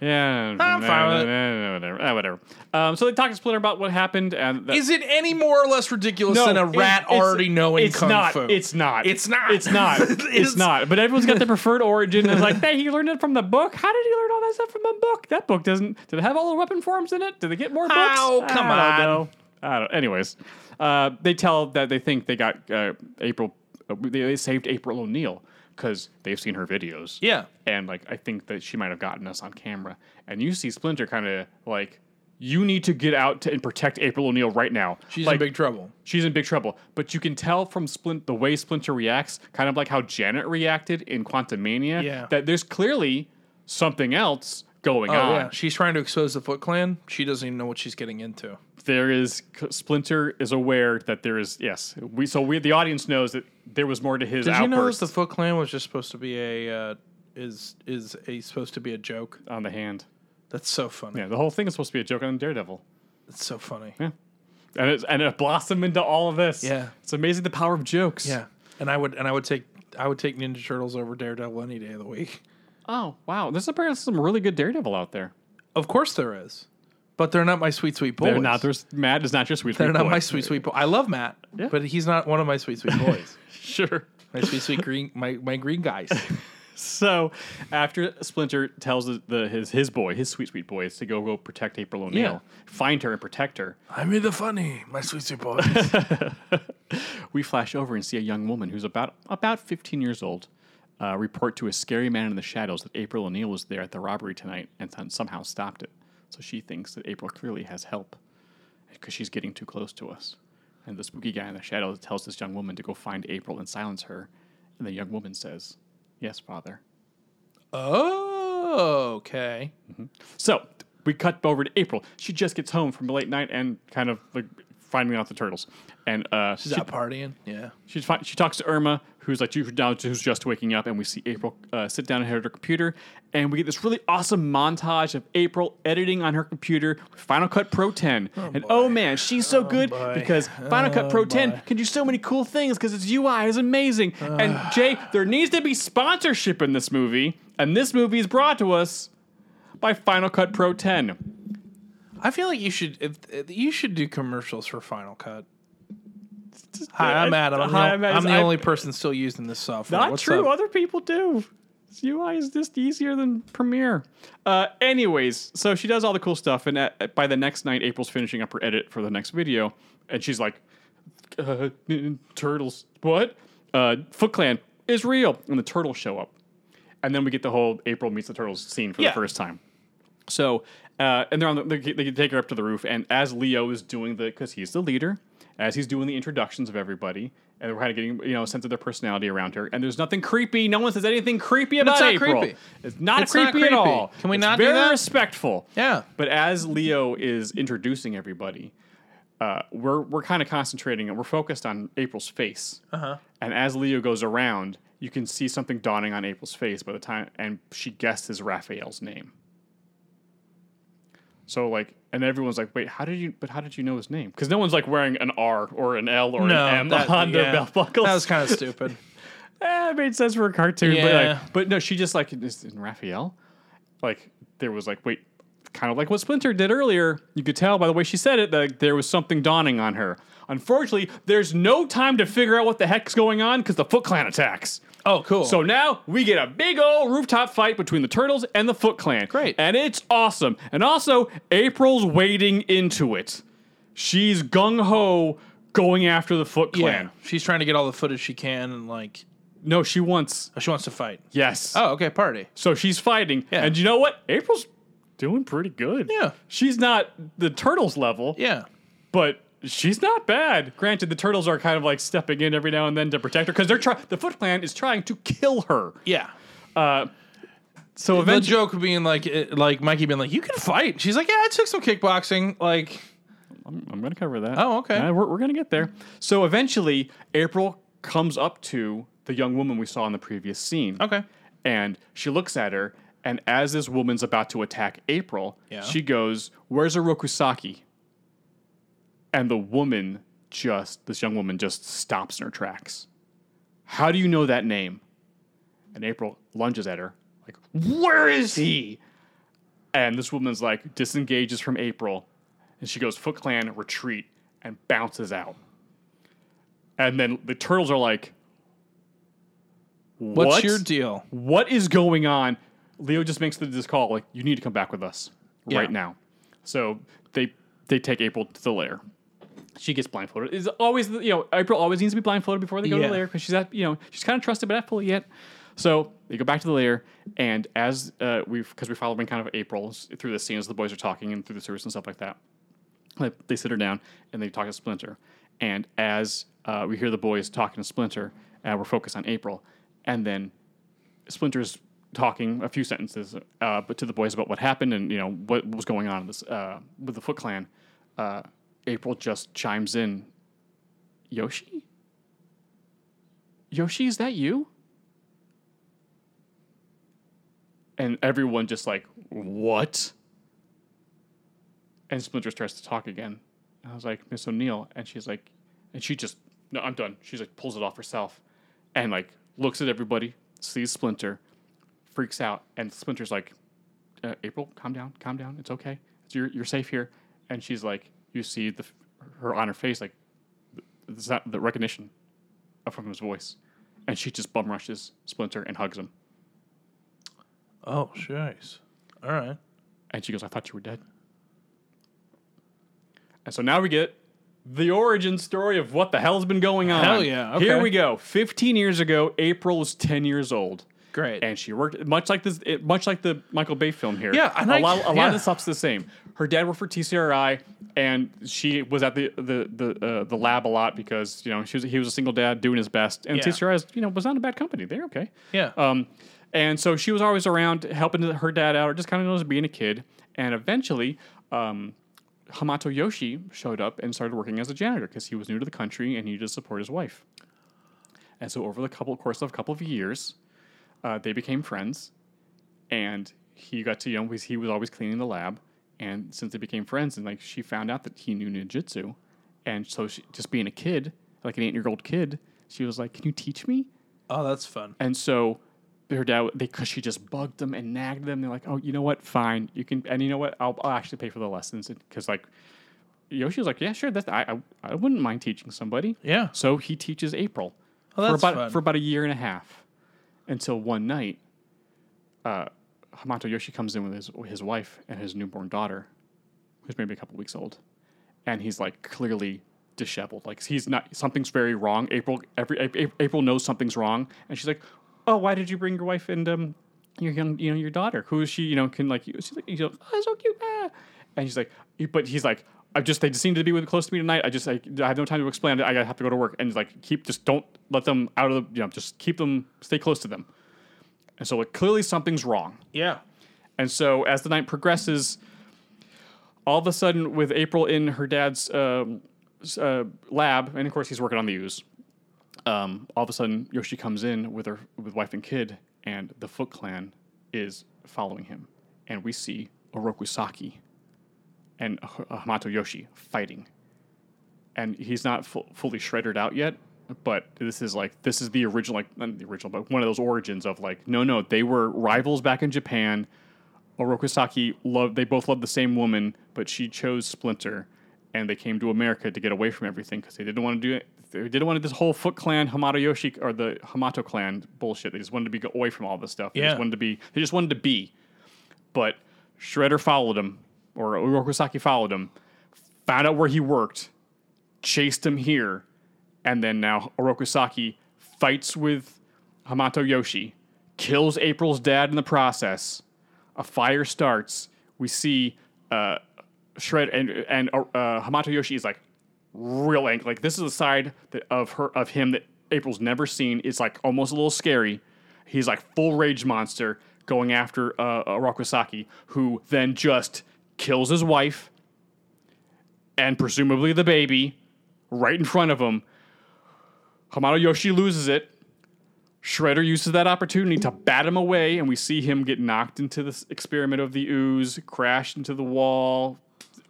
Speaker 6: Yeah.
Speaker 5: I'm fine with it.
Speaker 6: [LAUGHS] Whatever. ah, whatever. Um, so they talk to Splinter about what happened and that,
Speaker 5: Is it any more or less ridiculous
Speaker 6: No,
Speaker 5: than a
Speaker 6: it-
Speaker 5: rat
Speaker 6: it's-
Speaker 5: already knowing
Speaker 6: it's
Speaker 5: kung
Speaker 6: not,
Speaker 5: fu?
Speaker 6: It's not.
Speaker 5: It's not. [LAUGHS]
Speaker 6: It's not.
Speaker 5: It
Speaker 6: it's
Speaker 5: is-
Speaker 6: not. But everyone's got their preferred origin. It's like,
Speaker 5: [LAUGHS]
Speaker 6: hey, he learned it from the book. How did he learn all that stuff from a book? That book doesn't. Did it have all the weapon forms in it? Did they get more
Speaker 5: Oh,
Speaker 6: books?
Speaker 5: come
Speaker 6: I
Speaker 5: on.
Speaker 6: don't know. I don't. Anyways, uh, they tell that they think they got uh, April. Uh, they, they saved April O'Neil because they've seen her videos.
Speaker 5: Yeah.
Speaker 6: And like I think that she might have gotten us on camera. And you see Splinter kind of like you need to get out to, and protect April O'Neil right now.
Speaker 5: She's
Speaker 6: like,
Speaker 5: in big trouble.
Speaker 6: She's in big trouble. But you can tell from Splint the way Splinter reacts, kind of like how Janet reacted in Quantum Mania,
Speaker 5: Yeah. Uh,
Speaker 6: that there's clearly something else going on.
Speaker 5: She's trying to expose the Foot Clan. She doesn't even know what she's getting into.
Speaker 6: There is Splinter is aware that there is yes. We so we the audience knows that there was more to his
Speaker 5: Did you know that
Speaker 6: outburst
Speaker 5: the Foot Clan was just supposed to be a uh, is is a supposed to be a joke?
Speaker 6: on the hand.
Speaker 5: That's so funny.
Speaker 6: Yeah, the whole thing is supposed to be a joke on Daredevil.
Speaker 5: That's so funny.
Speaker 6: and it and uh, it blossomed into all of this.
Speaker 5: Yeah.
Speaker 6: it's amazing the power of jokes.
Speaker 5: Yeah, and I would and I would take I would take Ninja Turtles over Daredevil any day of the week.
Speaker 6: Oh wow, there's apparently some really good Daredevil out there.
Speaker 5: Of course there is, but they're not my sweet sweet boys.
Speaker 6: They're not. There's Matt is not your sweet.
Speaker 5: They're
Speaker 6: sweet
Speaker 5: not
Speaker 6: boy.
Speaker 5: my sweet sweet boy. I love Matt,
Speaker 6: Yeah.
Speaker 5: but he's not one of my sweet sweet boys.
Speaker 6: [LAUGHS] Sure.
Speaker 5: my sweet sweet green my my green guys.
Speaker 6: So after Splinter tells the, the his his boy, his sweet sweet boy, is to go go protect April O'Neil,
Speaker 5: Yeah.
Speaker 6: find her and protect her.
Speaker 5: [LAUGHS] I'm in the funny, my sweet sweet boys.
Speaker 6: We flash over and see a young woman who's about about 15 years old uh, report to a scary man in the shadows that April O'Neil was there at the robbery tonight and then somehow stopped it. So she thinks that April clearly has help because she's getting too close to us. And the spooky guy in the shadows tells this young woman to go find April and silence her. And the young woman says, "Yes, father."
Speaker 5: [LAUGHS] oh, okay.
Speaker 6: So we cut over to April. She just gets home from a late night and kind of like finding out the turtles. And uh,
Speaker 5: She's out partying. Yeah.
Speaker 6: She's fine. She talks to Irma, who's like who's down- who's just waking up, and we see April uh, sit down ahead of her computer, and we get this really awesome montage of April editing on her computer with Final Cut Pro 10. and oh man, she's so good
Speaker 5: boy.
Speaker 6: because Final Cut Pro 10 can do so many cool things because its UI is amazing. and Jay, there needs to be sponsorship in this movie, and this movie is brought to us by Final Cut Pro 10.
Speaker 5: I feel like you should if, if- you should do commercials for Final Cut. Hi, I'm Adam. I'm,
Speaker 6: Hi,
Speaker 5: the, I'm,
Speaker 6: I'm Adam.
Speaker 5: the
Speaker 6: I-
Speaker 5: only person still using this software.
Speaker 6: Not
Speaker 5: What's
Speaker 6: true.
Speaker 5: up?
Speaker 6: Other people do. This UI is just easier than Premiere. Uh, anyways, so she does all the cool stuff, and at, by the next night, April's finishing up her edit for the next video, and she's like, uh, n- "Turtles, what? Uh, Foot Clan is real," and the turtles show up, and then we get the whole April meets the turtles scene for
Speaker 5: Yeah.
Speaker 6: the first time. So, uh, and they're on the, they, they take her up to the roof, and as Leo is doing the, because he's the leader, as he's doing the introductions of everybody, and we're kind of getting you know a sense of their personality around her, and there's nothing creepy. No one says anything creepy about
Speaker 5: it's not
Speaker 6: April.
Speaker 5: creepy.
Speaker 6: It's not
Speaker 5: It's
Speaker 6: creepy,
Speaker 5: not
Speaker 6: at
Speaker 5: creepy.
Speaker 6: all.
Speaker 5: Can we
Speaker 6: It's
Speaker 5: not do
Speaker 6: very
Speaker 5: that?
Speaker 6: respectful?
Speaker 5: Yeah.
Speaker 6: But as Leo is introducing everybody, uh, we're we're kind of concentrating and we're focused on April's face. Uh-huh. And as Leo goes around, you can see something dawning on April's face by the time, and she guesses Raphael's name. So like, and everyone's like, "Wait, how did you? But how did you know his name?" Because no one's like wearing an R or an L or
Speaker 5: No,
Speaker 6: an M
Speaker 5: that-
Speaker 6: on their
Speaker 5: yeah.
Speaker 6: belt buckles.
Speaker 5: That was kind of stupid.
Speaker 6: [LAUGHS] Eh, it made sense for a cartoon, but
Speaker 5: Yeah.
Speaker 6: like, but no, she just like is in Raphael. Like there was like wait, kind of like what Splinter did earlier. You could tell by the way she said it that like, there was something dawning on her. Unfortunately, there's no time to figure out what the heck's going on because the Foot Clan attacks.
Speaker 5: Oh, cool.
Speaker 6: So now we get a big old rooftop fight between the Turtles and the Foot Clan.
Speaker 5: Great.
Speaker 6: And it's awesome. And also, April's wading into it. She's gung ho going after the Foot
Speaker 5: yeah,
Speaker 6: Clan.
Speaker 5: she's trying to get all the footage she can, and like oh,
Speaker 6: No, she wants.
Speaker 5: she wants to fight.
Speaker 6: Yes.
Speaker 5: Oh, okay, party.
Speaker 6: So she's fighting.
Speaker 5: Yeah.
Speaker 6: And you know what? April's doing pretty good.
Speaker 5: Yeah.
Speaker 6: She's not the turtles level,
Speaker 5: Yeah,
Speaker 6: but she's not bad. Granted, the turtles are kind of like stepping in every now and then to protect her because they're trying. The Foot Clan is trying to kill her.
Speaker 5: yeah.
Speaker 6: So
Speaker 5: The
Speaker 6: eventually,
Speaker 5: joke being like, it, like Mikey being like, "You can fight." She's like, "Yeah, I took some kickboxing." Like,
Speaker 6: I'm going to cover that.
Speaker 5: Oh, okay.
Speaker 6: Yeah, we're we're going to get there. So eventually, April comes up to the young woman we saw in the previous scene.
Speaker 5: okay,
Speaker 6: and she looks at her and as this woman's about to attack april
Speaker 5: Yeah.
Speaker 6: she goes where's a rokusaki and the woman just this young woman just stops in her tracks how do you know that name and april lunges at her like where is he and this woman's like disengages from april and she goes foot clan retreat and bounces out and then the turtles are like
Speaker 5: what's
Speaker 6: "What?"
Speaker 5: your deal?
Speaker 6: what is going on? Leo just makes the this call like you need to come back with us right
Speaker 5: Yeah.
Speaker 6: now. So they they take April to the lair. She gets blindfolded. Is always you know April always needs to be blindfolded before they go to
Speaker 5: Yeah.
Speaker 6: the lair because she's at you know she's kind of trusted but not fully yet.
Speaker 1: So they go back to the lair, and as uh, we've because we follow them in kind of April s- through the scenes, the boys are talking and through the sewers and stuff like that. Like, They sit her down and they talk to Splinter, and as uh, we hear the boys talking to Splinter, uh, we're focused on April, and then Splinter's talking a few sentences, uh, but to the boys about what happened and you know what, what was going on in this uh, with the Foot Clan. Uh, April just chimes in, Yoshi. Yoshi, is that you? And everyone just like, what? And Splinter starts to talk again. And I was like, Miss O'Neill. And she's like, and she just, no, I'm done. She's like, pulls it off herself and like looks at everybody, sees Splinter, freaks out. And Splinter's like, uh, April, calm down, calm down. It's okay. You're, you're safe here. And she's like, you see the, her on her face, like, th- th- the recognition from his voice. And she just bum rushes Splinter and hugs him.
Speaker 5: Oh, jeez. All right.
Speaker 1: And she goes, I thought you were dead. And so now we get the origin story of what the hell's been going on.
Speaker 5: Hell yeah, okay.
Speaker 1: Here we go. 15 years ago, April was 10 years old.
Speaker 5: Great.
Speaker 1: And she worked much like this, it, much like the Michael Bay film here.
Speaker 5: Yeah, and
Speaker 1: a
Speaker 5: I-
Speaker 1: lot, a lot
Speaker 5: yeah.
Speaker 1: of the stuff's the same. Her dad worked for TCRI, and she was at the the the, uh, the lab a lot because you know she was he was a single dad doing his best, and
Speaker 5: Yeah.
Speaker 1: TCRI is, you know was not a bad company. They're okay.
Speaker 5: yeah.
Speaker 1: Um, and so she was always around helping her dad out, or just kind of knows being a kid. And eventually, um, Hamato Yoshi showed up and started working as a janitor because he was new to the country and he needed to support his wife. And so, over the couple course of a couple of years, uh, they became friends, and he got to you know he was always cleaning the lab, and since they became friends, and like she found out that he knew ninjutsu, and so she, just being a kid, like an eight year old kid, she was like, "Can you teach me?"
Speaker 5: oh, that's fun.
Speaker 1: And so her dad, because she just bugged them and nagged them. They're like, oh, you know what? Fine. You can, and you know what? I'll, I'll actually pay for the lessons. Because, like, Yoshi was like, yeah, sure. That's, I, I, I wouldn't mind teaching somebody.
Speaker 5: Yeah.
Speaker 1: So he teaches April
Speaker 5: Oh,
Speaker 1: for
Speaker 5: that's
Speaker 1: about
Speaker 5: fun.
Speaker 1: for about a year and a half, until one night, uh, Hamato Yoshi comes in with his his wife and his newborn daughter, who's maybe a couple weeks old, and he's like clearly disheveled. Like he's not something's very wrong. April every A- A- April knows something's wrong, and she's like, "Oh, why did you bring your wife and um your young you know your daughter who is she you know can like you- she's like you know oh, so cute ah." and she's like but he's like I just they just seem to be with close to me tonight. I just I, I have no time to explain it. I have to go to work and he's like keep just don't let them out of the you know just keep them stay close to them. And so like clearly something's wrong.
Speaker 5: Yeah.
Speaker 1: And so as the night progresses, all of a sudden, with April in her dad's um, s- uh, lab, and of course he's working on the ooze. Um, all of a sudden, Yoshi comes in with her with wife and kid, and the Foot Clan is following him, and we see Oroku Saki and H- uh, Hamato Yoshi fighting, and he's not fu- fully shredded out yet. But this is like this is the original, like not the original, but one of those origins of like no, no, they were rivals back in Japan. Orokusaki loved they both loved the same woman, but she chose Splinter and they came to America to get away from everything because they didn't want to do it. They didn't want this whole Foot Clan Hamato Yoshi or the Hamato clan bullshit. They just wanted to be away from all this stuff. They
Speaker 5: Yeah.
Speaker 1: just wanted to be they just wanted to be. But Shredder followed him, or Orokusaki followed him, found out where he worked, chased him here, and then now Orokusaki fights with Hamato Yoshi, kills April's dad in the process a fire starts. We see uh, Shred and and uh, Hamato Yoshi is like real angry. Like this is a side that, of her of him that April's never seen. It's like almost a little scary. He's like full rage monster going after uh, Arakusaki, who then just kills his wife and presumably the baby right in front of him. Hamato Yoshi loses it. Shredder uses that opportunity to bat him away, and we see him get knocked into this experiment of the ooze, crash into the wall,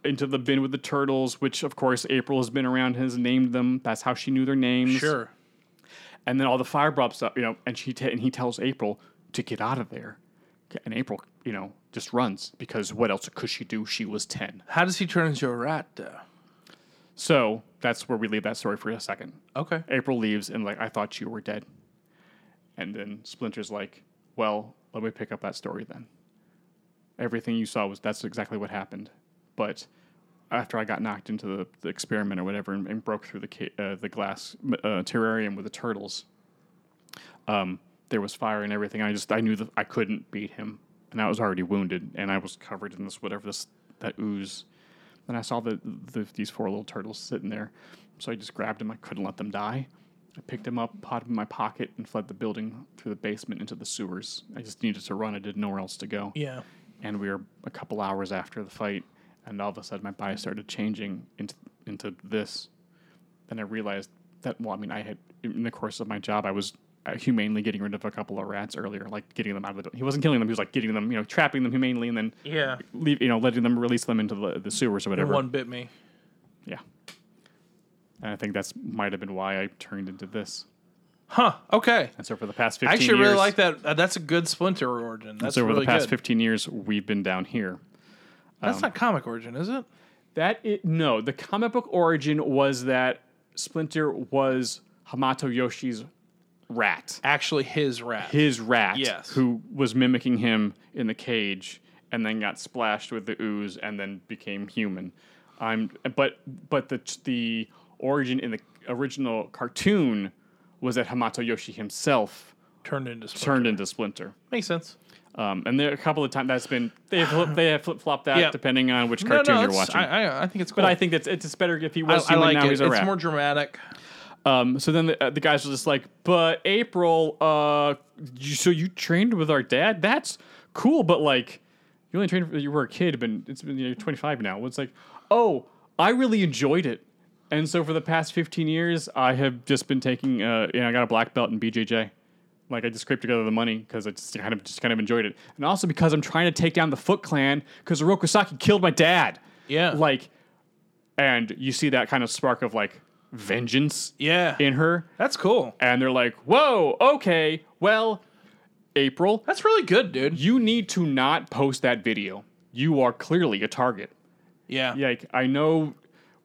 Speaker 1: into the bin with the turtles, which of course April has been around, has named them. That's how she knew their names.
Speaker 5: Sure.
Speaker 1: And then all the fire pops up, you know, and she t- and he tells April to get out of there, and April, you know, just runs because what else could she do? She was ten,
Speaker 5: How does he turn into a rat, though?
Speaker 1: so that's where we leave that story for a second.
Speaker 5: Okay.
Speaker 1: April leaves and like I thought you were dead. And then Splinter's like, "Well, let me pick up that story then. Everything you saw was that's exactly what happened. But after I got knocked into the, the experiment or whatever and, and broke through the ca- uh, the glass uh, terrarium with the turtles, um,
Speaker 6: there was fire and everything. I just I knew that I couldn't beat him, and I was already wounded, and I was covered in this whatever this that ooze. And I saw the, the these four little turtles sitting there, so I just grabbed them. I couldn't let them die. I picked them up, popped them in my pocket, and fled the building through the basement into the sewers. I just needed to run. I didn't know where else to go
Speaker 5: Yeah.
Speaker 6: and we were a couple hours after the fight, and all of a sudden my body started changing into into this. Then I realized that well, I mean, I had in the course of my job, I was uh, humanely getting rid of a couple of rats earlier, like getting them out of the. He wasn't killing them; he was like getting them, you know, trapping them humanely, and then
Speaker 5: Yeah.
Speaker 6: leave, you know, letting them release them into the, the sewers or whatever.
Speaker 5: One bit me.
Speaker 6: Yeah, and I think that's might have been why I turned into this.
Speaker 5: Huh. Okay.
Speaker 6: And so for the past fifteen
Speaker 5: I actually really
Speaker 6: years-
Speaker 5: like that. Uh, that's a good Splinter origin. That's
Speaker 6: So over
Speaker 5: really
Speaker 6: the past
Speaker 5: good.
Speaker 6: fifteen years, we've been down here.
Speaker 5: that's not comic origin, is it?
Speaker 6: That i no, the comic book origin was that Splinter was Hamato Yoshi's rat,
Speaker 5: Actually, his rat.
Speaker 6: his rat,
Speaker 5: Yes.
Speaker 6: who was mimicking him in the cage, and then got splashed with the ooze, and then became human. I'm, but but the the origin in the original cartoon was that Hamato Yoshi himself
Speaker 5: turned into Splinter.
Speaker 6: turned into Splinter.
Speaker 5: Makes sense.
Speaker 6: Um, and there a couple of times that's been they have flip, they have flip flopped that
Speaker 5: Yeah.
Speaker 6: depending on which cartoon you're
Speaker 5: it's-
Speaker 6: watching.
Speaker 5: I, I, I think it's cool.
Speaker 6: but I think that's it's just better if he was
Speaker 5: I, I
Speaker 6: human
Speaker 5: like
Speaker 6: now
Speaker 5: it.
Speaker 6: he's a
Speaker 5: it's
Speaker 6: rat.
Speaker 5: more dramatic.
Speaker 6: Um, so then the, uh, the guys were just like, "But April, uh, you, so you trained with our dad? That's cool, but like, you only trained. You were a kid, but it's been you're 25 now. It's like, oh, I really enjoyed it, and so for the past 15 years, I have just been taking. Uh, you know, I got a black belt in BJJ. Like I just scraped together the money because I just kind of just kind of enjoyed it, and also because I'm trying to take down the Foot Clan because Orokosaki killed my dad.
Speaker 5: Yeah.
Speaker 6: Like, and you see that kind of spark of like vengeance
Speaker 5: Yeah.
Speaker 6: in her
Speaker 5: that's cool.
Speaker 6: and they're like whoa okay well april
Speaker 5: That's really good, dude.
Speaker 6: you need to not post that video you are clearly a target
Speaker 5: Yeah.
Speaker 6: like i know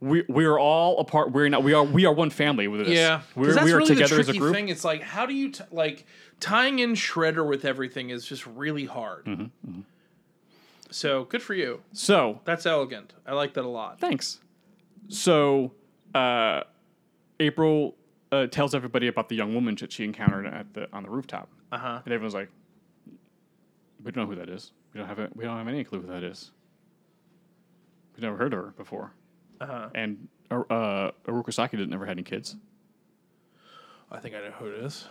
Speaker 6: we, we're all apart we're not we are we are one family with this
Speaker 5: Yeah, 'Cause
Speaker 6: we're,
Speaker 5: that's
Speaker 6: we are
Speaker 5: really
Speaker 6: together
Speaker 5: the
Speaker 6: as
Speaker 5: tricky
Speaker 6: a group
Speaker 5: Thing. It's like how do you t- like tying in Shredder with everything is just really hard. So good for you.
Speaker 6: Mm-hmm. so
Speaker 5: That's elegant. I like that a lot.
Speaker 6: thanks so uh april uh, tells everybody about the young woman that she encountered at the on the rooftop uh-huh and everyone's like we don't know who that is we don't have a, we don't have any clue who that is we've never heard of her before uh-huh and uh, uh Urokosaki didn't never had any kids
Speaker 5: I think I know who it is.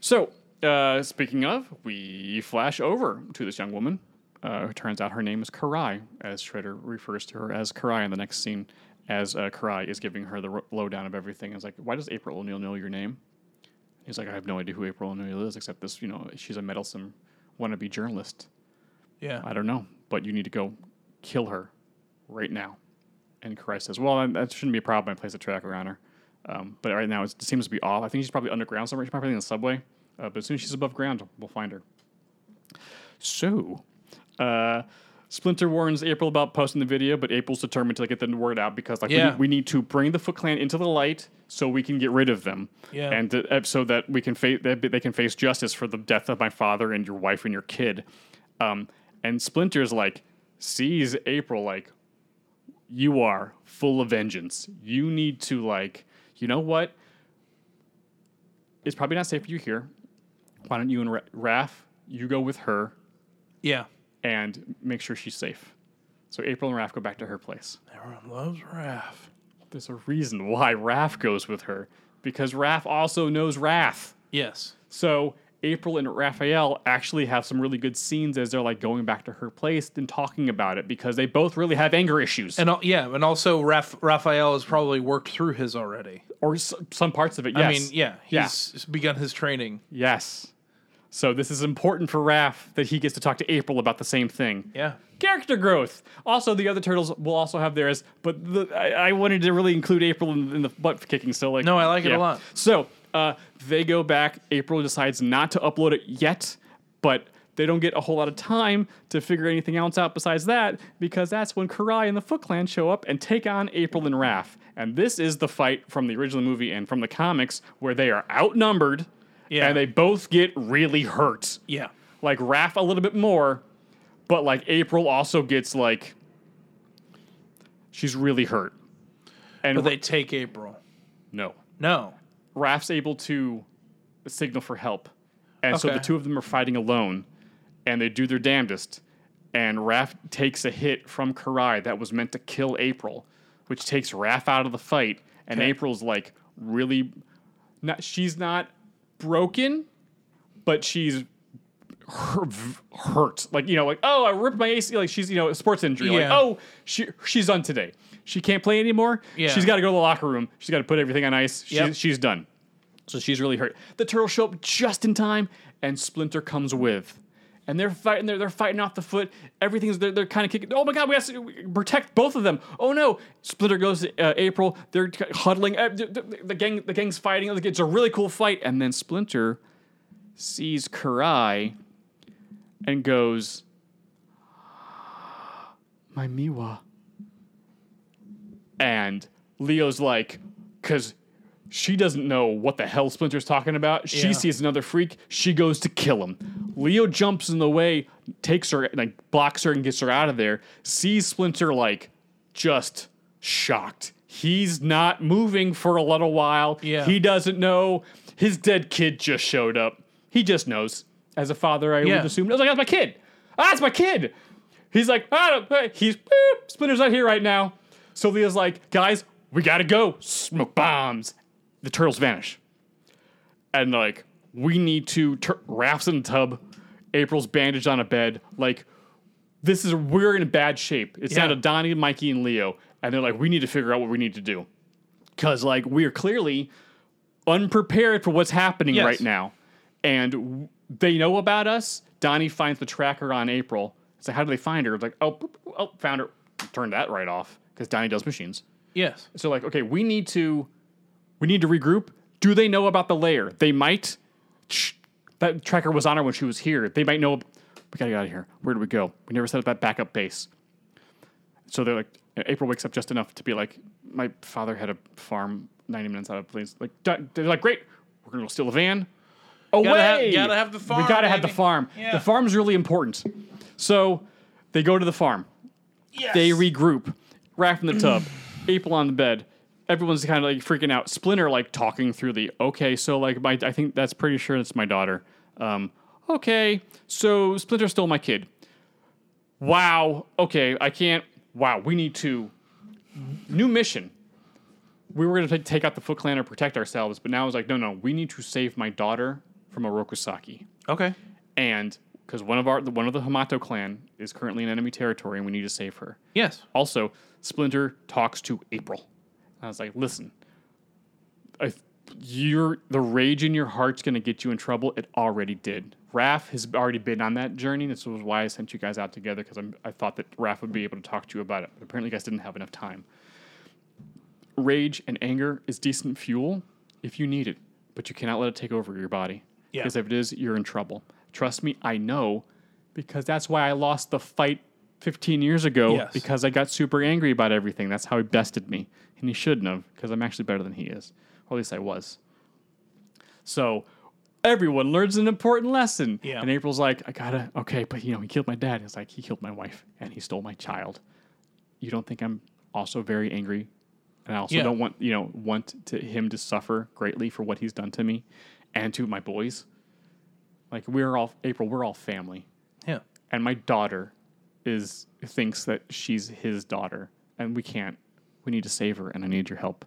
Speaker 6: So, uh, speaking of, we flash over to this young woman. Uh, who turns out her name is Karai, as Shredder refers to her as Karai in the next scene, as uh, Karai is giving her the ro- lowdown of everything. It's like, why does April O'Neil know your name? He's like, I have no idea who April O'Neil is, except this, you know, she's a meddlesome wannabe journalist.
Speaker 5: Yeah.
Speaker 6: I don't know, but you need to go kill her right now. And Karai says, Well, that shouldn't be a problem. I place a tracker on her. Um, but right now, it seems to be off. I think she's probably underground somewhere. She's probably in the subway. Uh, but as soon as she's above ground, we'll find her. So, uh, Splinter warns April about posting the video, but April's determined to get the word out because, like, we,
Speaker 5: Yeah.
Speaker 6: need, we need to bring the Foot Clan into the light so we can get rid of them,
Speaker 5: Yeah.
Speaker 6: and to, uh, so that we can fa- that they can face justice for the death of my father and your wife and your kid. Um, and Splinter's like sees April like, you are full of vengeance. You need to like, you know what? It's probably not safe for you here. Why don't you and Ra- Raph, you go with her
Speaker 5: yeah.
Speaker 6: and make sure she's safe. So April and Raph go back to her place.
Speaker 5: Everyone loves Raph.
Speaker 6: There's a reason why Raph goes with her because Raph also knows Raph.
Speaker 5: Yes.
Speaker 6: So April and Raphael actually have some really good scenes as they're like going back to her place and talking about it because they both really have anger issues
Speaker 5: And al- yeah, and also Raph- Raphael has probably worked through his already.
Speaker 6: or s- some parts of it. Yes.
Speaker 5: I mean, yeah,
Speaker 6: Yeah.
Speaker 5: he's begun his training.
Speaker 6: Yes. So this is important for Raph that he gets to talk to April about the same thing.
Speaker 5: Yeah.
Speaker 6: character growth. Also, the other turtles will also have theirs, but the, I, I wanted to really include April in, in the butt kicking. So like,
Speaker 5: No, I like it a lot.
Speaker 6: So uh, they go back. April decides not to upload it yet, but they don't get a whole lot of time to figure anything else out besides that because that's when Karai and the Foot Clan show up and take on April and Raph. And this is the fight from the original movie and from the comics where they are outnumbered
Speaker 5: Yeah.
Speaker 6: and they both get really hurt
Speaker 5: Yeah.
Speaker 6: like Raph a little bit more, but like April also gets like she's really hurt. And
Speaker 5: But they take April.
Speaker 6: no,
Speaker 5: No.
Speaker 6: Raph's able to signal for help, And so the
Speaker 5: Okay.
Speaker 6: two of them are fighting alone, and they do their damnedest. And Raph takes a hit from Karai that was meant to kill April, which takes Raph out of the fight. And April's like really, not she's not broken, but she's hur- v- hurt. Like you know, like oh, I ripped my AC. Like she's you know a sports injury. Like
Speaker 5: Yeah.
Speaker 6: oh, she she's done today. She can't play anymore.
Speaker 5: Yeah.
Speaker 6: She's got to go to the locker room. She's got to put everything on ice. She's,
Speaker 5: Yep.
Speaker 6: she's done. So she's really hurt. The turtles show up just in time, and Splinter comes with. And they're fighting. They're, they're fighting off the foot. Everything's they're, they're kind of kicking. Oh my god, we have to protect both of them. Oh no! Splinter goes to uh, April. They're huddling. Uh, the, the- the gang, the gang's fighting. It's a really cool fight. And then Splinter sees Karai and goes, My Miwa. And Leo's like, because she doesn't know what the hell Splinter's talking about. She
Speaker 5: Yeah.
Speaker 6: sees another freak. She goes to kill him. Leo jumps in the way, takes her, like, blocks her and gets her out of there. Sees Splinter, like, just shocked. He's not moving for a little while.
Speaker 5: Yeah.
Speaker 6: He doesn't know. His dead kid just showed up. He just knows. As a father, I
Speaker 5: Yeah.
Speaker 6: would assume. I was like, that's my kid. Ah, that's my kid. He's like, I don't, uh, he's, boop, Splinter's not here right now. So Leo's like, guys, we gotta go. Smoke bombs. The turtles vanish. And like, we need to, tur- Raph's in the tub. April's bandaged on a bed. Like, this is, we're in bad shape. It's
Speaker 5: Yeah.
Speaker 6: down to Donnie, Mikey, and Leo. And they're like, we need to figure out what we need to do. Cause like, we're clearly unprepared for what's happening
Speaker 5: Yes.
Speaker 6: right now. And w- they know about us. Donnie finds the tracker on April. So how do they find her? It's like, oh, boop, boop, oh, found her. Turn that right off because Donnie does machines.
Speaker 5: Yes.
Speaker 6: So like, okay, we need to, we need to regroup. Do they know about the layer? They might. Shh, that tracker was on her when she was here. They might know. We gotta get out of here. Where do we go? We never set up that backup base. So they're like, April wakes up just enough to be like, my father had a farm 90 minutes out of place. Like, done- they're like, great, we're gonna go steal the van. Away!
Speaker 5: have- gotta have the farm,
Speaker 6: We gotta have the
Speaker 5: baby.
Speaker 6: farm.
Speaker 5: Yeah.
Speaker 6: The farm's really important. So they go to the farm. They regroup. Raph in the tub, [CLEARS THROAT] April on the bed. Everyone's kind of like freaking out. Splinter like talking through the okay, so like my I think that's pretty sure that's my daughter. Um, okay, so Splinter stole my kid. Wow. Okay, I can't. Wow, we need to. New mission. We were gonna t- take out the Foot Clan or protect ourselves, but now it's like no, no, we need to save my daughter from a Rokusaki
Speaker 5: Okay.
Speaker 6: and because one of our one of the Hamato clan is currently in enemy territory, and we need to save her.
Speaker 5: Yes.
Speaker 6: Also, Splinter talks to April. And I was like, listen, I, you're the rage in your heart's going to get you in trouble. It already did. Raph has already been on that journey. This was why I sent you guys out together because I thought that Raph would be able to talk to you about it. But apparently, you guys didn't have enough time. Rage and anger is decent fuel if you need it, but you cannot let it take over your body.
Speaker 4: Yeah.
Speaker 6: Because if it is, you're in trouble. Trust me, I know because that's why I lost the fight 15 years ago
Speaker 5: Yes.
Speaker 6: because I got super angry about everything. That's how he bested me. And he shouldn't have because I'm actually better than he is. Or at least I was. So everyone learns an important lesson.
Speaker 4: Yeah.
Speaker 6: And April's like, I gotta, okay, but you know, he killed my dad. It's like, he killed my wife and he stole my child. You don't think I'm also very angry? And I also
Speaker 5: Yeah.
Speaker 6: don't want, you know, want to him to suffer greatly for what he's done to me and to my boys. Like we're all April, we're all family
Speaker 5: Yeah.
Speaker 6: and my daughter is thinks that she's his daughter and we can't we need to save her and i need your help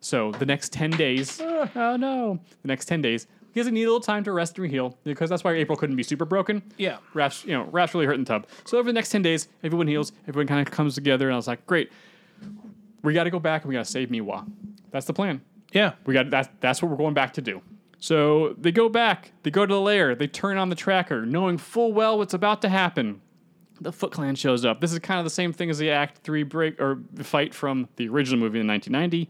Speaker 6: so the next 10 days oh no the next 10 days he doesn't need a little time to rest and heal because that's why april couldn't be super broken
Speaker 5: Yeah.
Speaker 6: Raph's, you know Raph's really hurt in the tub so over the next 10 days everyone heals everyone kind of comes together and i was like great we got to go back and we got to save miwa that's the plan
Speaker 5: Yeah.
Speaker 6: we got that's that's what we're going back to do. So they go back, they go to the lair, they turn on the tracker, knowing full well what's about to happen. The Foot Clan shows up. This is kind of the same thing as the Act Three break or the fight from the original movie in 1990.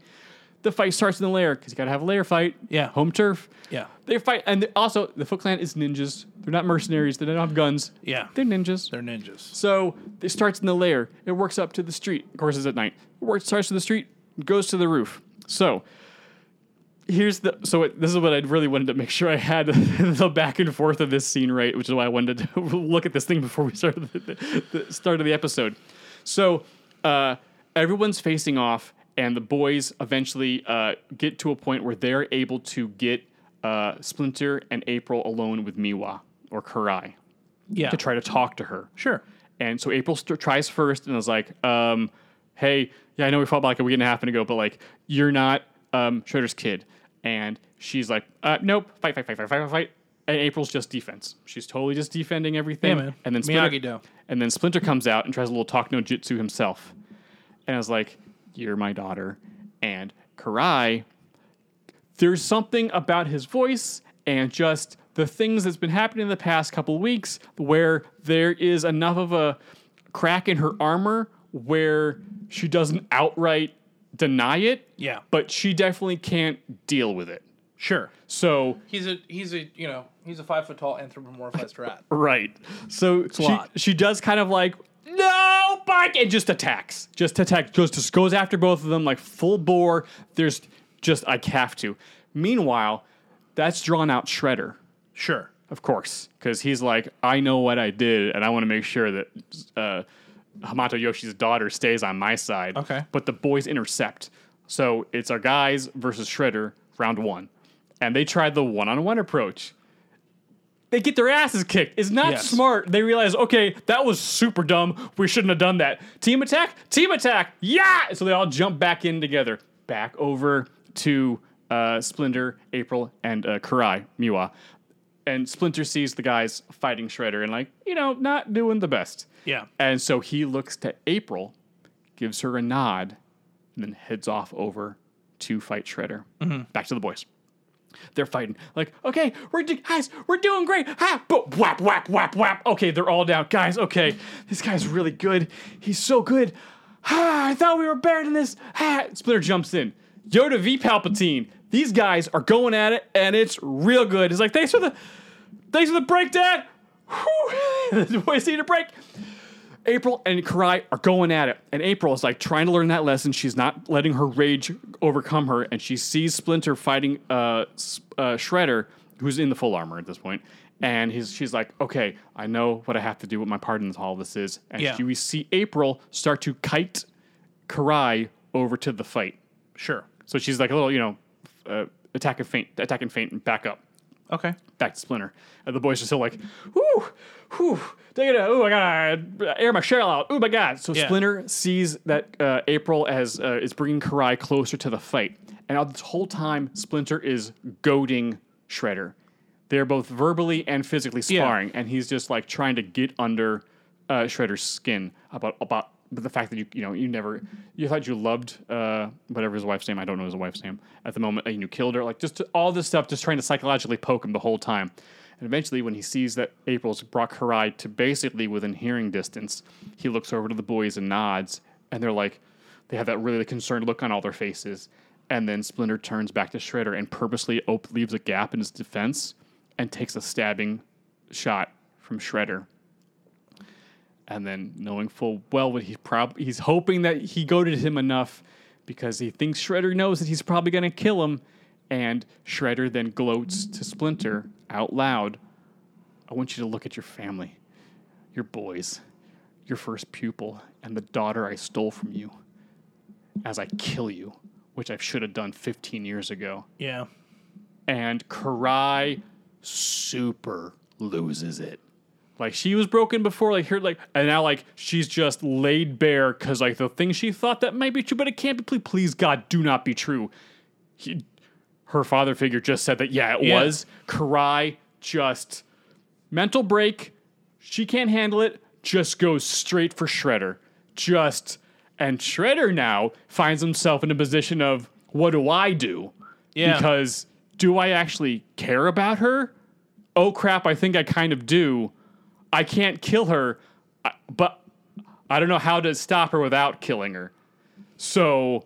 Speaker 6: The fight starts in the lair because you got to have a lair fight.
Speaker 5: Yeah.
Speaker 6: home turf.
Speaker 5: Yeah.
Speaker 6: they fight, and they- also the Foot Clan is ninjas. They're not mercenaries. They don't have guns.
Speaker 5: Yeah.
Speaker 6: they're ninjas.
Speaker 5: They're ninjas.
Speaker 6: So it starts in the lair. It works up to the street. Of course, it's at night. It works- starts to the street, goes to the roof. So here's the. So it, this is what I really wanted to make sure I had [LAUGHS] the back and forth of this scene right, which is why I wanted to [LAUGHS] look at this thing before we started the, the, the start of the episode. So uh, everyone's facing off, and the boys eventually uh, get to a point where they're able to get uh, Splinter and April alone with Miwa or Karai
Speaker 4: Yeah.
Speaker 6: to try to talk to her.
Speaker 4: Sure.
Speaker 6: And so April st- tries first and is like, um, hey, yeah, I know we fought like a week and a half ago, but like, you're not um, Schroeder's kid. And she's like, uh, nope, fight, fight, fight, fight, fight, fight, fight. And April's just defense. She's totally just defending everything.
Speaker 4: Yeah, man.
Speaker 6: And then Splinter,
Speaker 4: Miyagi-Do.
Speaker 6: and then Splinter comes out and tries a little talk no jutsu himself. And I was like, you're my daughter. And Karai there's something about his voice and just the things that's been happening in the past couple weeks where there is enough of a crack in her armor where she doesn't outright deny it.
Speaker 4: Yeah.
Speaker 6: But she definitely can't deal with it.
Speaker 4: Sure.
Speaker 6: So
Speaker 5: He's a he's a you know he's a five foot tall anthropomorphized rat.
Speaker 6: Right. So she,
Speaker 4: lot.
Speaker 6: she does kind of like, no, Bike! And just attacks. Just attacks. Just, just goes after both of them like full bore. There's just, I have to. Meanwhile, that's drawn out Shredder,
Speaker 4: Sure.
Speaker 6: of course, because he's like, I know what I did, and I want to make sure that uh, Hamato Yoshi's daughter stays on my side.
Speaker 5: Okay.
Speaker 6: But the boys intercept. So it's our guys versus Shredder, round one. And they tried the one on one approach they get their asses kicked. It's not
Speaker 4: Yes.
Speaker 6: smart. They realize, okay, that was super dumb. We shouldn't have done that. Team attack, team attack, yeah! So they all jump back in together, back over to uh, Splinter, April, and uh, Karai, Miwa. And Splinter sees the guys fighting Shredder and, like, you know, not doing the best.
Speaker 4: Yeah.
Speaker 6: And so he looks to April, gives her a nod, and then heads off over to fight Shredder.
Speaker 4: Mm-hmm.
Speaker 6: Back to the boys. They're fighting. Like, okay, we're do- guys, we're doing great. Ha! But whap, whap, whap, whap. Okay, they're all down. Guys, okay, this guy's really good. He's so good. Ah, I thought we were better than this. Ah. Splinter jumps in. Yoda V Palpatine. These guys are going at it, and it's real good. He's like, thanks for the, thanks for the break, Dad. Whew. [LAUGHS] the boys need a break. April and Karai are going at it, and April is like trying to learn that lesson. She's not letting her rage overcome her, and she sees Splinter fighting uh, S- uh, Shredder, who's in the full armor at this point. And he's, she's like, "Okay, I know what I have to do. What my part in all this is." And
Speaker 4: Yeah.
Speaker 6: she, we see April start to kite Karai over to the fight.
Speaker 4: Sure.
Speaker 6: So she's like a little, you know, uh, attack and faint, attack and faint, and back up
Speaker 4: Okay.
Speaker 6: back to Splinter. And the boys are still like, whoo, whoo, take it out. Ooh, I gotta air my shell out. Oh my god. So
Speaker 4: Yeah.
Speaker 6: Splinter sees that uh, April as uh, is bringing Karai closer to the fight, and all this whole time Splinter is goading Shredder. They're both verbally and physically sparring, and he's just like trying to get under uh, Shredder's skin about about the fact that you you know you never you thought you loved uh, whatever his wife's name I don't know his wife's name at the moment and you killed her like just all this stuff just trying to psychologically poke him the whole time and eventually when he sees that April's brought Karai to basically within hearing distance he looks over to the boys and nods and they're like they have that really concerned look on all their faces and then Splinter turns back to Shredder and purposely op- leaves a gap in his defense and takes a stabbing shot from Shredder and then knowing full well what he prob he's hoping that he goaded him enough because he thinks Shredder knows that he's probably going to kill him, and Shredder then gloats to Splinter out loud, "I want you to look at your family, your boys, your first pupil, and the daughter I stole from you, as I kill you, which I should have done 15 years ago."
Speaker 4: Yeah.
Speaker 6: and Karai super loses it. Like she was broken before, like her, like, and now like she's just laid bare because like the thing she thought that might be true, but it can't be. Please, please God, do not be true. He, her father figure just said that. Yeah, it
Speaker 4: Yeah.
Speaker 6: was. Karai just mental break. She can't handle it. Just goes straight for Shredder. Just and Shredder now finds himself in a position of what do I do?
Speaker 4: Yeah.
Speaker 6: Because do I actually care about her? Oh crap, I think I kind of do. I can't kill her, I- but I don't know how to stop her without killing her. So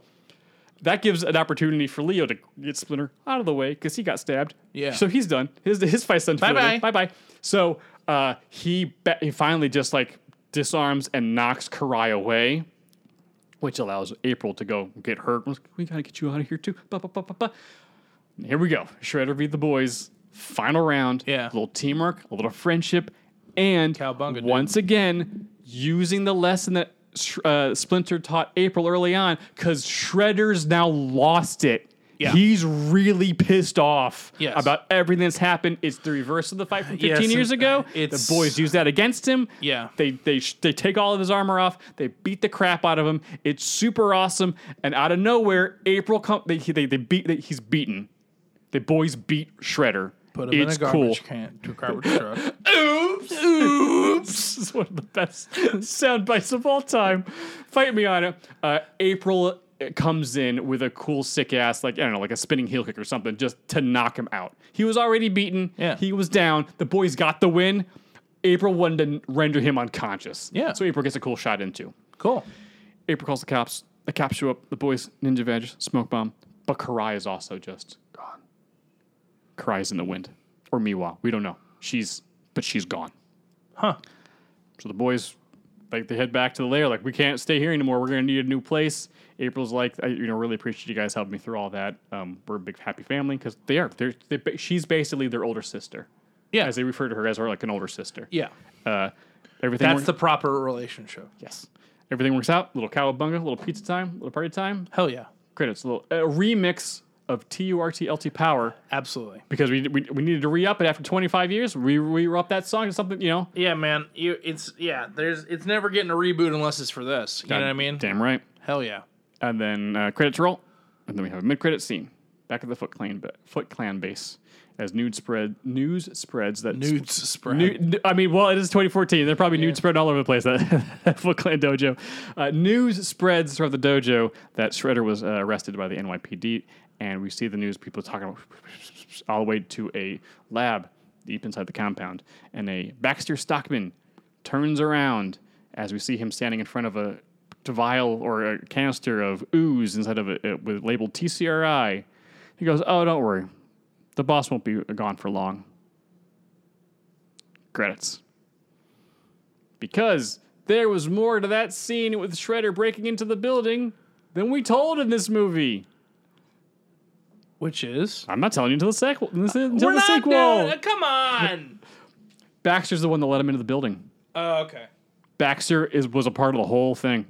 Speaker 6: that gives an opportunity for Leo to get Splinter out of the way because he got stabbed.
Speaker 5: Yeah.
Speaker 6: So he's done. His his fight's done.
Speaker 5: Bye-bye.
Speaker 6: Bye bye. So uh, he ba- he finally just like disarms and knocks Karai away, which allows April to go get her. We gotta get you out of here too. Ba, ba, ba, ba, ba. And Here we go. Shredder beat the boys. Final round.
Speaker 4: Yeah.
Speaker 6: A little teamwork, a little friendship, and
Speaker 5: Cowabunga, dude.
Speaker 6: once again using the lesson that Sh- uh, Splinter taught April early on, because Shredder's now lost it.
Speaker 4: Yeah.
Speaker 6: He's really pissed off
Speaker 5: Yes.
Speaker 6: about everything that's happened. It's the reverse of the fight from 15
Speaker 5: [LAUGHS] Yes,
Speaker 6: years
Speaker 5: and,
Speaker 6: ago.
Speaker 5: uh, it's-
Speaker 6: the boys use that against him.
Speaker 5: Yeah.
Speaker 6: They they sh- they take all of his armor off. They beat the crap out of him. It's super awesome. And out of nowhere, April come they they, they beat they, he's beaten. The boys beat Shredder.
Speaker 5: Put him
Speaker 6: it's
Speaker 5: in a
Speaker 6: cool.
Speaker 5: garbage can,
Speaker 6: [LAUGHS]
Speaker 5: to a garbage truck.
Speaker 6: Oops! Oops! [LAUGHS] It's one of the best sound bites of all time. Fight me on it. Uh, April uh, comes in with a cool, sick ass, like, I don't know, like a spinning heel kick or something, just to knock him out. He was already beaten.
Speaker 5: Yeah.
Speaker 6: He was down. The boys got the win. April wanted to render him unconscious.
Speaker 5: Yeah.
Speaker 6: So April gets a cool shot into.
Speaker 5: Cool.
Speaker 6: April calls the cops. The cops show up. The boys, Ninja Veg, Smoke Bomb. But Karai is also just gone. Karai's in the wind. Or Miwa. We don't know. She's, but she's gone.
Speaker 5: Huh.
Speaker 6: So the boys, like, they head back to the lair. Like, we can't stay here anymore. We're going to need a new place. April's like, I, you know, really appreciate you guys helping me through all that. Um, we're a big happy family because they are. They're, they, ba- she's basically their older sister.
Speaker 5: Yeah.
Speaker 6: As they refer to her as her, like, an older sister.
Speaker 5: Yeah.
Speaker 6: Uh, everything
Speaker 5: That's
Speaker 6: wor-
Speaker 5: the proper relationship.
Speaker 6: Yes. Everything works out. Little cowabunga, little pizza time, little party time.
Speaker 5: Hell yeah.
Speaker 6: Credits. A little a remix of TURTLT Power
Speaker 5: Absolutely.
Speaker 6: because we, we, we needed to re up it after 25 years. We re up that song to something, you know.
Speaker 5: Yeah, man. You it's yeah, there's it's never getting a reboot unless it's for this. You know what I mean?
Speaker 6: Damn right.
Speaker 5: Hell yeah.
Speaker 6: And then uh, credits roll. And then we have a mid credit scene. Back at the Foot Clan, ba- Foot Clan base as nude spread news spreads that
Speaker 5: Nudes spread.
Speaker 6: New, n- I mean, well, it is 2014. They're probably nude spread all over the place. [LAUGHS] That, that Foot Clan dojo. Uh, news spreads throughout the dojo that Shredder was uh, arrested by the NYPD, and we see the news people talking about [LAUGHS] all the way to a lab deep inside the compound, and a Baxter Stockman turns around as we see him standing in front of a vial or a canister of ooze inside of it with labeled TCRI. He goes, "Oh, don't worry, the boss won't be gone for long." credits. Because there was more to that scene with Shredder breaking into the building than we told in this movie.
Speaker 5: Which is
Speaker 6: I'm not telling you until the sequel. Until
Speaker 5: Uh, We're
Speaker 6: the
Speaker 5: not
Speaker 6: sequel.
Speaker 5: doing- come on.
Speaker 6: Baxter's the one that let him into the building.
Speaker 5: [LAUGHS] Oh, okay.
Speaker 6: Baxter is was a part of the whole thing.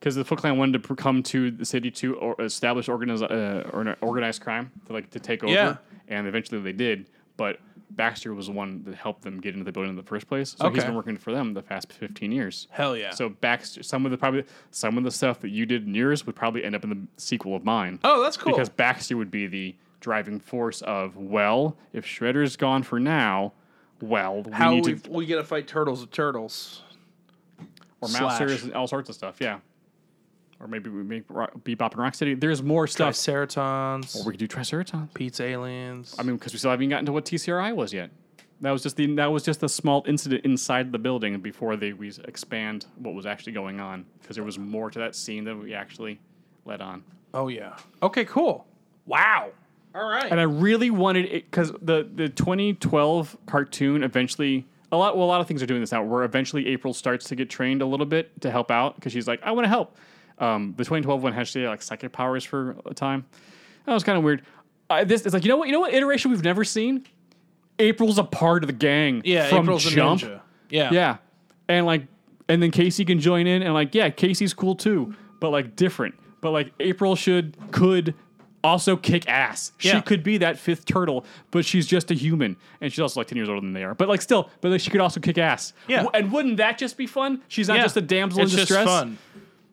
Speaker 6: Because the Foot Clan wanted to pr- come to the city to or establish organize, uh, or an organized crime to like to take over,
Speaker 5: Yeah.
Speaker 6: and eventually they did. But Baxter was the one that helped them get into the building in the first place. So he's
Speaker 5: Okay.
Speaker 6: been working for them the past fifteen years.
Speaker 5: Hell yeah.
Speaker 6: So Baxter, some of the probably some of the stuff that you did in yours would probably end up in the sequel of mine.
Speaker 5: Oh, that's cool.
Speaker 6: Because Baxter would be the driving force of well, if Shredder's gone for now, well, we
Speaker 5: How
Speaker 6: need
Speaker 5: we,
Speaker 6: to
Speaker 5: we gotta fight turtles with turtles.
Speaker 6: or
Speaker 5: slash.
Speaker 6: Mousers and all sorts of stuff. Yeah. Or maybe we make rock, Bebop and Rocksteady. There's more stuff.
Speaker 5: Triceratons,
Speaker 6: we could do Triceratons.
Speaker 5: Pete's aliens.
Speaker 6: I mean, because we still haven't even gotten to what TCRI was yet. That was just the that was just a small incident inside the building before they we expand what was actually going on because there was more to that scene than we actually let on.
Speaker 5: oh yeah. Okay, cool. Wow. All right.
Speaker 6: And I really wanted it because the the 2012 cartoon eventually a lot well a lot of things are doing this now where eventually April starts to get trained a little bit to help out because she's like I want to help. Um, the 2012 one has she had, like psychic powers for a time. That was kind of weird. I, this is like you know what you know what iteration we've never seen. April's a part of the gang.
Speaker 5: yeah,
Speaker 6: from
Speaker 5: April's
Speaker 6: Jump.
Speaker 5: a ninja. Yeah.
Speaker 6: Yeah, and like, and then Casey can join in, and like, yeah, Casey's cool too, but like different. But like, April should could also kick ass. She
Speaker 5: Yeah.
Speaker 6: could be that fifth turtle, but she's just a human, and she's also like ten years older than they are. But like, still, but like, she could also kick ass.
Speaker 5: Yeah.
Speaker 6: W- and wouldn't that just be fun? She's not
Speaker 5: Yeah.
Speaker 6: just a damsel
Speaker 5: it's
Speaker 6: in
Speaker 5: just
Speaker 6: distress.
Speaker 5: fun.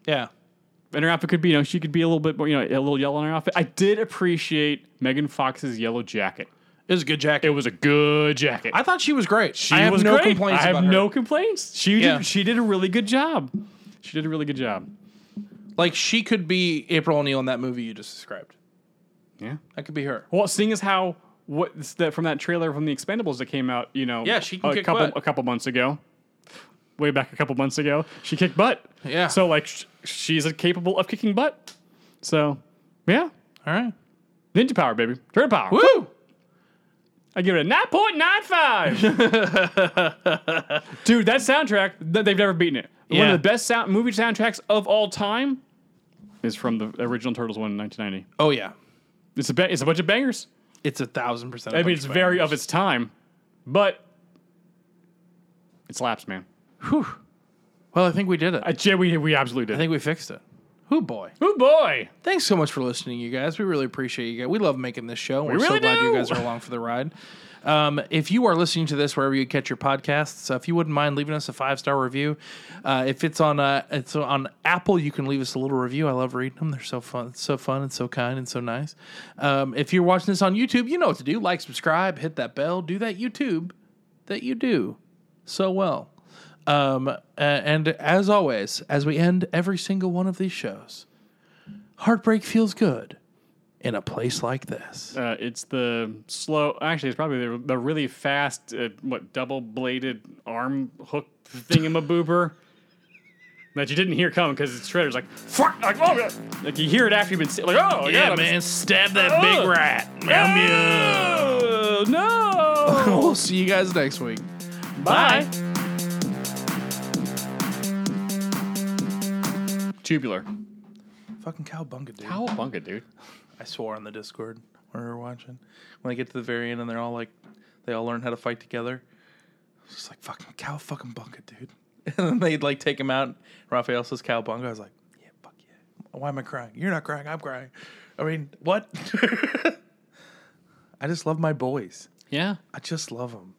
Speaker 5: Yeah.
Speaker 6: And her outfit could be, you know, she could be a little bit more, you know, a little yellow on her outfit. I did appreciate Megan Fox's yellow jacket.
Speaker 5: It was a good jacket.
Speaker 6: It was a good jacket.
Speaker 5: I thought she was great. She
Speaker 6: She
Speaker 5: I have
Speaker 6: was
Speaker 5: no
Speaker 6: great.
Speaker 5: complaints
Speaker 6: I have
Speaker 5: about her.
Speaker 6: no complaints. She
Speaker 5: Yeah.
Speaker 6: did, she did a really good job. She did a really good job.
Speaker 5: Like she could be April O'Neil in that movie you just described.
Speaker 6: Yeah.
Speaker 5: That could be her.
Speaker 6: Well, seeing as how what this- that from that trailer from the Expendables that came out, you know,
Speaker 5: Yeah, she can
Speaker 6: a
Speaker 5: kick
Speaker 6: couple
Speaker 5: butt.
Speaker 6: a couple months ago, way back a couple months ago, she kicked butt.
Speaker 5: Yeah.
Speaker 6: So like sh- she's capable of kicking butt. So yeah,
Speaker 5: All right.
Speaker 6: ninja power, baby, turtle power.
Speaker 5: Woo!
Speaker 6: I give it a nine point nine five. Dude, that soundtrack th- they've never beaten it. One
Speaker 5: Yeah.
Speaker 6: of the best sound movie soundtracks of all time is from the original Turtles one in 1990.
Speaker 5: Oh yeah.
Speaker 6: It's a ba- it's a bunch of bangers.
Speaker 5: It's a thousand percent. a
Speaker 6: I mean,
Speaker 5: bunch
Speaker 6: it's
Speaker 5: of
Speaker 6: very
Speaker 5: bangers.
Speaker 6: of its time, but it slaps, man.
Speaker 5: Well, I think we did it.
Speaker 6: Uh, Jay, we we absolutely
Speaker 5: I
Speaker 6: did.
Speaker 5: think we fixed it. Oh boy.
Speaker 6: Oh boy.
Speaker 5: Thanks so much for listening, you guys. We really appreciate you guys. We love making this show. We're so
Speaker 6: really
Speaker 5: glad you
Speaker 6: do.
Speaker 5: guys are along for the ride. Um, if you are listening to this wherever you catch your podcasts, uh, if you wouldn't mind leaving us a five star review, uh, if it's on uh, it's on Apple, you can leave us a little review. I love reading them; they're so fun, so fun, and so kind, and so nice. Um, if you're watching this on YouTube, you know what to do: like, subscribe, hit that bell, do that YouTube that you do so well. Um, uh, and as always, as we end every single one of these shows, heartbreak feels good in a place like this.
Speaker 6: Uh, it's the slow. Actually, it's probably the, the really fast, uh, what double bladed arm hook thingamaboober that you didn't hear coming because it's Shredder's like fuck, like oh, yeah." like you hear it after you've been si- like oh God, I'm-
Speaker 5: stab that
Speaker 6: Ugh.
Speaker 5: rat.
Speaker 6: Oh, no.
Speaker 5: [LAUGHS] We'll see you guys next week.
Speaker 6: Bye. Tubular.
Speaker 5: Fucking cowbunga, dude.
Speaker 6: How bunga, dude.
Speaker 5: I swore on the Discord when we were watching. When I get to the very end and they're all like, they all learn how to fight together. It's just like fucking cow, fucking bunga, dude. [LAUGHS] And then they'd like take him out. Raphael says cow bunga. I was like, yeah, fuck yeah. Why am I crying? You're not crying. I'm crying. I mean, what? [LAUGHS] I just love my boys.
Speaker 6: Yeah.
Speaker 5: I just love them.